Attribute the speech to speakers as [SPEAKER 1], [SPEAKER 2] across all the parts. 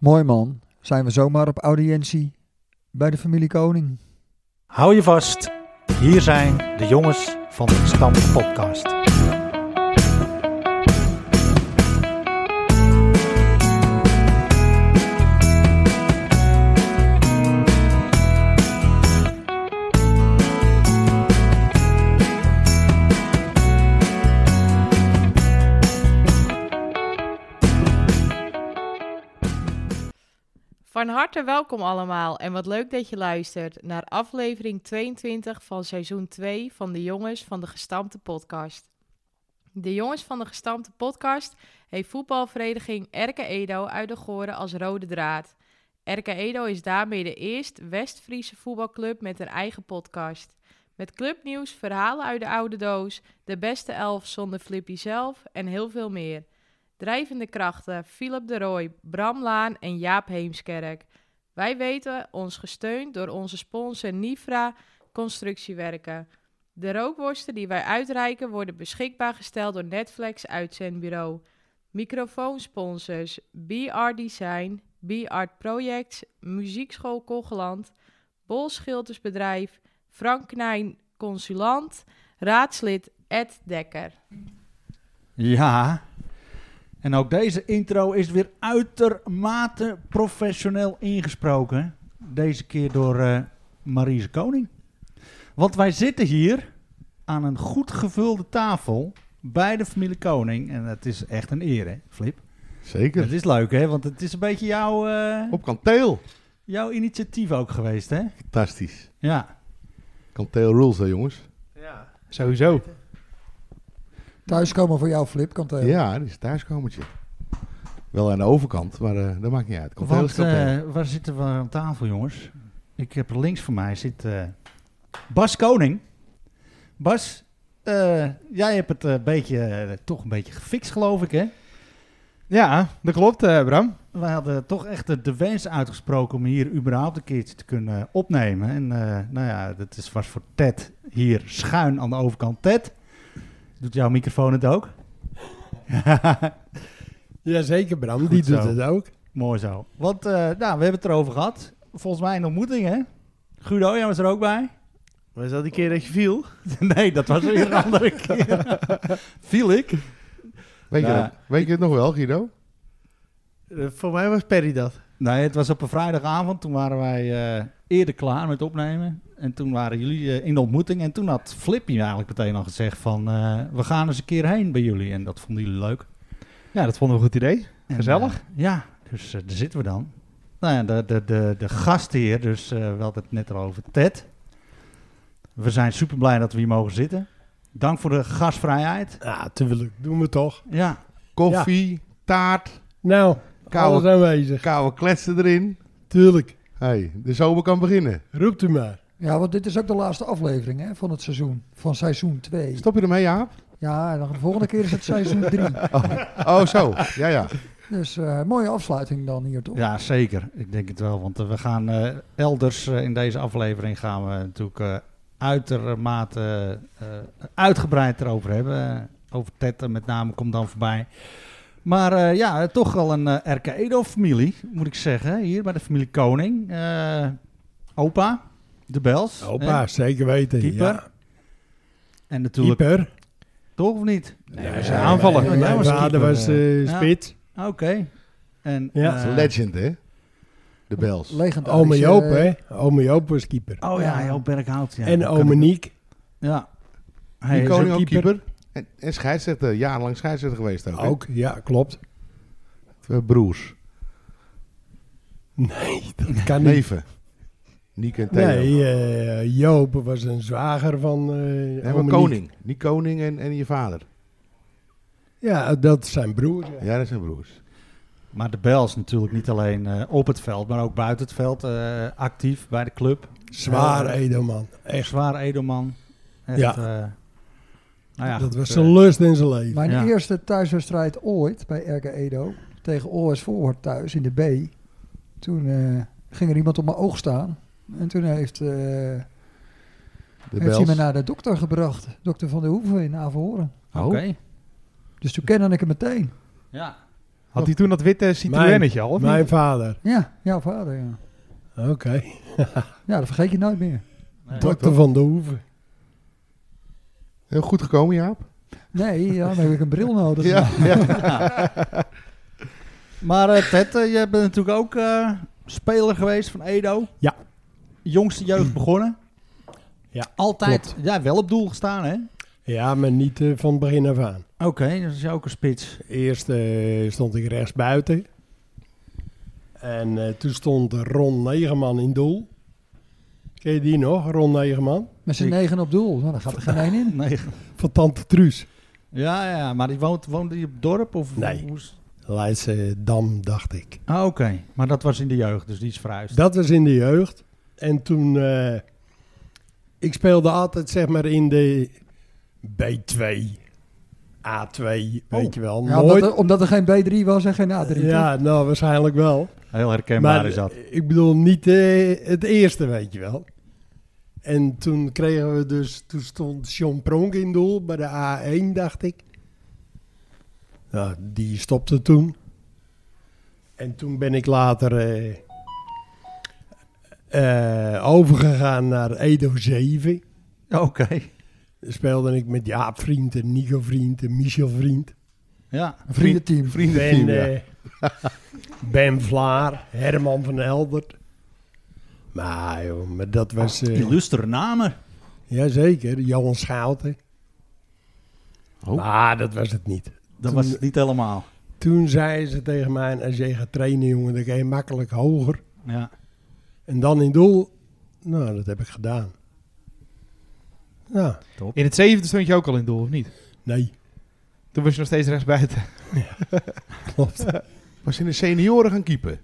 [SPEAKER 1] Mooi man, zijn we zomaar op audiëntie bij de familie Koning.
[SPEAKER 2] Hou je vast, hier zijn de jongens van de Stam Podcast.
[SPEAKER 3] Van harte welkom allemaal en wat leuk dat je luistert naar aflevering 22 van seizoen 2 van de Jongens van de Gestampte Podcast. De Jongens van de Gestampte Podcast heeft voetbalvereniging Erke Edo uit de Goren als rode draad. Erke Edo is daarmee de eerste West-Friese voetbalclub met een eigen podcast. Met clubnieuws, verhalen uit de oude doos, de beste elf zonder Flippy zelf en heel veel meer. Drijvende krachten, Philip de Rooij, Bram Laan en Jaap Heemskerk. Wij weten ons gesteund door onze sponsor Nifra Constructiewerken. De rookworsten die wij uitreiken worden beschikbaar gesteld door Netflix Uitzendbureau. Microfoonsponsors BR Design, BR Projects, Muziekschool Kogeland, Bol Schildersbedrijf, Frank Knijn Consulant, raadslid Ed Dekker.
[SPEAKER 2] Ja, en ook deze intro is weer uitermate professioneel ingesproken. Deze keer door eh Marise Koning. Want wij zitten hier aan een goed gevulde tafel bij de familie Koning. En dat is echt een eer, hè, Flip? Het
[SPEAKER 4] Zeker.
[SPEAKER 2] is leuk, hè? Want het is een beetje jouw, eh,
[SPEAKER 4] Op kanteel.
[SPEAKER 2] jouw initiatief ook geweest, hè?
[SPEAKER 4] Fantastisch.
[SPEAKER 2] Ja.
[SPEAKER 4] Kanteel rules, hè jongens?
[SPEAKER 5] Sowieso.
[SPEAKER 1] Thuiskomen voor jou, Flip, kan tegen.
[SPEAKER 4] Ja, dit is een thuiskomertje. Wel aan de overkant, maar eh, dat maakt niet uit. Kanteel is
[SPEAKER 2] Want
[SPEAKER 4] kanteel.
[SPEAKER 2] eh, waar zitten we aan tafel, jongens? Ik heb links van mij zit eh, Bas Koning. Bas, eh, jij hebt het een beetje, eh, toch een beetje gefixt, geloof ik, hè?
[SPEAKER 5] Ja, dat klopt, eh, Bram.
[SPEAKER 2] Wij hadden toch echt de, de wens uitgesproken om hier überhaupt een keertje te kunnen opnemen. En eh, nou ja, dat is vast voor Ted hier schuin aan de overkant. Ted, doet jouw microfoon het ook?
[SPEAKER 5] Jazeker, Bram.
[SPEAKER 2] die doet het
[SPEAKER 5] ook.
[SPEAKER 2] Mooi zo. Want eh, nou, we hebben het erover gehad. Volgens mij een ontmoeting, hè? Guido, jij was er ook bij?
[SPEAKER 5] Was dat die keer dat je viel?
[SPEAKER 2] Nee, dat was weer een andere keer. Viel ik?
[SPEAKER 4] Weet, je
[SPEAKER 2] nou,
[SPEAKER 4] dat- weet je het nog wel, Guido?
[SPEAKER 5] Eh, voor mij was Perry dat.
[SPEAKER 2] Nee, het was op een vrijdagavond. Toen waren wij eh, eerder klaar met opnemen. En toen waren jullie eh, in de ontmoeting. En toen had Flippy eigenlijk meteen al gezegd van... eh, we gaan eens een keer heen bij jullie. En dat vonden jullie leuk.
[SPEAKER 5] Ja, dat vonden we een goed idee.
[SPEAKER 2] En,
[SPEAKER 5] Gezellig.
[SPEAKER 2] eh, ja, dus eh, daar zitten we dan. Nou ja, de, de, de, de gastheer, dus eh, we hadden het net al over Ted. We zijn super blij dat we hier mogen zitten. Dank voor de gastvrijheid.
[SPEAKER 6] Ja, tuurlijk. Doen we toch.
[SPEAKER 2] Ja,
[SPEAKER 4] Koffie, taart,
[SPEAKER 6] Nou,
[SPEAKER 4] koude,
[SPEAKER 6] alles aanwezig.
[SPEAKER 4] koude kletsen erin.
[SPEAKER 6] Tuurlijk.
[SPEAKER 4] Hey, de zomer kan beginnen.
[SPEAKER 6] Roept u maar.
[SPEAKER 1] Ja, want dit is ook de laatste aflevering hè, van het seizoen, van seizoen 2.
[SPEAKER 4] Stop je ermee, Jaap?
[SPEAKER 1] Ja, en dan de volgende keer is het seizoen 3.
[SPEAKER 4] Oh, zo. Ja, ja.
[SPEAKER 1] Dus eh, mooie afsluiting dan hier toch?
[SPEAKER 2] Ja, zeker. Ik denk het wel. Want eh, we gaan eh, elders eh, in deze aflevering gaan we natuurlijk eh, uitermate eh, uitgebreid erover hebben. Eh, over Ted eh, met name komt dan voorbij. Maar eh, ja, eh, toch wel een eh RK Edo-familie, moet ik zeggen. Hier bij de familie Koning. Eh, opa, de Bels.
[SPEAKER 6] Opa,
[SPEAKER 2] hè?
[SPEAKER 6] zeker weten.
[SPEAKER 2] keeper.
[SPEAKER 6] Ja.
[SPEAKER 2] En natuurlijk,
[SPEAKER 6] Keeper.
[SPEAKER 2] toch of niet?
[SPEAKER 6] Nee,
[SPEAKER 5] we
[SPEAKER 6] we
[SPEAKER 5] zijn
[SPEAKER 6] zijn
[SPEAKER 5] aanvallen.
[SPEAKER 2] nee, jij
[SPEAKER 6] Mijn
[SPEAKER 2] was
[SPEAKER 6] vader
[SPEAKER 2] keeper,
[SPEAKER 6] was eh,
[SPEAKER 2] ja.
[SPEAKER 6] spits.
[SPEAKER 2] Oké. En,
[SPEAKER 6] Ja.
[SPEAKER 4] Dat
[SPEAKER 2] eh,
[SPEAKER 4] is een legend, hè? De Bels.
[SPEAKER 1] Legendarisch.
[SPEAKER 6] Ome Joop,
[SPEAKER 1] eh,
[SPEAKER 6] hè. Ome Joop was keeper.
[SPEAKER 2] Oh ja, Joop Berghout. Ja.
[SPEAKER 6] en
[SPEAKER 2] Kan
[SPEAKER 6] ome
[SPEAKER 2] ik-
[SPEAKER 6] Niek.
[SPEAKER 2] Ja. Hij
[SPEAKER 4] Die
[SPEAKER 2] is
[SPEAKER 4] koning
[SPEAKER 6] ook
[SPEAKER 4] ook
[SPEAKER 6] keeper.
[SPEAKER 4] keeper. En, en scheidsrechter, jarenlang scheidsrechter geweest ook. hè?
[SPEAKER 6] Ook, ja, klopt.
[SPEAKER 4] Twee broers,
[SPEAKER 6] Nee, dat kan niet.
[SPEAKER 4] neven. Niek en Theo.
[SPEAKER 6] Nee, eh, Joop was een zwager van eh
[SPEAKER 4] Nee,
[SPEAKER 6] ome
[SPEAKER 4] maar
[SPEAKER 6] Niek.
[SPEAKER 4] koning. Die koning en, en je vader.
[SPEAKER 6] Ja, dat zijn broers. ja.
[SPEAKER 4] Ja, dat zijn broers.
[SPEAKER 2] Maar de Bels natuurlijk niet alleen eh, op het veld, maar ook buiten het veld eh, actief bij de club.
[SPEAKER 6] Zwaar
[SPEAKER 2] Ja.
[SPEAKER 6] edelman. Echt.
[SPEAKER 2] Zwaar Edelman. Echt,
[SPEAKER 6] Ja.
[SPEAKER 2] eh, nou ja,
[SPEAKER 6] dat
[SPEAKER 2] goed,
[SPEAKER 6] was
[SPEAKER 2] eh,
[SPEAKER 6] zijn lust in zijn leven.
[SPEAKER 1] Mijn
[SPEAKER 2] Ja.
[SPEAKER 1] eerste thuiswedstrijd ooit bij RK Edo tegen OS Forward thuis in de B. Toen eh, ging er iemand op mijn oog staan. En toen heeft, eh,
[SPEAKER 4] De
[SPEAKER 1] heeft hij me
[SPEAKER 4] Bels.
[SPEAKER 1] naar de dokter gebracht. Dokter Van der Hoeven in Averhoorn.
[SPEAKER 2] Oké.
[SPEAKER 4] Oh.
[SPEAKER 1] Dus toen kende ik hem meteen.
[SPEAKER 2] Ja.
[SPEAKER 5] Had hij toen dat witte Citroënnetje al? Of
[SPEAKER 6] Mijn
[SPEAKER 5] niet?
[SPEAKER 6] vader.
[SPEAKER 1] Ja, jouw vader, ja.
[SPEAKER 6] Oké.
[SPEAKER 1] Ja, dat vergeet je nooit meer.
[SPEAKER 6] Dokter van de Hoeven.
[SPEAKER 4] Heel goed gekomen, Jaap.
[SPEAKER 1] Nee, ja, dan heb ik een bril nodig.
[SPEAKER 4] Ja,
[SPEAKER 2] Maar eh, Ted, eh, jij bent natuurlijk ook eh, speler geweest van Edo.
[SPEAKER 6] Ja.
[SPEAKER 2] Jongste jeugd begonnen.
[SPEAKER 6] Ja,
[SPEAKER 2] Altijd ja, wel op doel gestaan, hè?
[SPEAKER 6] Ja, maar niet eh, van begin af aan.
[SPEAKER 2] Oké, dat is ook een spits.
[SPEAKER 6] Eerst eh, stond ik rechts buiten. En eh, toen stond Ron Negeman in doel. Ken je die nog, Ron Negeman?
[SPEAKER 1] Met z'n
[SPEAKER 2] Ik-
[SPEAKER 1] negen op doel. Nou, dan gaat er geen één in.
[SPEAKER 2] Nee.
[SPEAKER 6] Van Tante Truus.
[SPEAKER 2] Ja, ja, maar die woont, woonde die op het dorp? Of
[SPEAKER 6] Nee.
[SPEAKER 2] hoe is-
[SPEAKER 6] Leidse Dam, dacht ik.
[SPEAKER 2] Ah, Oké, maar dat was in de jeugd, dus die is verhuisd.
[SPEAKER 6] Dat was in de jeugd. En toen... eh, ik speelde altijd, zeg maar, in de B2, A2, weet
[SPEAKER 1] Oh.
[SPEAKER 6] je wel.
[SPEAKER 1] Ja, omdat,
[SPEAKER 6] Nooit...
[SPEAKER 1] er, omdat er geen B3 was en geen A3. toch?
[SPEAKER 6] Ja, nou, waarschijnlijk wel.
[SPEAKER 2] Heel herkenbaar
[SPEAKER 6] Maar,
[SPEAKER 2] is dat.
[SPEAKER 6] eh, Ik bedoel, niet eh, het eerste, weet je wel. En toen kregen we dus, toen stond John Pronk in doel bij de A1, dacht ik. Nou, die stopte toen. En toen ben ik later eh, eh, overgegaan naar Edo 7.
[SPEAKER 2] Oké,
[SPEAKER 6] Daar speelde ik met Jaap Vriend en Nico Vriend en Michel Vriend.
[SPEAKER 2] ja.
[SPEAKER 1] Een vriendenteam.
[SPEAKER 4] Vriendenteam,
[SPEAKER 6] ben,
[SPEAKER 4] ja.
[SPEAKER 6] eh, ben Vlaar, Herman van Heldert. Maar joh, maar dat was... eh,
[SPEAKER 2] Illustere namen.
[SPEAKER 6] jazeker, Johan Schouten.
[SPEAKER 4] Oh.
[SPEAKER 6] Maar dat was het niet.
[SPEAKER 2] Dat
[SPEAKER 6] Toen-
[SPEAKER 2] was het niet helemaal.
[SPEAKER 6] Toen zei ze tegen mij, als jij gaat trainen jongen, dan ga je makkelijk hoger.
[SPEAKER 2] Ja.
[SPEAKER 6] En dan in doel. Nou, dat heb ik gedaan. Ja,
[SPEAKER 5] In het zevende stond je ook al in doel, of niet?
[SPEAKER 6] nee,
[SPEAKER 5] Toen was je nog steeds rechts buiten.
[SPEAKER 6] klopt.
[SPEAKER 4] Was in de senioren gaan keeper.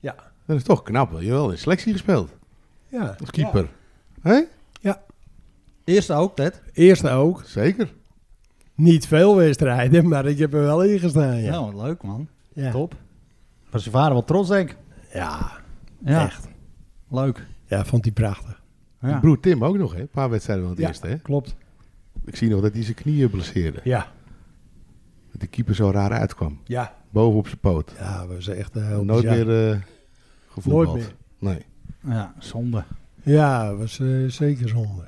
[SPEAKER 6] Ja.
[SPEAKER 4] Dat is toch knap. Je hebt wel in selectie gespeeld.
[SPEAKER 6] Ja,
[SPEAKER 4] Als keeper. Hé?
[SPEAKER 2] Eerst ook, Ted.
[SPEAKER 6] eerste ook.
[SPEAKER 4] Zeker.
[SPEAKER 6] Niet veel wedstrijden, maar ik heb er wel in gestaan, ja.
[SPEAKER 2] Nou, leuk man.
[SPEAKER 6] Ja.
[SPEAKER 2] Top. Was je vader wel trots, denk ik.
[SPEAKER 6] Ja,
[SPEAKER 2] Ja,
[SPEAKER 6] echt.
[SPEAKER 2] leuk.
[SPEAKER 6] Ja, vond hij prachtig.
[SPEAKER 2] Ja.
[SPEAKER 4] Broer Tim ook nog, hè? Een paar wedstrijden van het
[SPEAKER 6] Ja.
[SPEAKER 4] eerste, hè?
[SPEAKER 6] Klopt.
[SPEAKER 4] Ik zie nog dat hij zijn knieën blesseerde.
[SPEAKER 6] Ja,
[SPEAKER 4] Dat die keeper zo raar uitkwam.
[SPEAKER 6] ja.
[SPEAKER 4] Boven op zijn poot.
[SPEAKER 6] Ja, we zijn echt eh, heel
[SPEAKER 4] Nooit
[SPEAKER 6] bizar.
[SPEAKER 4] meer eh gevoetbald.
[SPEAKER 6] Nooit meer.
[SPEAKER 4] Nee.
[SPEAKER 2] Ja, zonde.
[SPEAKER 6] Ja, was eh, zeker zonde.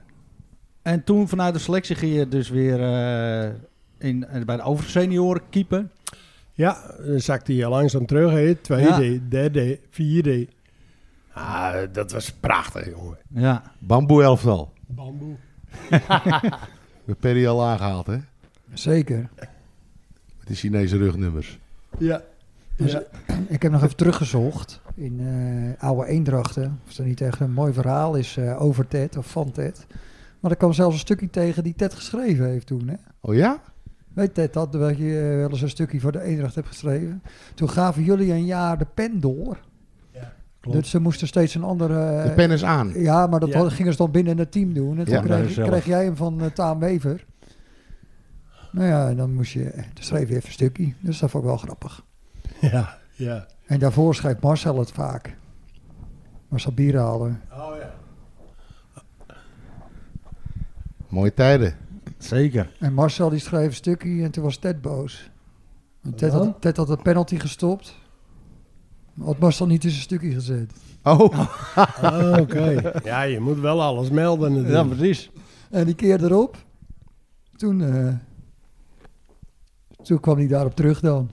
[SPEAKER 2] En toen vanuit de selectie ging je dus weer eh, in, eh, bij de overige senioren keeper.
[SPEAKER 6] Ja, dan zakte je langzaam terug. Hè. Tweede, derde, vierde. Ah, dat was prachtig, jongen.
[SPEAKER 2] Ja.
[SPEAKER 4] Bamboe elftal.
[SPEAKER 6] Bamboe.
[SPEAKER 4] Met Perry al aangehaald, hè?
[SPEAKER 1] Zeker.
[SPEAKER 4] Met die Chinese rugnummers.
[SPEAKER 6] Ja.
[SPEAKER 1] Dus
[SPEAKER 6] Ja.
[SPEAKER 1] Ik heb nog even teruggezocht in eh, oude Eendrachten. Of er niet echt een mooi verhaal is eh, over Ted of van Ted. Maar ik kwam zelfs een stukje tegen die Ted geschreven heeft toen. Hè?
[SPEAKER 4] Oh ja?
[SPEAKER 1] Weet Ted dat, dat je eh, wel eens een stukje voor de Eendracht hebt geschreven? Toen gaven jullie een jaar de pen door.
[SPEAKER 6] Ja, klopt.
[SPEAKER 1] dus ze moesten steeds een andere... eh,
[SPEAKER 4] De pen is aan.
[SPEAKER 1] Ja, maar dat
[SPEAKER 6] Ja.
[SPEAKER 1] gingen ze dan binnen het team doen. En toen
[SPEAKER 4] Ja,
[SPEAKER 1] kreeg,
[SPEAKER 2] gezellig.
[SPEAKER 1] kreeg jij hem van eh, Taan Wever. Nou ja, en dan moest je, dan schreef je even een stukje. Dus dat vond ik wel grappig.
[SPEAKER 6] Ja, ja.
[SPEAKER 1] En daarvoor schrijft Marcel het vaak. Marcel Bierhalen.
[SPEAKER 6] Oh ja.
[SPEAKER 4] Mooie tijden.
[SPEAKER 2] Zeker.
[SPEAKER 1] En Marcel die schreef een stukje en toen was Ted boos. Want Ted,
[SPEAKER 6] dan?
[SPEAKER 1] had, Ted had de penalty gestopt. Maar Had Marcel niet in zijn stukje gezet.
[SPEAKER 4] Oh,
[SPEAKER 6] Ah, Oké. Ja, je moet wel alles melden
[SPEAKER 2] Ja,
[SPEAKER 6] natuurlijk.
[SPEAKER 2] precies.
[SPEAKER 1] En die keer erop, toen, eh, toen kwam hij daarop terug dan.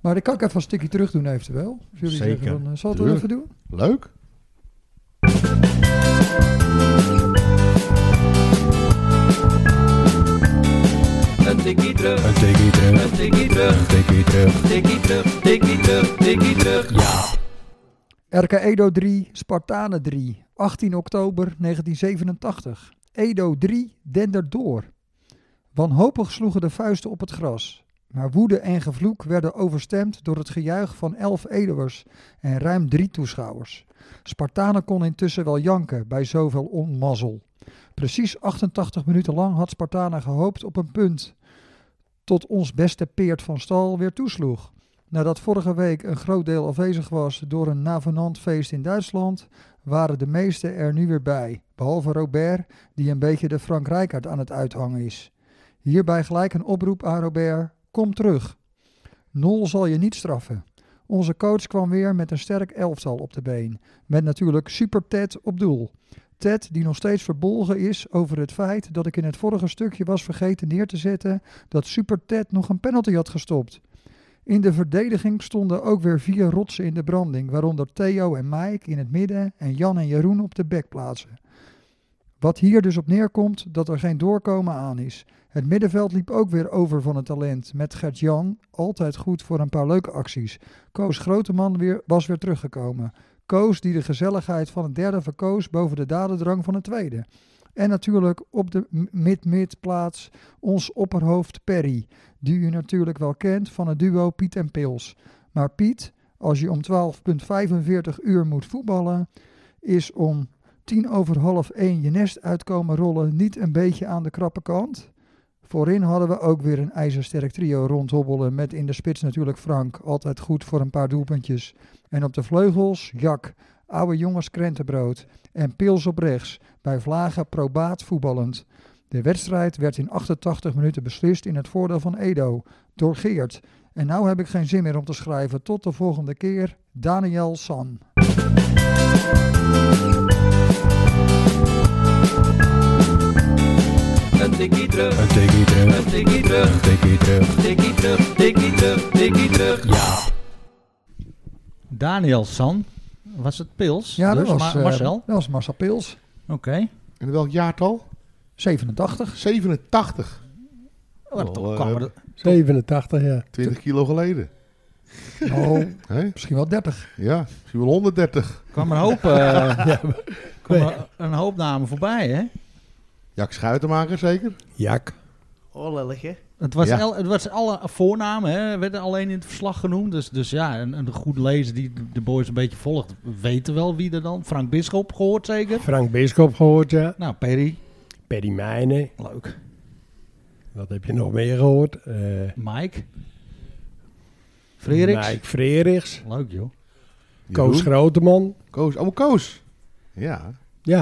[SPEAKER 1] Maar ik kan ik even een stukje terug doen eventueel. Als jullie
[SPEAKER 2] Zeker.
[SPEAKER 1] zeggen van, eh, zal het wel
[SPEAKER 4] Tuurlijk.
[SPEAKER 1] even doen?
[SPEAKER 4] leuk.
[SPEAKER 6] Een tikkie terug. Een tikkie terug. Een tikkie terug.
[SPEAKER 1] RK Edo 3, Spartanen 3, 18 oktober 1987. Edo 3, dender door. Wanhopig sloegen de vuisten op het gras. Maar woede en gevloek werden overstemd door het gejuich van elf Edo'ers en ruim drie toeschouwers. Spartanen kon intussen wel janken bij zoveel onmazzel. Precies 88 minuten lang had Spartanen gehoopt op een punt. Tot ons beste Peert van Stal weer toesloeg. Nadat vorige week een groot deel afwezig was door een navenant feest in Duitsland, waren de meesten er nu weer bij, behalve Robert, die een beetje de Frank Rijkaard aan het uithangen is. Hierbij gelijk een oproep aan Robert: kom terug. Nol zal je niet straffen. Onze coach kwam weer met een sterk elftal op de been. Met natuurlijk super Ted op doel. Ted die nog steeds verbolgen is over het feit dat ik in het vorige stukje was vergeten neer te zetten dat super Ted nog een penalty had gestopt. In de verdediging stonden ook weer vier rotsen in de branding, waaronder Theo en Mike in het midden en Jan en Jeroen op de backplaatsen. Wat hier dus op neerkomt dat er geen doorkomen aan is. Het middenveld liep ook weer over van het talent met Gert-Jan, altijd goed voor een paar leuke acties. Koos Groteman weer, was weer teruggekomen. Koos die de gezelligheid van het derde verkoos boven de dadendrang van het tweede. En natuurlijk op de m- mid-mid-plaats ons opperhoofd Perry, die u natuurlijk wel kent van het duo Piet en Pils. Maar Piet, als je om 12.45 uur moet voetballen, is om tien over half één je nest uitkomen rollen niet een beetje aan de krappe kant? Voorin hadden we ook weer een ijzersterk trio rondhobbelen. Met in de spits natuurlijk Frank, altijd goed voor een paar doelpuntjes. En op de vleugels Jack, oude jongens krentenbrood. En Pils op rechts, bij Vlagen probaat voetballend. De wedstrijd werd in 88 minuten beslist in het voordeel van Edo, door Geert. En nou heb ik geen zin meer om te schrijven. Tot de volgende keer, Daniel San.
[SPEAKER 7] Een tikkie terug,
[SPEAKER 8] Een tikkie terug,
[SPEAKER 7] een tikkie terug,
[SPEAKER 8] een tikkie terug.
[SPEAKER 7] tikkie terug, tikkie terug, tikkie terug.
[SPEAKER 8] Ja.
[SPEAKER 2] Daniel San. Was het Pils?
[SPEAKER 1] Ja, dat
[SPEAKER 2] Dus,
[SPEAKER 1] was,
[SPEAKER 2] Ma-
[SPEAKER 1] eh,
[SPEAKER 2] Marcel.
[SPEAKER 1] dat was Marcel Pils,
[SPEAKER 2] Oké.
[SPEAKER 4] En welk jaartal?
[SPEAKER 1] 87.
[SPEAKER 4] 87.
[SPEAKER 2] Oh, maar toch
[SPEAKER 4] Wel,
[SPEAKER 2] kwam
[SPEAKER 4] eh,
[SPEAKER 2] er de-
[SPEAKER 6] 87, ja.
[SPEAKER 4] 20 kilo geleden.
[SPEAKER 1] Oh,
[SPEAKER 4] Hè?
[SPEAKER 1] misschien wel 30.
[SPEAKER 4] Ja, misschien wel 130.
[SPEAKER 2] kwam een hoop, eh, kwam er een hoop namen voorbij, hè?
[SPEAKER 4] Jack Schuitenmaker zeker?
[SPEAKER 6] Jak.
[SPEAKER 7] Oh, lelletje.
[SPEAKER 2] Het was,
[SPEAKER 4] Ja.
[SPEAKER 2] el- het was alle voornamen, hè, werden alleen in het verslag genoemd. Dus, dus ja, een, een goed lezer die de boys een beetje volgt, weten wel wie er dan. Frank Bisschop gehoord zeker.
[SPEAKER 6] Frank Bisschop gehoord, ja.
[SPEAKER 2] Nou, Perry,
[SPEAKER 6] Perry Mijnen.
[SPEAKER 2] leuk.
[SPEAKER 6] Wat heb je nog meer gehoord? Eh
[SPEAKER 2] Mike. Frederiks.
[SPEAKER 6] Mike Frerichs.
[SPEAKER 2] Leuk joh.
[SPEAKER 6] Koos
[SPEAKER 4] Jeroen?
[SPEAKER 6] Groteman.
[SPEAKER 4] Koos. Oh, Koos. Ja.
[SPEAKER 6] Ja,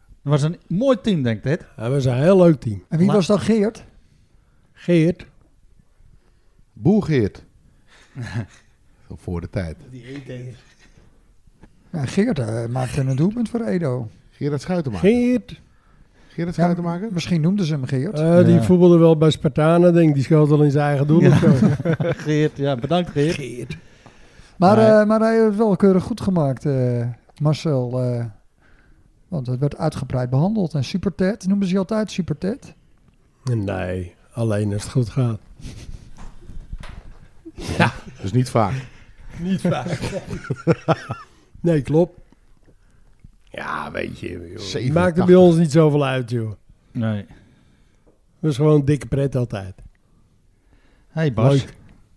[SPEAKER 2] Het was een mooi team, denk ik. Ted.
[SPEAKER 6] hij was een heel leuk team.
[SPEAKER 1] En wie
[SPEAKER 2] La-
[SPEAKER 1] was dan Geert?
[SPEAKER 6] Geert.
[SPEAKER 4] Boergeert. Zo Voor de tijd.
[SPEAKER 1] Ja, Geert eh, maakte een doelpunt voor Edo.
[SPEAKER 4] Gerard Schuitenmaker.
[SPEAKER 6] Geert.
[SPEAKER 4] Gerard
[SPEAKER 1] Ja,
[SPEAKER 4] Schuitenmaker?
[SPEAKER 1] Misschien noemden ze hem Geert.
[SPEAKER 6] Eh, Die
[SPEAKER 2] Ja.
[SPEAKER 6] voetbalde wel bij Spartanen, denk ik. Die schoot al in zijn eigen doel. of zo.
[SPEAKER 2] Geert, ja, bedankt Geert.
[SPEAKER 1] maar,
[SPEAKER 2] nee.
[SPEAKER 1] eh, maar hij heeft het wel keurig goed gemaakt, eh, Marcel. eh, want het werd uitgebreid behandeld. En Super Ted, noemden ze je altijd Super Ted?
[SPEAKER 6] Nee, alleen als het goed gaat.
[SPEAKER 4] Dus niet vaak.
[SPEAKER 6] Niet vaak. nee, klopt. Ja, weet je. Joh.
[SPEAKER 4] 87.
[SPEAKER 6] Maakt er bij ons niet zoveel uit, joh.
[SPEAKER 2] Nee.
[SPEAKER 6] Dat is gewoon dikke pret altijd.
[SPEAKER 2] Hey Bas,
[SPEAKER 6] Leuk.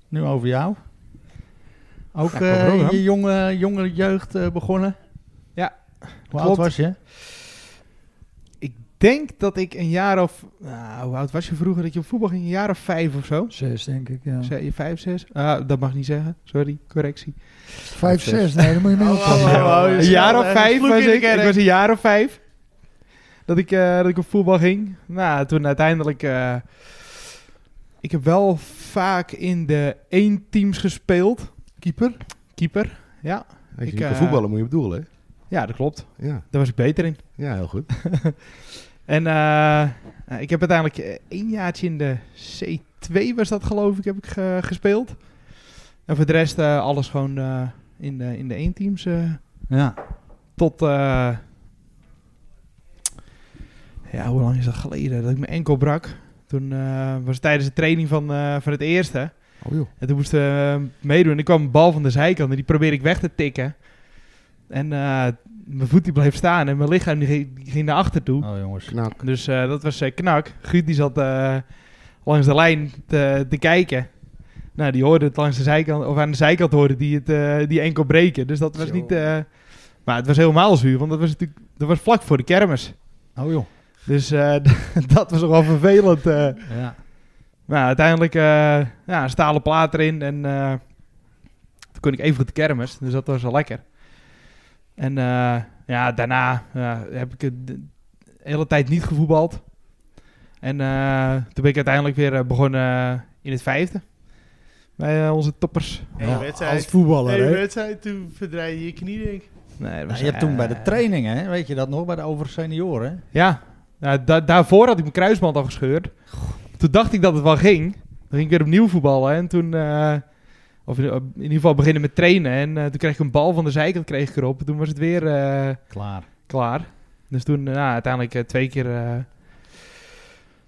[SPEAKER 2] nu over jou. Ook
[SPEAKER 5] Ja,
[SPEAKER 2] eh,
[SPEAKER 5] Rotterdam.
[SPEAKER 2] je jonge, jonge jeugd eh, begonnen.
[SPEAKER 5] Ja,
[SPEAKER 2] Hoe oud
[SPEAKER 5] klopt.
[SPEAKER 2] was je?
[SPEAKER 5] Ik denk dat ik een jaar of... Nou, hoe oud was je vroeger dat je op voetbal ging? Een jaar of vijf of zo?
[SPEAKER 1] Zes, denk ik, ja.
[SPEAKER 5] Ze- Vijf, zes? Ah, dat mag niet zeggen. Sorry, correctie.
[SPEAKER 1] Vijf, zes. Nee, dan moet je mee oppassen.
[SPEAKER 2] oh,
[SPEAKER 5] een jaar of vijf was ik. Ik was een jaar of vijf. Dat ik, eh, dat ik op voetbal ging. Nou, toen uiteindelijk... eh, ik heb wel vaak in de één teams gespeeld. Keeper? Keeper, ja.
[SPEAKER 4] Als je
[SPEAKER 5] Ik,
[SPEAKER 4] niet kan
[SPEAKER 5] eh,
[SPEAKER 4] voetballen moet je op doel, hè?
[SPEAKER 5] Ja, dat klopt.
[SPEAKER 4] Ja,
[SPEAKER 5] Daar was ik beter in.
[SPEAKER 4] ja heel goed.
[SPEAKER 5] En eh, eh, ik heb uiteindelijk eh, één jaartje in de C2 was dat geloof ik, heb ik ge- gespeeld. En voor de rest eh, alles gewoon eh, in de, in de één teams eh,
[SPEAKER 2] Ja.
[SPEAKER 5] tot... eh, ja, hoe lang is dat geleden dat ik mijn enkel brak? Toen eh, was het tijdens de training van, eh, van het eerste.
[SPEAKER 4] Oh joh.
[SPEAKER 5] En toen moesten we eh, meedoen. En er kwam een bal van de zijkant en die probeerde ik weg te tikken. En eh, mijn voet die bleef staan en mijn lichaam die ging, die ging naar achter toe.
[SPEAKER 2] Oh jongens.
[SPEAKER 4] Knaap.
[SPEAKER 5] Dus eh, dat was eh, knak. Guut die zat eh, langs de lijn te, te kijken. Nou, die hoorde het langs de zijkant, of aan de zijkant hoorde die het eh, die enkel breken. Dus dat was
[SPEAKER 6] Zo.
[SPEAKER 5] niet. eh, maar het was helemaal zuur, want dat was natuurlijk dat was vlak voor de kermis.
[SPEAKER 2] Oh joh.
[SPEAKER 5] Dus eh, dat was nogal vervelend. eh.
[SPEAKER 2] Ja.
[SPEAKER 5] Nou, uiteindelijk eh ja, een stalen plaat erin en eh, toen kon ik even goed de kermis, dus dat was wel lekker. En eh, ja, daarna ja, heb ik het de hele tijd niet gevoetbald. En eh, toen ben ik uiteindelijk weer eh, begonnen in het eh, vijfde. Bij eh, onze toppers.
[SPEAKER 8] Eén
[SPEAKER 6] Als
[SPEAKER 8] wedstrijd.
[SPEAKER 6] voetballer,
[SPEAKER 8] Eén
[SPEAKER 6] hè?
[SPEAKER 8] wedstrijd, toen verdraai je je knie, denk ik.
[SPEAKER 5] Nee, dat
[SPEAKER 2] Nou,
[SPEAKER 5] was,
[SPEAKER 2] je hebt
[SPEAKER 5] eh,
[SPEAKER 2] toen bij de training, hè, weet je dat nog, bij de overige senioren. hè?
[SPEAKER 5] Ja, Ja, da- daarvoor had ik mijn kruisband al gescheurd. Toen dacht ik dat het wel ging. Toen ging ik weer opnieuw voetballen. En toen, eh, of in, in ieder geval beginnen met trainen. En eh, toen kreeg ik een bal van de zijkant kreeg ik erop. Toen was het weer eh,
[SPEAKER 2] Klaar.
[SPEAKER 5] klaar. Dus toen, eh, nou, uiteindelijk eh, twee keer... eh,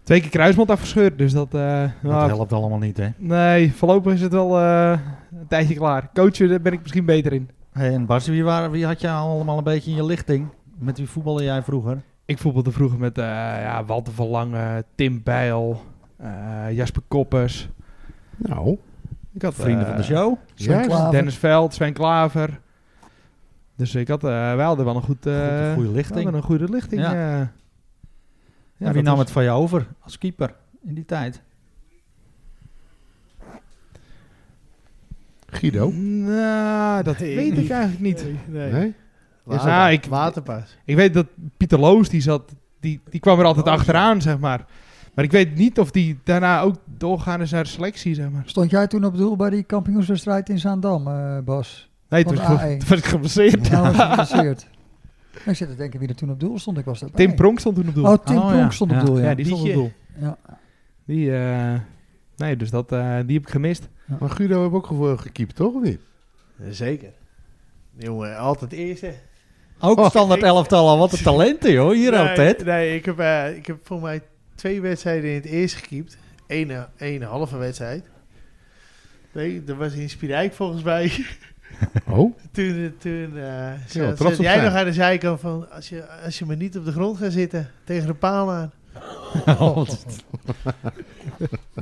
[SPEAKER 5] Twee keer kruisband afgescheurd, dus dat... eh,
[SPEAKER 2] Dat
[SPEAKER 5] nou,
[SPEAKER 2] helpt allemaal niet, hè.
[SPEAKER 5] nee, voorlopig is het wel eh, een tijdje klaar. Coachen, daar ben ik misschien beter in.
[SPEAKER 2] Hey, en Bas, wie, waren, wie had jij allemaal een beetje in je lichting? Met wie voetbalde jij vroeger?
[SPEAKER 5] Ik voetbalde vroeger met eh, ja, Walter van Lange, Tim Bijl, eh, Jasper Koppers.
[SPEAKER 4] Nou,
[SPEAKER 5] Ik had,
[SPEAKER 2] Vrienden van de
[SPEAKER 5] eh,
[SPEAKER 2] show?
[SPEAKER 4] juist.
[SPEAKER 1] Klaver.
[SPEAKER 5] Dennis Veld, Sven Klaver. Dus ik had, eh, wij hadden wel een goed, eh,
[SPEAKER 2] Goed- goede
[SPEAKER 5] we hadden
[SPEAKER 2] lichting.
[SPEAKER 5] een goede lichting.
[SPEAKER 2] Ja.
[SPEAKER 5] eh. Ja.
[SPEAKER 2] en wie
[SPEAKER 5] dat
[SPEAKER 2] nam
[SPEAKER 5] was-
[SPEAKER 2] het van je over als keeper in die tijd?
[SPEAKER 4] Guido.
[SPEAKER 5] Nou, dat
[SPEAKER 8] Nee,
[SPEAKER 5] weet
[SPEAKER 8] niet.
[SPEAKER 5] ik eigenlijk niet.
[SPEAKER 8] Nee.
[SPEAKER 4] Nee?
[SPEAKER 8] Water-
[SPEAKER 5] nou, ik-
[SPEAKER 8] Waterpas.
[SPEAKER 5] Ik weet dat Pieter Loos, die, zat, die, die kwam er altijd achteraan, zeg maar. Maar ik weet niet of die daarna ook doorgaan is naar de selectie, zeg maar.
[SPEAKER 1] Stond jij toen op doel bij die kampioenswedstrijd in Zaandam, eh, Bas?
[SPEAKER 5] Nee,
[SPEAKER 1] Van
[SPEAKER 5] toen
[SPEAKER 1] de
[SPEAKER 5] was,
[SPEAKER 1] A1.
[SPEAKER 5] ik- toen was ik geblesseerd.
[SPEAKER 1] Nou, was geïnteresseerd. Ik zit te denken wie er toen op doel stond. Ik was daarbij.
[SPEAKER 5] Tim Pronk stond toen op doel.
[SPEAKER 1] Oh, Tim
[SPEAKER 2] Oh, ja.
[SPEAKER 1] Pronk stond op
[SPEAKER 2] Ja.
[SPEAKER 1] doel, ja.
[SPEAKER 5] ja, die stond op doel.
[SPEAKER 1] Ja.
[SPEAKER 5] Die, eh, nee, dus dat, eh, die heb ik gemist.
[SPEAKER 4] Maar Guido heeft ook ge- gekiept, toch? Of niet?
[SPEAKER 8] Zeker. Jongen, altijd eerste.
[SPEAKER 2] Ook
[SPEAKER 4] Oh,
[SPEAKER 2] standaard
[SPEAKER 8] ik-
[SPEAKER 2] elftal al, wat een talenten joh, hier
[SPEAKER 8] nee,
[SPEAKER 2] altijd.
[SPEAKER 8] Nee, ik heb, eh, ik heb voor mij twee wedstrijden in het eerste gekiept. Eén een halve wedstrijd. Nee, dat was in Spirijk volgens mij.
[SPEAKER 4] Oh,
[SPEAKER 8] Toen, toen eh, ze-
[SPEAKER 4] wel trots
[SPEAKER 8] zat
[SPEAKER 4] op
[SPEAKER 8] jij
[SPEAKER 4] zijn.
[SPEAKER 8] nog aan de zijkant van... Als je, als je maar niet op de grond gaat zitten, tegen de paal aan.
[SPEAKER 2] Oh,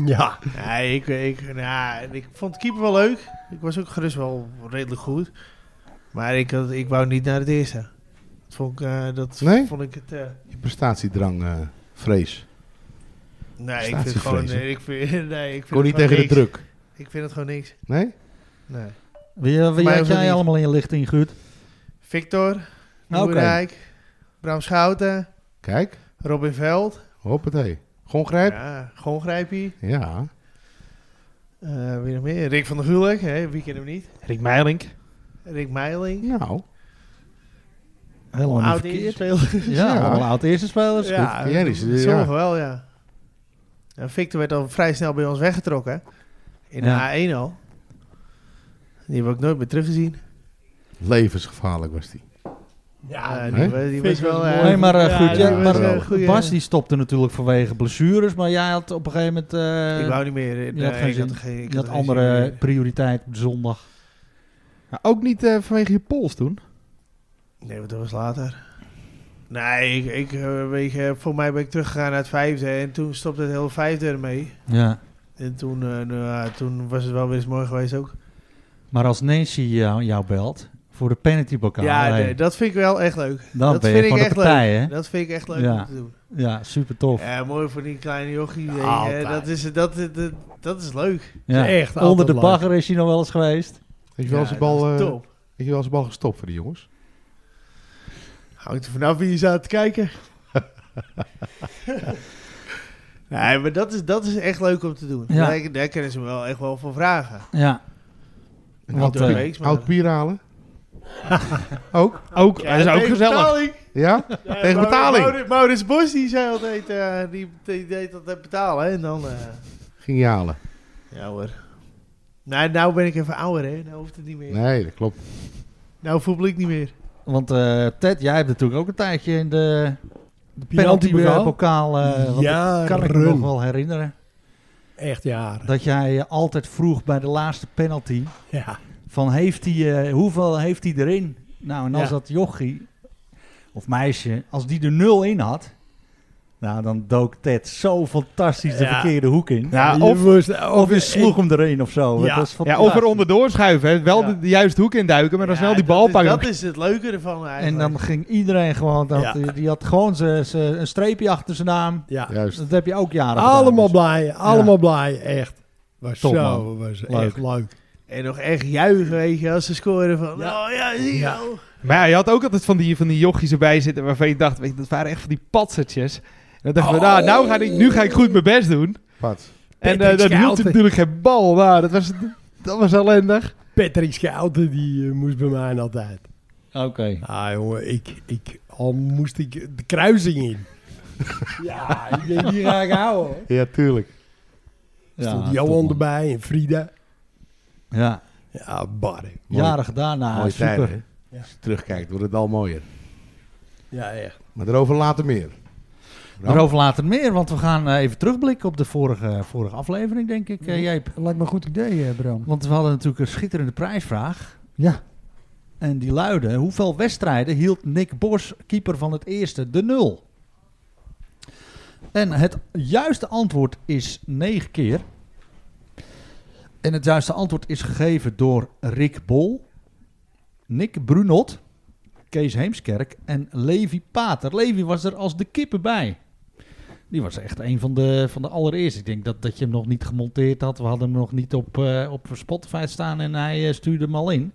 [SPEAKER 6] Ja.
[SPEAKER 8] Nee, ik, ik, nou, ik vond de keeper wel leuk. Ik was ook gerust wel redelijk goed. Maar ik, had, ik wou niet naar het eerste. Dat vond ik, eh, dat
[SPEAKER 4] Nee?
[SPEAKER 8] vond ik het... eh,
[SPEAKER 4] je prestatiedrang, eh, vrees.
[SPEAKER 8] nee, ik vind het gewoon...
[SPEAKER 4] Statievrees, hè?
[SPEAKER 8] nee, ik vind, nee, ik vind
[SPEAKER 4] Kon
[SPEAKER 8] het
[SPEAKER 4] niet
[SPEAKER 8] gewoon
[SPEAKER 4] tegen de
[SPEAKER 8] niks.
[SPEAKER 4] druk.
[SPEAKER 8] Ik vind het gewoon niks.
[SPEAKER 4] Nee?
[SPEAKER 8] Nee.
[SPEAKER 2] Wie, wie
[SPEAKER 8] mij
[SPEAKER 2] had
[SPEAKER 8] hoeft het
[SPEAKER 2] jij
[SPEAKER 8] niet.
[SPEAKER 2] allemaal in je lichting, Guurt?
[SPEAKER 8] Victor,
[SPEAKER 4] Nou,
[SPEAKER 2] Oké.
[SPEAKER 8] Nieuwenrijk, Bram Schouten,
[SPEAKER 4] Kijk,
[SPEAKER 8] Robin Veld.
[SPEAKER 4] hoppatee. Gongrijp?
[SPEAKER 8] Ja, gewoon grijpie.
[SPEAKER 4] Ja.
[SPEAKER 8] Eh, wie nog meer? Rick van der Gulik, hè, wie kent hem niet?
[SPEAKER 5] Rick Meijlink.
[SPEAKER 8] Rick Meiling.
[SPEAKER 4] Nou,
[SPEAKER 2] Helemaal niet
[SPEAKER 8] Oud
[SPEAKER 2] verkeerd.
[SPEAKER 8] speler.
[SPEAKER 2] Ja,
[SPEAKER 4] Ja.
[SPEAKER 2] allemaal oud eerste spelers. Goed.
[SPEAKER 8] Ja,
[SPEAKER 4] goed. Ja, die is-
[SPEAKER 8] sommige
[SPEAKER 4] ja.
[SPEAKER 8] wel, ja. En Victor werd al vrij snel bij ons weggetrokken. In de
[SPEAKER 2] Ja.
[SPEAKER 8] A1 al. Die hebben we ook nooit meer teruggezien.
[SPEAKER 4] levensgevaarlijk was die.
[SPEAKER 8] Ja,
[SPEAKER 4] hè?
[SPEAKER 8] Eh, die, wa- die was
[SPEAKER 6] Victor
[SPEAKER 8] wel...
[SPEAKER 6] is
[SPEAKER 8] eh,
[SPEAKER 2] Nee, maar eh,
[SPEAKER 8] ja,
[SPEAKER 2] goed,
[SPEAKER 8] die
[SPEAKER 2] ja,
[SPEAKER 4] die
[SPEAKER 8] was,
[SPEAKER 2] maar
[SPEAKER 8] eh,
[SPEAKER 4] wel.
[SPEAKER 8] goeie-
[SPEAKER 2] Bas die stopte natuurlijk vanwege blessures, maar jij had op een gegeven moment eh,
[SPEAKER 8] Ik wou niet meer. eh,
[SPEAKER 2] je had
[SPEAKER 8] nee,
[SPEAKER 2] geen
[SPEAKER 8] ik
[SPEAKER 2] zin.
[SPEAKER 8] geen- ik
[SPEAKER 2] je had
[SPEAKER 8] geen zin
[SPEAKER 2] andere
[SPEAKER 8] meer.
[SPEAKER 2] prioriteit op de zondag.
[SPEAKER 5] Maar ook niet eh, vanwege je pols toen.
[SPEAKER 8] Nee, want dat was later. Nee, ik, ik, eh, weet je, voor mij ben ik teruggegaan naar het vijfde. En toen stopte het hele vijfde ermee.
[SPEAKER 2] Ja.
[SPEAKER 8] En toen, eh, nou, ja, toen was het wel weer eens mooi geweest ook.
[SPEAKER 2] Maar als Nancy jou, jou belt voor de penaltybokaal,
[SPEAKER 8] ja,
[SPEAKER 2] hey,
[SPEAKER 8] nee, dat vind ik wel echt leuk.
[SPEAKER 2] dan
[SPEAKER 8] dat
[SPEAKER 2] ben je
[SPEAKER 8] vind ik
[SPEAKER 2] gewoon de
[SPEAKER 8] echt
[SPEAKER 2] partij, hè?
[SPEAKER 8] Dat vind ik echt leuk
[SPEAKER 2] Ja.
[SPEAKER 8] om te doen.
[SPEAKER 2] Ja, super tof.
[SPEAKER 8] Ja, mooi voor die kleine jochie. hè.
[SPEAKER 4] Altijd.
[SPEAKER 8] dat, is, dat, dat, dat is leuk.
[SPEAKER 2] Ja.
[SPEAKER 6] echt
[SPEAKER 2] Onder
[SPEAKER 6] altijd
[SPEAKER 2] de
[SPEAKER 6] leuk.
[SPEAKER 2] bagger is hij nog wel eens geweest.
[SPEAKER 4] Heb je wel eens
[SPEAKER 8] Ja,
[SPEAKER 4] de bal,
[SPEAKER 8] dat is
[SPEAKER 4] eh,
[SPEAKER 8] Top.
[SPEAKER 4] heb je wel eens de bal gestopt voor die jongens?
[SPEAKER 8] Hangt er vanaf wie je staat te kijken. nee, maar dat is, dat is echt leuk om te doen.
[SPEAKER 2] Ja.
[SPEAKER 8] Daar, daar kunnen ze me wel echt wel voor vragen.
[SPEAKER 2] Ja.
[SPEAKER 8] Niet
[SPEAKER 2] Want,
[SPEAKER 8] door de
[SPEAKER 2] eh,
[SPEAKER 8] week, maar-
[SPEAKER 4] Oud bier halen? ook?
[SPEAKER 5] Ook, dat is ook
[SPEAKER 8] tegen
[SPEAKER 5] gezellig.
[SPEAKER 8] betaling.
[SPEAKER 4] Ja?
[SPEAKER 8] Ja,
[SPEAKER 4] Tegen
[SPEAKER 8] Maur-
[SPEAKER 4] betaling.
[SPEAKER 8] Maurits, Maurits Bos die zei altijd, eh, die, die deed altijd betalen. hè. En dan, eh,
[SPEAKER 4] Ging je halen?
[SPEAKER 8] ja hoor. Nou, nou ben ik even ouder, hè. Nou hoeft het niet meer.
[SPEAKER 4] Nee, dat klopt.
[SPEAKER 8] Nou voetbal ik niet meer.
[SPEAKER 2] Want eh, Ted, jij hebt natuurlijk ook een tijdje in de
[SPEAKER 6] Penaltybokaal?
[SPEAKER 2] penaltybokaal... eh want ik kan ik me nog
[SPEAKER 6] Jaren.
[SPEAKER 2] wel herinneren.
[SPEAKER 6] Echt jaren.
[SPEAKER 2] Dat jij eh, altijd vroeg bij de laatste penalty...
[SPEAKER 6] Ja.
[SPEAKER 2] van heeft hij, eh, hoeveel heeft hij erin? Nou, en als
[SPEAKER 6] Ja.
[SPEAKER 2] dat jochie of meisje, als die er nul in had... Nou, dan dook Ted zo fantastisch de
[SPEAKER 6] Ja.
[SPEAKER 2] verkeerde hoek in.
[SPEAKER 5] Ja,
[SPEAKER 6] Je
[SPEAKER 5] of-
[SPEAKER 6] moest-
[SPEAKER 2] Of je sloeg hem erin of zo.
[SPEAKER 6] Ja.
[SPEAKER 2] Dat is
[SPEAKER 5] Ja, of er
[SPEAKER 2] fantastisch.
[SPEAKER 5] onderdoor schuiven. hè. Wel
[SPEAKER 2] Ja.
[SPEAKER 5] de, de juiste hoek induiken, maar dan
[SPEAKER 8] Ja,
[SPEAKER 5] snel die
[SPEAKER 8] dat
[SPEAKER 5] bal
[SPEAKER 8] is-
[SPEAKER 5] pakken.
[SPEAKER 8] Dat is het leuke ervan
[SPEAKER 2] En
[SPEAKER 8] eigenlijk.
[SPEAKER 2] dan ging iedereen gewoon... Dat,
[SPEAKER 6] Ja.
[SPEAKER 2] Die had gewoon ze- ze- een streepje achter zijn naam.
[SPEAKER 6] Ja.
[SPEAKER 4] Juist.
[SPEAKER 2] Dat heb je ook jaren gedaan,
[SPEAKER 6] Allemaal
[SPEAKER 2] dus.
[SPEAKER 6] blij. Allemaal blij. Echt. Was
[SPEAKER 2] Top,
[SPEAKER 6] zo.
[SPEAKER 2] man.
[SPEAKER 6] Was
[SPEAKER 2] Leuk.
[SPEAKER 6] echt leuk.
[SPEAKER 8] En nog echt juichen, weet je, als ze scoren van...
[SPEAKER 6] Ja.
[SPEAKER 8] Oh ja, zie je
[SPEAKER 6] Ja.
[SPEAKER 8] wel.
[SPEAKER 5] Maar ja, je had ook altijd van die, van die jochies erbij zitten waarvan je dacht, weet je, dat waren echt van die patsertjes. En dan dachten we, nou, nou ga ik, nu ga ik goed mijn best doen.
[SPEAKER 4] Pat.
[SPEAKER 5] En eh,
[SPEAKER 6] Patrick
[SPEAKER 5] dat hield
[SPEAKER 6] Schouten.
[SPEAKER 5] natuurlijk geen bal. Nou, dat was Dat was ellendig.
[SPEAKER 6] Patrick Schouten, die eh, moest bij mij altijd.
[SPEAKER 2] Oké.
[SPEAKER 6] Ah jongen, ik, ik, al moest ik de kruising in. ja, ik denk, die ga ik houden. hoor.
[SPEAKER 4] Ja, tuurlijk.
[SPEAKER 6] Stond
[SPEAKER 2] Ja, top,
[SPEAKER 6] Johan
[SPEAKER 2] man.
[SPEAKER 6] erbij en Frida.
[SPEAKER 2] Ja,
[SPEAKER 6] Ja, barre.
[SPEAKER 4] Mooi.
[SPEAKER 2] jaren daarna.
[SPEAKER 4] Mooie
[SPEAKER 2] Ah, super.
[SPEAKER 4] tijden, hè?
[SPEAKER 6] Ja.
[SPEAKER 4] Als je terugkijkt, wordt het al mooier.
[SPEAKER 6] Ja, echt.
[SPEAKER 4] Maar daarover later meer. Ram?
[SPEAKER 2] Daarover later meer, want we gaan eh, even terugblikken op de vorige, vorige aflevering, denk ik, eh, Jeep.
[SPEAKER 1] Lijkt me een goed idee, eh, Bram.
[SPEAKER 2] Want we hadden natuurlijk een schitterende prijsvraag.
[SPEAKER 1] Ja,
[SPEAKER 2] En die luidde, hoeveel wedstrijden hield Nick Bos, keeper van het eerste, de nul? En het juiste antwoord is 9 keer. En het juiste antwoord is gegeven door Rick Bol, Nick Brunot, Kees Heemskerk en Levi Pater. Levi was er als de kippen bij. Die was echt een van de, van de allereerste. Ik denk dat, dat je hem nog niet gemonteerd had. We hadden hem nog niet op, eh, op Spotify staan en hij eh, stuurde hem al in.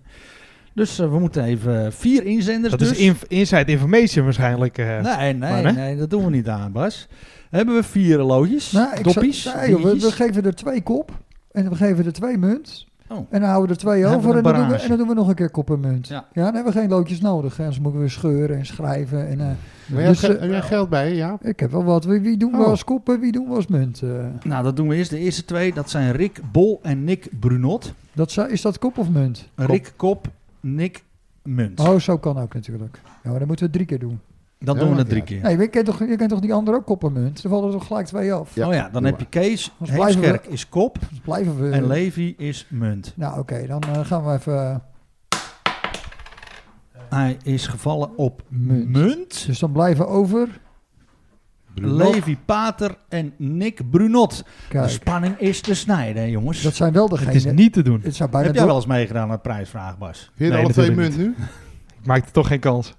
[SPEAKER 2] Dus eh, we moeten even eh, vier inzenders.
[SPEAKER 5] Dat
[SPEAKER 2] dus.
[SPEAKER 5] is inf- inside information waarschijnlijk. eh.
[SPEAKER 4] Nou,
[SPEAKER 2] Nee, nee,
[SPEAKER 5] Maar, hè?
[SPEAKER 2] nee, dat doen we niet aan, Bas. Hebben we vier loodjes,
[SPEAKER 1] nou, ik zou-
[SPEAKER 2] doppies,
[SPEAKER 1] Nee, joh, we, we
[SPEAKER 2] biertjes.
[SPEAKER 1] geven er twee kop en we geven er twee munt.
[SPEAKER 2] Oh.
[SPEAKER 1] En dan houden we er twee
[SPEAKER 2] Dan hebben
[SPEAKER 1] over
[SPEAKER 2] we
[SPEAKER 1] en
[SPEAKER 2] een
[SPEAKER 1] dan, doen we,
[SPEAKER 2] barrage.
[SPEAKER 1] en dan doen we nog een keer kop en munt.
[SPEAKER 2] Ja.
[SPEAKER 1] dan hebben we geen loodjes nodig. En ze moeten we weer scheuren en schrijven. En, eh,
[SPEAKER 4] Maar jij hebt
[SPEAKER 1] Dus,
[SPEAKER 4] ge-
[SPEAKER 1] eh,
[SPEAKER 4] heb jij geld bij je, ja?
[SPEAKER 1] ik heb wel wat. Wie, wie doen we
[SPEAKER 4] Oh.
[SPEAKER 1] als kop en wie doen we als munt? eh?
[SPEAKER 2] Nou, dat doen we eerst. De eerste twee, dat zijn Rick Bol en Nick Brunot.
[SPEAKER 1] dat, zou- is dat kop of munt?
[SPEAKER 2] Rick Kop, Nick Munt.
[SPEAKER 1] Oh, zo kan ook natuurlijk. Ja, maar dan moeten we drie keer doen.
[SPEAKER 2] Dan
[SPEAKER 4] Ja,
[SPEAKER 2] doen we
[SPEAKER 4] maakt
[SPEAKER 2] het drie
[SPEAKER 4] niet
[SPEAKER 2] keer.
[SPEAKER 1] Nee, maar je kent toch, je kent toch die andere ook kop en munt? Dan vallen er toch gelijk twee af?
[SPEAKER 4] Ja,
[SPEAKER 2] oh ja, dan
[SPEAKER 4] doe
[SPEAKER 2] heb je Kees,
[SPEAKER 1] Anders blijven we-
[SPEAKER 2] Heemskerk is Eh. Kop
[SPEAKER 1] Dus blijven we...
[SPEAKER 2] en Levi is Munt.
[SPEAKER 1] nou, oké. dan eh, gaan we even... eh,
[SPEAKER 2] Hij is gevallen op
[SPEAKER 1] Munt.
[SPEAKER 2] Munt.
[SPEAKER 1] dus dan blijven over...
[SPEAKER 4] Bruno.
[SPEAKER 2] Levi Pater en Nick Brunot. De
[SPEAKER 1] Kijk,
[SPEAKER 2] spanning is te snijden, hè, jongens.
[SPEAKER 1] dat zijn wel degenen...
[SPEAKER 5] het
[SPEAKER 4] eh,
[SPEAKER 5] is niet te doen.
[SPEAKER 1] Het zou bijna
[SPEAKER 2] Heb jij
[SPEAKER 1] dop-
[SPEAKER 2] wel eens meegedaan aan de prijsvraag, Bas?
[SPEAKER 4] Weer
[SPEAKER 5] Nee,
[SPEAKER 4] alle twee munt
[SPEAKER 5] natuurlijk
[SPEAKER 4] nu?
[SPEAKER 5] Ik maakte toch geen kans.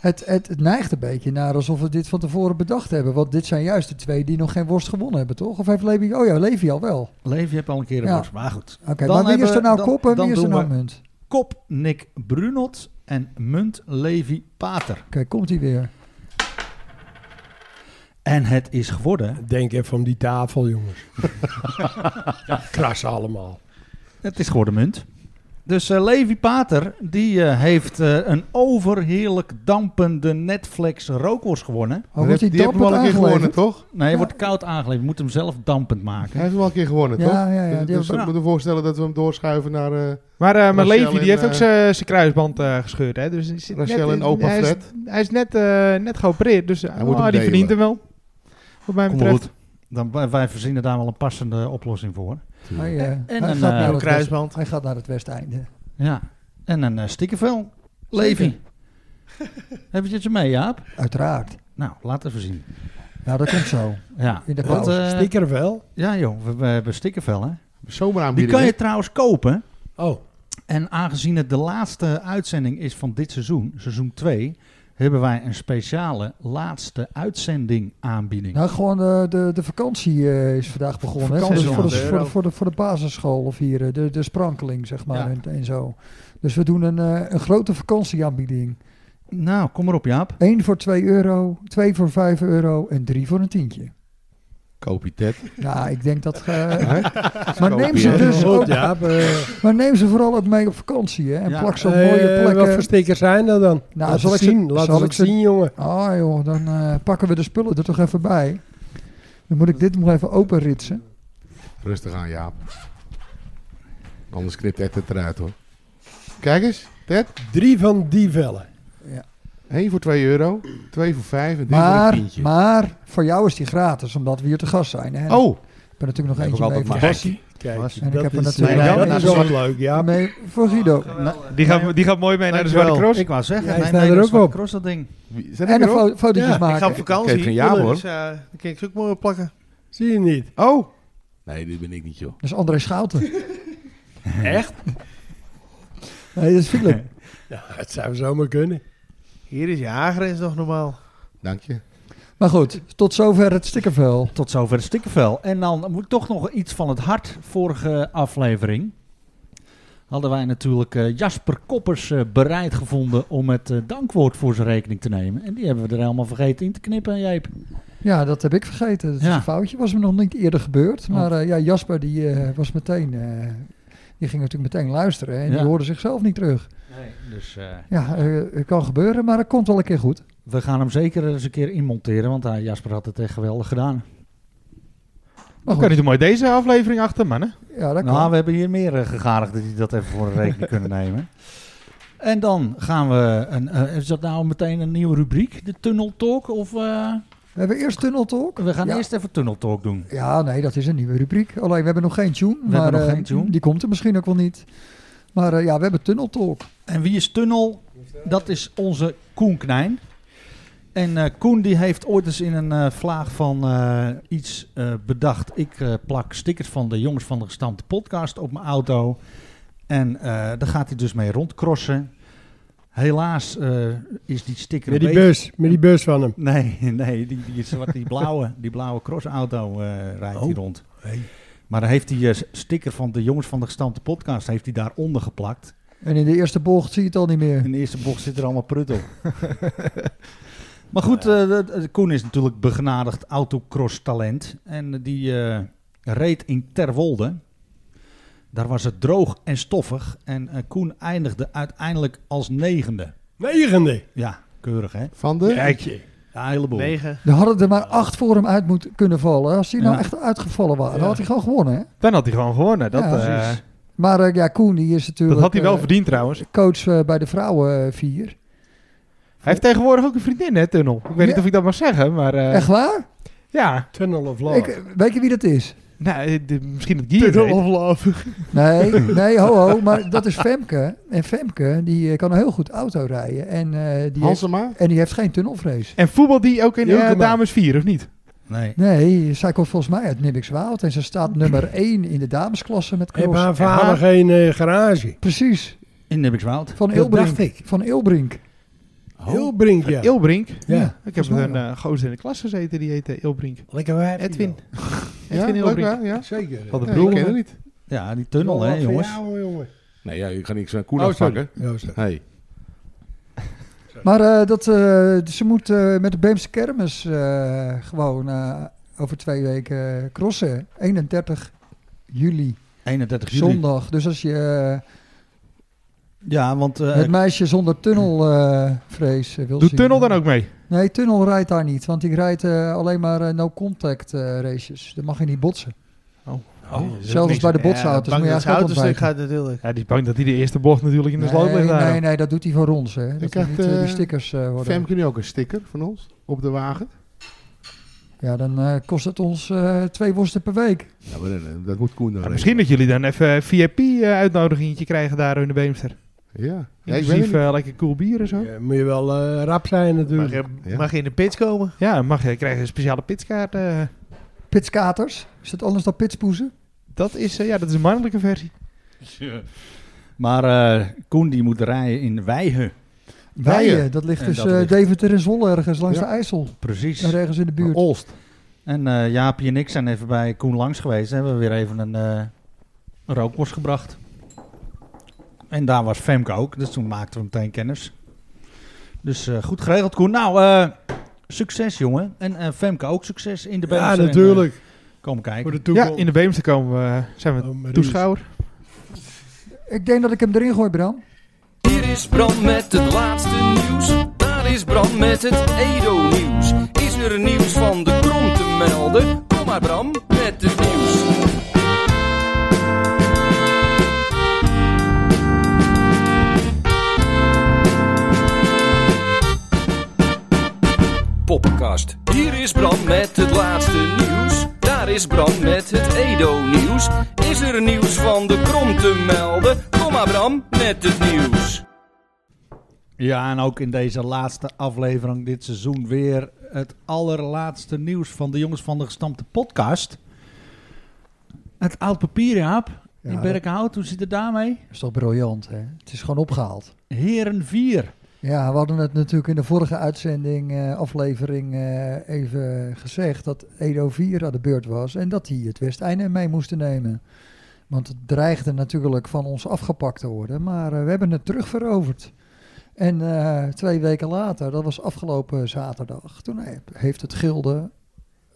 [SPEAKER 1] Het, het, het neigt een beetje naar alsof we dit van tevoren bedacht hebben. Want dit zijn juist de twee die nog geen worst gewonnen hebben, toch? Of heeft Levi... Oh ja, Levi al wel.
[SPEAKER 2] Levi heb al een keer een
[SPEAKER 1] Ja.
[SPEAKER 2] worst, maar goed.
[SPEAKER 1] Oké,
[SPEAKER 2] Dan
[SPEAKER 1] maar wie is
[SPEAKER 2] hebben-
[SPEAKER 1] er nou
[SPEAKER 2] dan-
[SPEAKER 1] kop en
[SPEAKER 2] dan
[SPEAKER 1] wie is er
[SPEAKER 2] doen
[SPEAKER 1] nou
[SPEAKER 2] we-
[SPEAKER 1] munt?
[SPEAKER 2] Kop Nick Brunot en Munt Levi Pater.
[SPEAKER 1] Kijk, komt hij weer. Oh,
[SPEAKER 2] En het is geworden.
[SPEAKER 6] Denk even van die tafel, jongens. Kras allemaal.
[SPEAKER 2] Het is geworden munt. Dus eh, Levi Pater, die eh, heeft eh, een overheerlijk dampende Netflix rookworst gewonnen.
[SPEAKER 1] Oh,
[SPEAKER 4] Maar
[SPEAKER 1] wordt hij
[SPEAKER 4] die heeft hem
[SPEAKER 1] dampend
[SPEAKER 4] al een keer gewonnen,
[SPEAKER 1] aangeleverd?
[SPEAKER 4] toch?
[SPEAKER 2] Nee, hij
[SPEAKER 1] Ja.
[SPEAKER 2] wordt koud aangeleverd. Moet hem zelf dampend maken.
[SPEAKER 4] Hij heeft hem al een keer gewonnen,
[SPEAKER 1] Ja,
[SPEAKER 4] toch?
[SPEAKER 1] ja, ja, die
[SPEAKER 4] Dus, dus
[SPEAKER 1] hebben-
[SPEAKER 4] ik moet me voorstellen dat we hem doorschuiven naar eh
[SPEAKER 5] Maar, eh
[SPEAKER 4] Rachel
[SPEAKER 5] maar Levi, die
[SPEAKER 4] en,
[SPEAKER 5] heeft
[SPEAKER 4] eh,
[SPEAKER 5] ook zijn zijn kruisband eh, gescheurd. Hè? Dus hij zit
[SPEAKER 4] Rachel
[SPEAKER 5] net,
[SPEAKER 4] en opa
[SPEAKER 5] hij is,
[SPEAKER 4] Fred.
[SPEAKER 5] hij is net, eh, net geopereerd, dus hij
[SPEAKER 4] moet hem
[SPEAKER 5] die
[SPEAKER 4] delen.
[SPEAKER 5] verdient hem wel. Wat mij
[SPEAKER 2] Kom maar
[SPEAKER 5] betreft.
[SPEAKER 2] goed. Dan, wij- wij verzinnen daar wel een passende oplossing voor.
[SPEAKER 1] Hij, eh, hij
[SPEAKER 2] en
[SPEAKER 1] gaat
[SPEAKER 2] een,
[SPEAKER 1] naar
[SPEAKER 2] eh,
[SPEAKER 1] het
[SPEAKER 8] Een
[SPEAKER 1] west-
[SPEAKER 8] kruisband.
[SPEAKER 1] Hij gaat naar het westeinde.
[SPEAKER 2] Ja. En een uh, stikkervel. Levi. heb je het je mee, Jaap?
[SPEAKER 1] Uiteraard.
[SPEAKER 2] Nou, laat even zien.
[SPEAKER 1] Nou, dat komt zo.
[SPEAKER 2] Ja,
[SPEAKER 1] In de
[SPEAKER 2] want,
[SPEAKER 1] pauze.
[SPEAKER 2] eh,
[SPEAKER 6] Nou, Sticker wel?
[SPEAKER 2] ja joh, we, we hebben stikkervel hè. Die
[SPEAKER 4] zomeraanbieding.
[SPEAKER 2] kan
[SPEAKER 4] hè?
[SPEAKER 2] je trouwens kopen.
[SPEAKER 6] Oh,
[SPEAKER 2] En aangezien het de laatste uitzending is van dit seizoen, seizoen 2, hebben wij een speciale laatste uitzending aanbieding.
[SPEAKER 1] Nou, gewoon de, de, de vakantie eh, is vandaag begonnen. hè? Dus
[SPEAKER 2] Vakantie,
[SPEAKER 1] voor, de, voor, de,
[SPEAKER 8] ja.
[SPEAKER 1] voor, de, voor, de, voor de basisschool of hier, eh, de, de sprankeling, zeg maar,
[SPEAKER 2] Ja.
[SPEAKER 1] en, en zo. Dus we doen een, eh, een grote vakantieaanbieding.
[SPEAKER 2] nou, kom maar op Jaap.
[SPEAKER 1] Eén voor 2 euro, twee voor 5 euro en drie voor een tientje.
[SPEAKER 4] Koop je Ted.
[SPEAKER 1] Nou, ik denk dat... eh,
[SPEAKER 4] Hè?
[SPEAKER 1] maar,
[SPEAKER 4] Koop
[SPEAKER 1] neem
[SPEAKER 4] je,
[SPEAKER 1] ze
[SPEAKER 4] hè?
[SPEAKER 1] dus ook,
[SPEAKER 6] goed, Eh, ja.
[SPEAKER 1] maar neem ze vooral ook mee op vakantie, hè. En
[SPEAKER 2] Ja. Eh,
[SPEAKER 1] plak ze op mooie
[SPEAKER 6] eh, Wat voor
[SPEAKER 1] plekken.
[SPEAKER 6] stickers zijn dat dan?
[SPEAKER 1] Nou,
[SPEAKER 6] laat
[SPEAKER 1] zal
[SPEAKER 6] het
[SPEAKER 1] ik ze-
[SPEAKER 6] zien, laat
[SPEAKER 1] zal
[SPEAKER 6] het
[SPEAKER 1] ik ze-
[SPEAKER 6] zien, jongen.
[SPEAKER 1] Ah joh, dan eh, pakken we de spullen er toch even bij. Dan moet ik dit nog even openritsen.
[SPEAKER 4] Rustig aan, Jaap. Anders knipt Ted het eruit, hoor. Kijk eens, Ted.
[SPEAKER 6] Drie van die vellen.
[SPEAKER 4] 1 voor 2 euro, 2 voor 5 en 3 voor een
[SPEAKER 1] Maar,
[SPEAKER 4] tientje.
[SPEAKER 1] maar voor jou is die gratis, omdat we hier te gast zijn. Hè?
[SPEAKER 4] oh,
[SPEAKER 1] Ik ben natuurlijk nog
[SPEAKER 4] Heb ik
[SPEAKER 1] eentje
[SPEAKER 4] ook
[SPEAKER 1] mee
[SPEAKER 4] altijd
[SPEAKER 1] voor
[SPEAKER 4] maar.
[SPEAKER 1] Bassie.
[SPEAKER 6] Kijk,
[SPEAKER 4] Was-
[SPEAKER 1] En ik heb er
[SPEAKER 6] is,
[SPEAKER 1] natuurlijk
[SPEAKER 6] eh,
[SPEAKER 2] ook
[SPEAKER 6] dat
[SPEAKER 2] een
[SPEAKER 6] is
[SPEAKER 2] zwart-
[SPEAKER 6] wel leuk, ja.
[SPEAKER 1] Mee voor Guido.
[SPEAKER 4] Nou,
[SPEAKER 5] Die gaat, die gaat mooi mee naar de
[SPEAKER 2] Dankjewel.
[SPEAKER 5] Zwarte Cross.
[SPEAKER 2] Ik wou zeggen,
[SPEAKER 6] Jij
[SPEAKER 2] neem
[SPEAKER 6] staat
[SPEAKER 2] mee
[SPEAKER 6] er
[SPEAKER 2] naar
[SPEAKER 6] ook
[SPEAKER 2] de Zwarte
[SPEAKER 6] op.
[SPEAKER 2] Cross dat ding.
[SPEAKER 4] wie- zet ik
[SPEAKER 1] En een
[SPEAKER 4] erop?
[SPEAKER 1] fo- fotootjes
[SPEAKER 6] Ja,
[SPEAKER 8] Ik ga op
[SPEAKER 1] maken.
[SPEAKER 4] Ik
[SPEAKER 8] vakantie.
[SPEAKER 4] heb geen ja, hoor.
[SPEAKER 8] Dus eh dan kan ik ze ook mooi plakken.
[SPEAKER 6] Zie je niet?
[SPEAKER 4] Oh. Nee, dit ben ik niet, joh.
[SPEAKER 1] Dat is André Schouten.
[SPEAKER 6] Echt?
[SPEAKER 1] Nee, dat is Philip.
[SPEAKER 6] Ja, het zou zomaar kunnen.
[SPEAKER 8] Hier is je haargrens nog normaal.
[SPEAKER 4] Dank je.
[SPEAKER 1] Maar goed, tot zover het stikkervel.
[SPEAKER 2] Tot zover het stikkervel. En dan moet ik toch nog iets van het hart. Vorige aflevering hadden wij natuurlijk eh, Jasper Koppers eh, bereid gevonden om het eh, dankwoord voor zijn rekening te nemen. En die hebben we er helemaal vergeten in te knippen, Jeep.
[SPEAKER 1] Ja, dat heb ik vergeten. Dat is
[SPEAKER 2] Ja. Oh.
[SPEAKER 1] een foutje. Was me nog niet eerder gebeurd. Maar eh, ja, Jasper die eh, was meteen... eh, die gingen natuurlijk meteen luisteren hè, en
[SPEAKER 2] Ja.
[SPEAKER 1] die hoorden zichzelf niet terug.
[SPEAKER 2] Dus eh,
[SPEAKER 1] Ja, eh, het kan gebeuren, maar het komt wel een keer goed.
[SPEAKER 2] we gaan hem zeker eens een keer inmonteren, want hij Jasper had het echt geweldig gedaan.
[SPEAKER 1] Maar
[SPEAKER 5] Dan kan je
[SPEAKER 1] goed,
[SPEAKER 5] toch mooi deze aflevering achter, mannen.
[SPEAKER 1] ja, dat
[SPEAKER 2] Nou,
[SPEAKER 1] kan.
[SPEAKER 2] we hebben hier meer eh, gegadigden die dat even voor een rekening kunnen nemen. En dan gaan we, een, eh, is dat nou meteen een nieuwe rubriek, de Tunnel Talk? Of eh,
[SPEAKER 1] We hebben eerst Tunnel Talk.
[SPEAKER 2] we gaan
[SPEAKER 1] Ja.
[SPEAKER 2] eerst even Tunnel Talk doen.
[SPEAKER 1] Ja, nee, dat is een nieuwe rubriek. Alleen, we hebben nog geen tune.
[SPEAKER 2] We
[SPEAKER 1] maar,
[SPEAKER 2] hebben nog
[SPEAKER 1] eh,
[SPEAKER 2] geen tune.
[SPEAKER 1] Die komt er misschien ook wel niet. Maar eh, ja, we hebben Tunnel Talk.
[SPEAKER 2] En wie is Tunnel? Dat is onze Koen Knijn. En eh, Koen die heeft ooit eens in een eh, vlaag van eh, iets eh, bedacht. Ik eh, plak stickers van de Jongens van de Gestampte podcast op mijn auto. En eh, daar gaat hij dus mee rondcrossen. Helaas eh, is die sticker
[SPEAKER 6] Met
[SPEAKER 2] een
[SPEAKER 6] die
[SPEAKER 2] beetje-
[SPEAKER 6] bus, met die bus van hem.
[SPEAKER 2] Nee, nee, die, die, zwart- die blauwe, die blauwe crossauto eh rijdt
[SPEAKER 6] Oh.
[SPEAKER 2] hier rond.
[SPEAKER 6] Hey.
[SPEAKER 2] Maar dan heeft die eh, sticker van de jongens van de gestampte podcast heeft hij daaronder geplakt.
[SPEAKER 1] En in de eerste bocht zie je het al niet meer.
[SPEAKER 2] In de eerste bocht zit er allemaal prut op. maar goed, eh, de- de- Koen is natuurlijk begenadigd autocross talent. En die eh, reed in Terwolde. Daar was het droog en stoffig. En eh, Koen eindigde uiteindelijk als negende.
[SPEAKER 6] Negende.
[SPEAKER 2] Ja, keurig hè?
[SPEAKER 4] Van de?
[SPEAKER 6] Kijkje.
[SPEAKER 2] Ja, een heleboel.
[SPEAKER 8] Negen.
[SPEAKER 1] Er hadden er maar acht voor hem uit moeten kunnen vallen. Als hij nou
[SPEAKER 2] Ja.
[SPEAKER 1] echt uitgevallen was,
[SPEAKER 8] Ja.
[SPEAKER 1] dan had hij gewoon gewonnen. Hè?
[SPEAKER 5] Dan had hij gewoon gewonnen. Dat,
[SPEAKER 1] Ja,
[SPEAKER 5] eh,
[SPEAKER 1] precies. Maar eh, ja, Koen die is natuurlijk
[SPEAKER 5] dat had hij wel
[SPEAKER 1] eh,
[SPEAKER 5] verdiend trouwens.
[SPEAKER 1] coach eh, bij de vrouwen 4.
[SPEAKER 5] Hij heeft tegenwoordig ook een vriendin, hè, Tunnel? Ik weet niet
[SPEAKER 1] Ja.
[SPEAKER 5] of ik dat mag zeggen, maar eh,
[SPEAKER 1] Echt waar?
[SPEAKER 5] ja.
[SPEAKER 6] Tunnel of Love.
[SPEAKER 1] Ik, weet je wie dat is?
[SPEAKER 5] Nou, eh, de- misschien dat Guy het weet.
[SPEAKER 1] Nee, nee, ho, ho. Maar dat is Femke. En Femke die eh, kan heel goed auto rijden. En, eh, die, heeft,
[SPEAKER 4] Hansema?
[SPEAKER 1] en die heeft geen tunnelvrees.
[SPEAKER 5] En voetbal die ook in eh,
[SPEAKER 6] Jukema.
[SPEAKER 5] Dames 4, of niet?
[SPEAKER 2] Nee.
[SPEAKER 1] Nee, zij komt volgens mij uit Nibbikswoud. En ze staat nummer 1 in de damesklasse met
[SPEAKER 6] Heb
[SPEAKER 1] cross.
[SPEAKER 6] haar vader geen eh, garage?
[SPEAKER 1] Precies,
[SPEAKER 2] In Nibbikswoud.
[SPEAKER 1] van
[SPEAKER 6] Dat
[SPEAKER 1] Ilbrink.
[SPEAKER 6] dacht ik.
[SPEAKER 1] Van Ilbrink.
[SPEAKER 6] Heel brink, ja.
[SPEAKER 5] Ilbrink.
[SPEAKER 6] ja.
[SPEAKER 5] Ik heb
[SPEAKER 1] volgens mij
[SPEAKER 5] een
[SPEAKER 1] wel.
[SPEAKER 5] eh, gozer in de klas gezeten, die heette Ilbrink.
[SPEAKER 6] Lekker wijf.
[SPEAKER 5] Edwin.
[SPEAKER 4] Ja,
[SPEAKER 5] Edwin
[SPEAKER 4] leuk
[SPEAKER 5] Ilbrink.
[SPEAKER 4] hè? Ja.
[SPEAKER 6] Zeker.
[SPEAKER 5] Wat een
[SPEAKER 4] Ja,
[SPEAKER 5] broer.
[SPEAKER 4] ik ken het niet.
[SPEAKER 2] Ja, die tunnel hè jongens.
[SPEAKER 4] Nee, ja, ik ga niks aan Koen
[SPEAKER 6] Oh, sorry.
[SPEAKER 4] afpakken.
[SPEAKER 6] Ja, zo.
[SPEAKER 4] Hey.
[SPEAKER 1] Maar eh, dat, eh, ze moet eh, met de Beemse kermis eh, gewoon eh, over twee weken eh, crossen. 31 juli,
[SPEAKER 2] 31 juli.
[SPEAKER 1] zondag. Dus als je eh,
[SPEAKER 2] Ja, want eh,
[SPEAKER 1] het meisje zonder tunnelvrees eh, wil
[SPEAKER 5] Doet
[SPEAKER 1] zien.
[SPEAKER 5] Tunnel dan ook mee?
[SPEAKER 1] Nee, tunnel rijdt daar niet. Want die rijdt eh, alleen maar eh, no-contact eh, races. Dan mag je niet botsen. Zelfs als bij de botsauto's.
[SPEAKER 8] Ja,
[SPEAKER 1] moet je
[SPEAKER 8] bang
[SPEAKER 1] eigenlijk
[SPEAKER 8] dat
[SPEAKER 1] ook
[SPEAKER 8] auto stuk
[SPEAKER 1] ontwijken.
[SPEAKER 8] gaat natuurlijk.
[SPEAKER 5] Ja, die is bang dat hij de eerste bocht natuurlijk in de sloot
[SPEAKER 1] nee,
[SPEAKER 5] ligt. daar.
[SPEAKER 1] nee, nee, dat doet hij voor ons. Hè. Dat hij
[SPEAKER 4] krijg,
[SPEAKER 1] niet, eh, die
[SPEAKER 4] eh,
[SPEAKER 1] stickers eh, worden.
[SPEAKER 4] Femke nu ook een sticker van ons op de wagen?
[SPEAKER 1] Ja, dan eh, kost het ons eh, twee worsten per week.
[SPEAKER 4] Ja, maar eh, dat moet Koen dan
[SPEAKER 5] Nou, misschien dat jullie dan even VIP-uitnodigingetje eh, krijgen daar in de Beemster.
[SPEAKER 4] Ja. ja, ik weet het
[SPEAKER 5] Inclusief
[SPEAKER 4] niet.
[SPEAKER 5] eh, lekker cool bier en zo.
[SPEAKER 6] Ja, moet je wel eh, rap zijn
[SPEAKER 8] Mag
[SPEAKER 6] natuurlijk.
[SPEAKER 8] je,
[SPEAKER 4] Ja.
[SPEAKER 8] mag je in de pits komen?
[SPEAKER 5] Ja, mag je krijgen een speciale pitskaart. eh.
[SPEAKER 1] Pitskaters. Is dat anders dan pitspoezen?
[SPEAKER 5] dat, is, eh, ja, dat is een mannelijke versie.
[SPEAKER 2] Maar eh, Koen die moet rijden in Wijhe.
[SPEAKER 4] Bijen.
[SPEAKER 1] Bijen, dat ligt
[SPEAKER 2] En
[SPEAKER 1] dus
[SPEAKER 2] dat
[SPEAKER 1] eh,
[SPEAKER 2] ligt-
[SPEAKER 1] Deventer en Zwolle ergens langs
[SPEAKER 4] Ja.
[SPEAKER 1] de IJssel.
[SPEAKER 2] Precies.
[SPEAKER 1] Daar ergens in de buurt.
[SPEAKER 2] Olst. En eh Jaapie en ik zijn even bij Koen langs geweest. Hebben we weer even een eh, een rookworst gebracht. En daar was Femke ook. Dus toen maakten we meteen kennis. Dus eh, goed geregeld, Koen. Nou, eh, succes jongen. En eh, Femke ook sucses in de
[SPEAKER 6] ja,
[SPEAKER 2] Beemster.
[SPEAKER 6] natuurlijk.
[SPEAKER 2] En, eh, kom kijken.
[SPEAKER 6] Voor de
[SPEAKER 5] Ja,
[SPEAKER 6] toekomst.
[SPEAKER 5] in de Beemster komen we, zijn we
[SPEAKER 6] Oh, Maries.
[SPEAKER 5] toeschouwer.
[SPEAKER 1] Ik denk dat ik hem erin gooi, Bram.
[SPEAKER 7] Hier is Bram met het laatste nieuws. Daar is Bram met het Edo-nieuws. Is er nieuws van de krom te melden? Kom maar Bram met het nieuws. Poppenkast. Hier is Bram met het laatste nieuws. Daar is Bram met het Edo-nieuws. Is er nieuws van de krom te melden? Kom maar Bram met het nieuws.
[SPEAKER 2] Ja, en ook in deze laatste aflevering dit seizoen weer het allerlaatste nieuws van de Jongens van de Gestampte podcast. Het oud papier, Jaap, in
[SPEAKER 1] Ja,
[SPEAKER 2] Berkhout, hoe zit het daarmee?
[SPEAKER 1] Dat is toch briljant, hè? Het is gewoon opgehaald.
[SPEAKER 2] Heren 4.
[SPEAKER 1] Ja, we hadden het natuurlijk in de vorige uitzending, eh, aflevering, eh, even gezegd dat Edo 4 aan de beurt was en dat die het Westeinde mee moesten nemen. Want het dreigde natuurlijk van ons afgepakt te worden, maar eh, we hebben het terugveroverd. En eh, twee weken later, dat was afgelopen zaterdag, toen he- heeft het gilde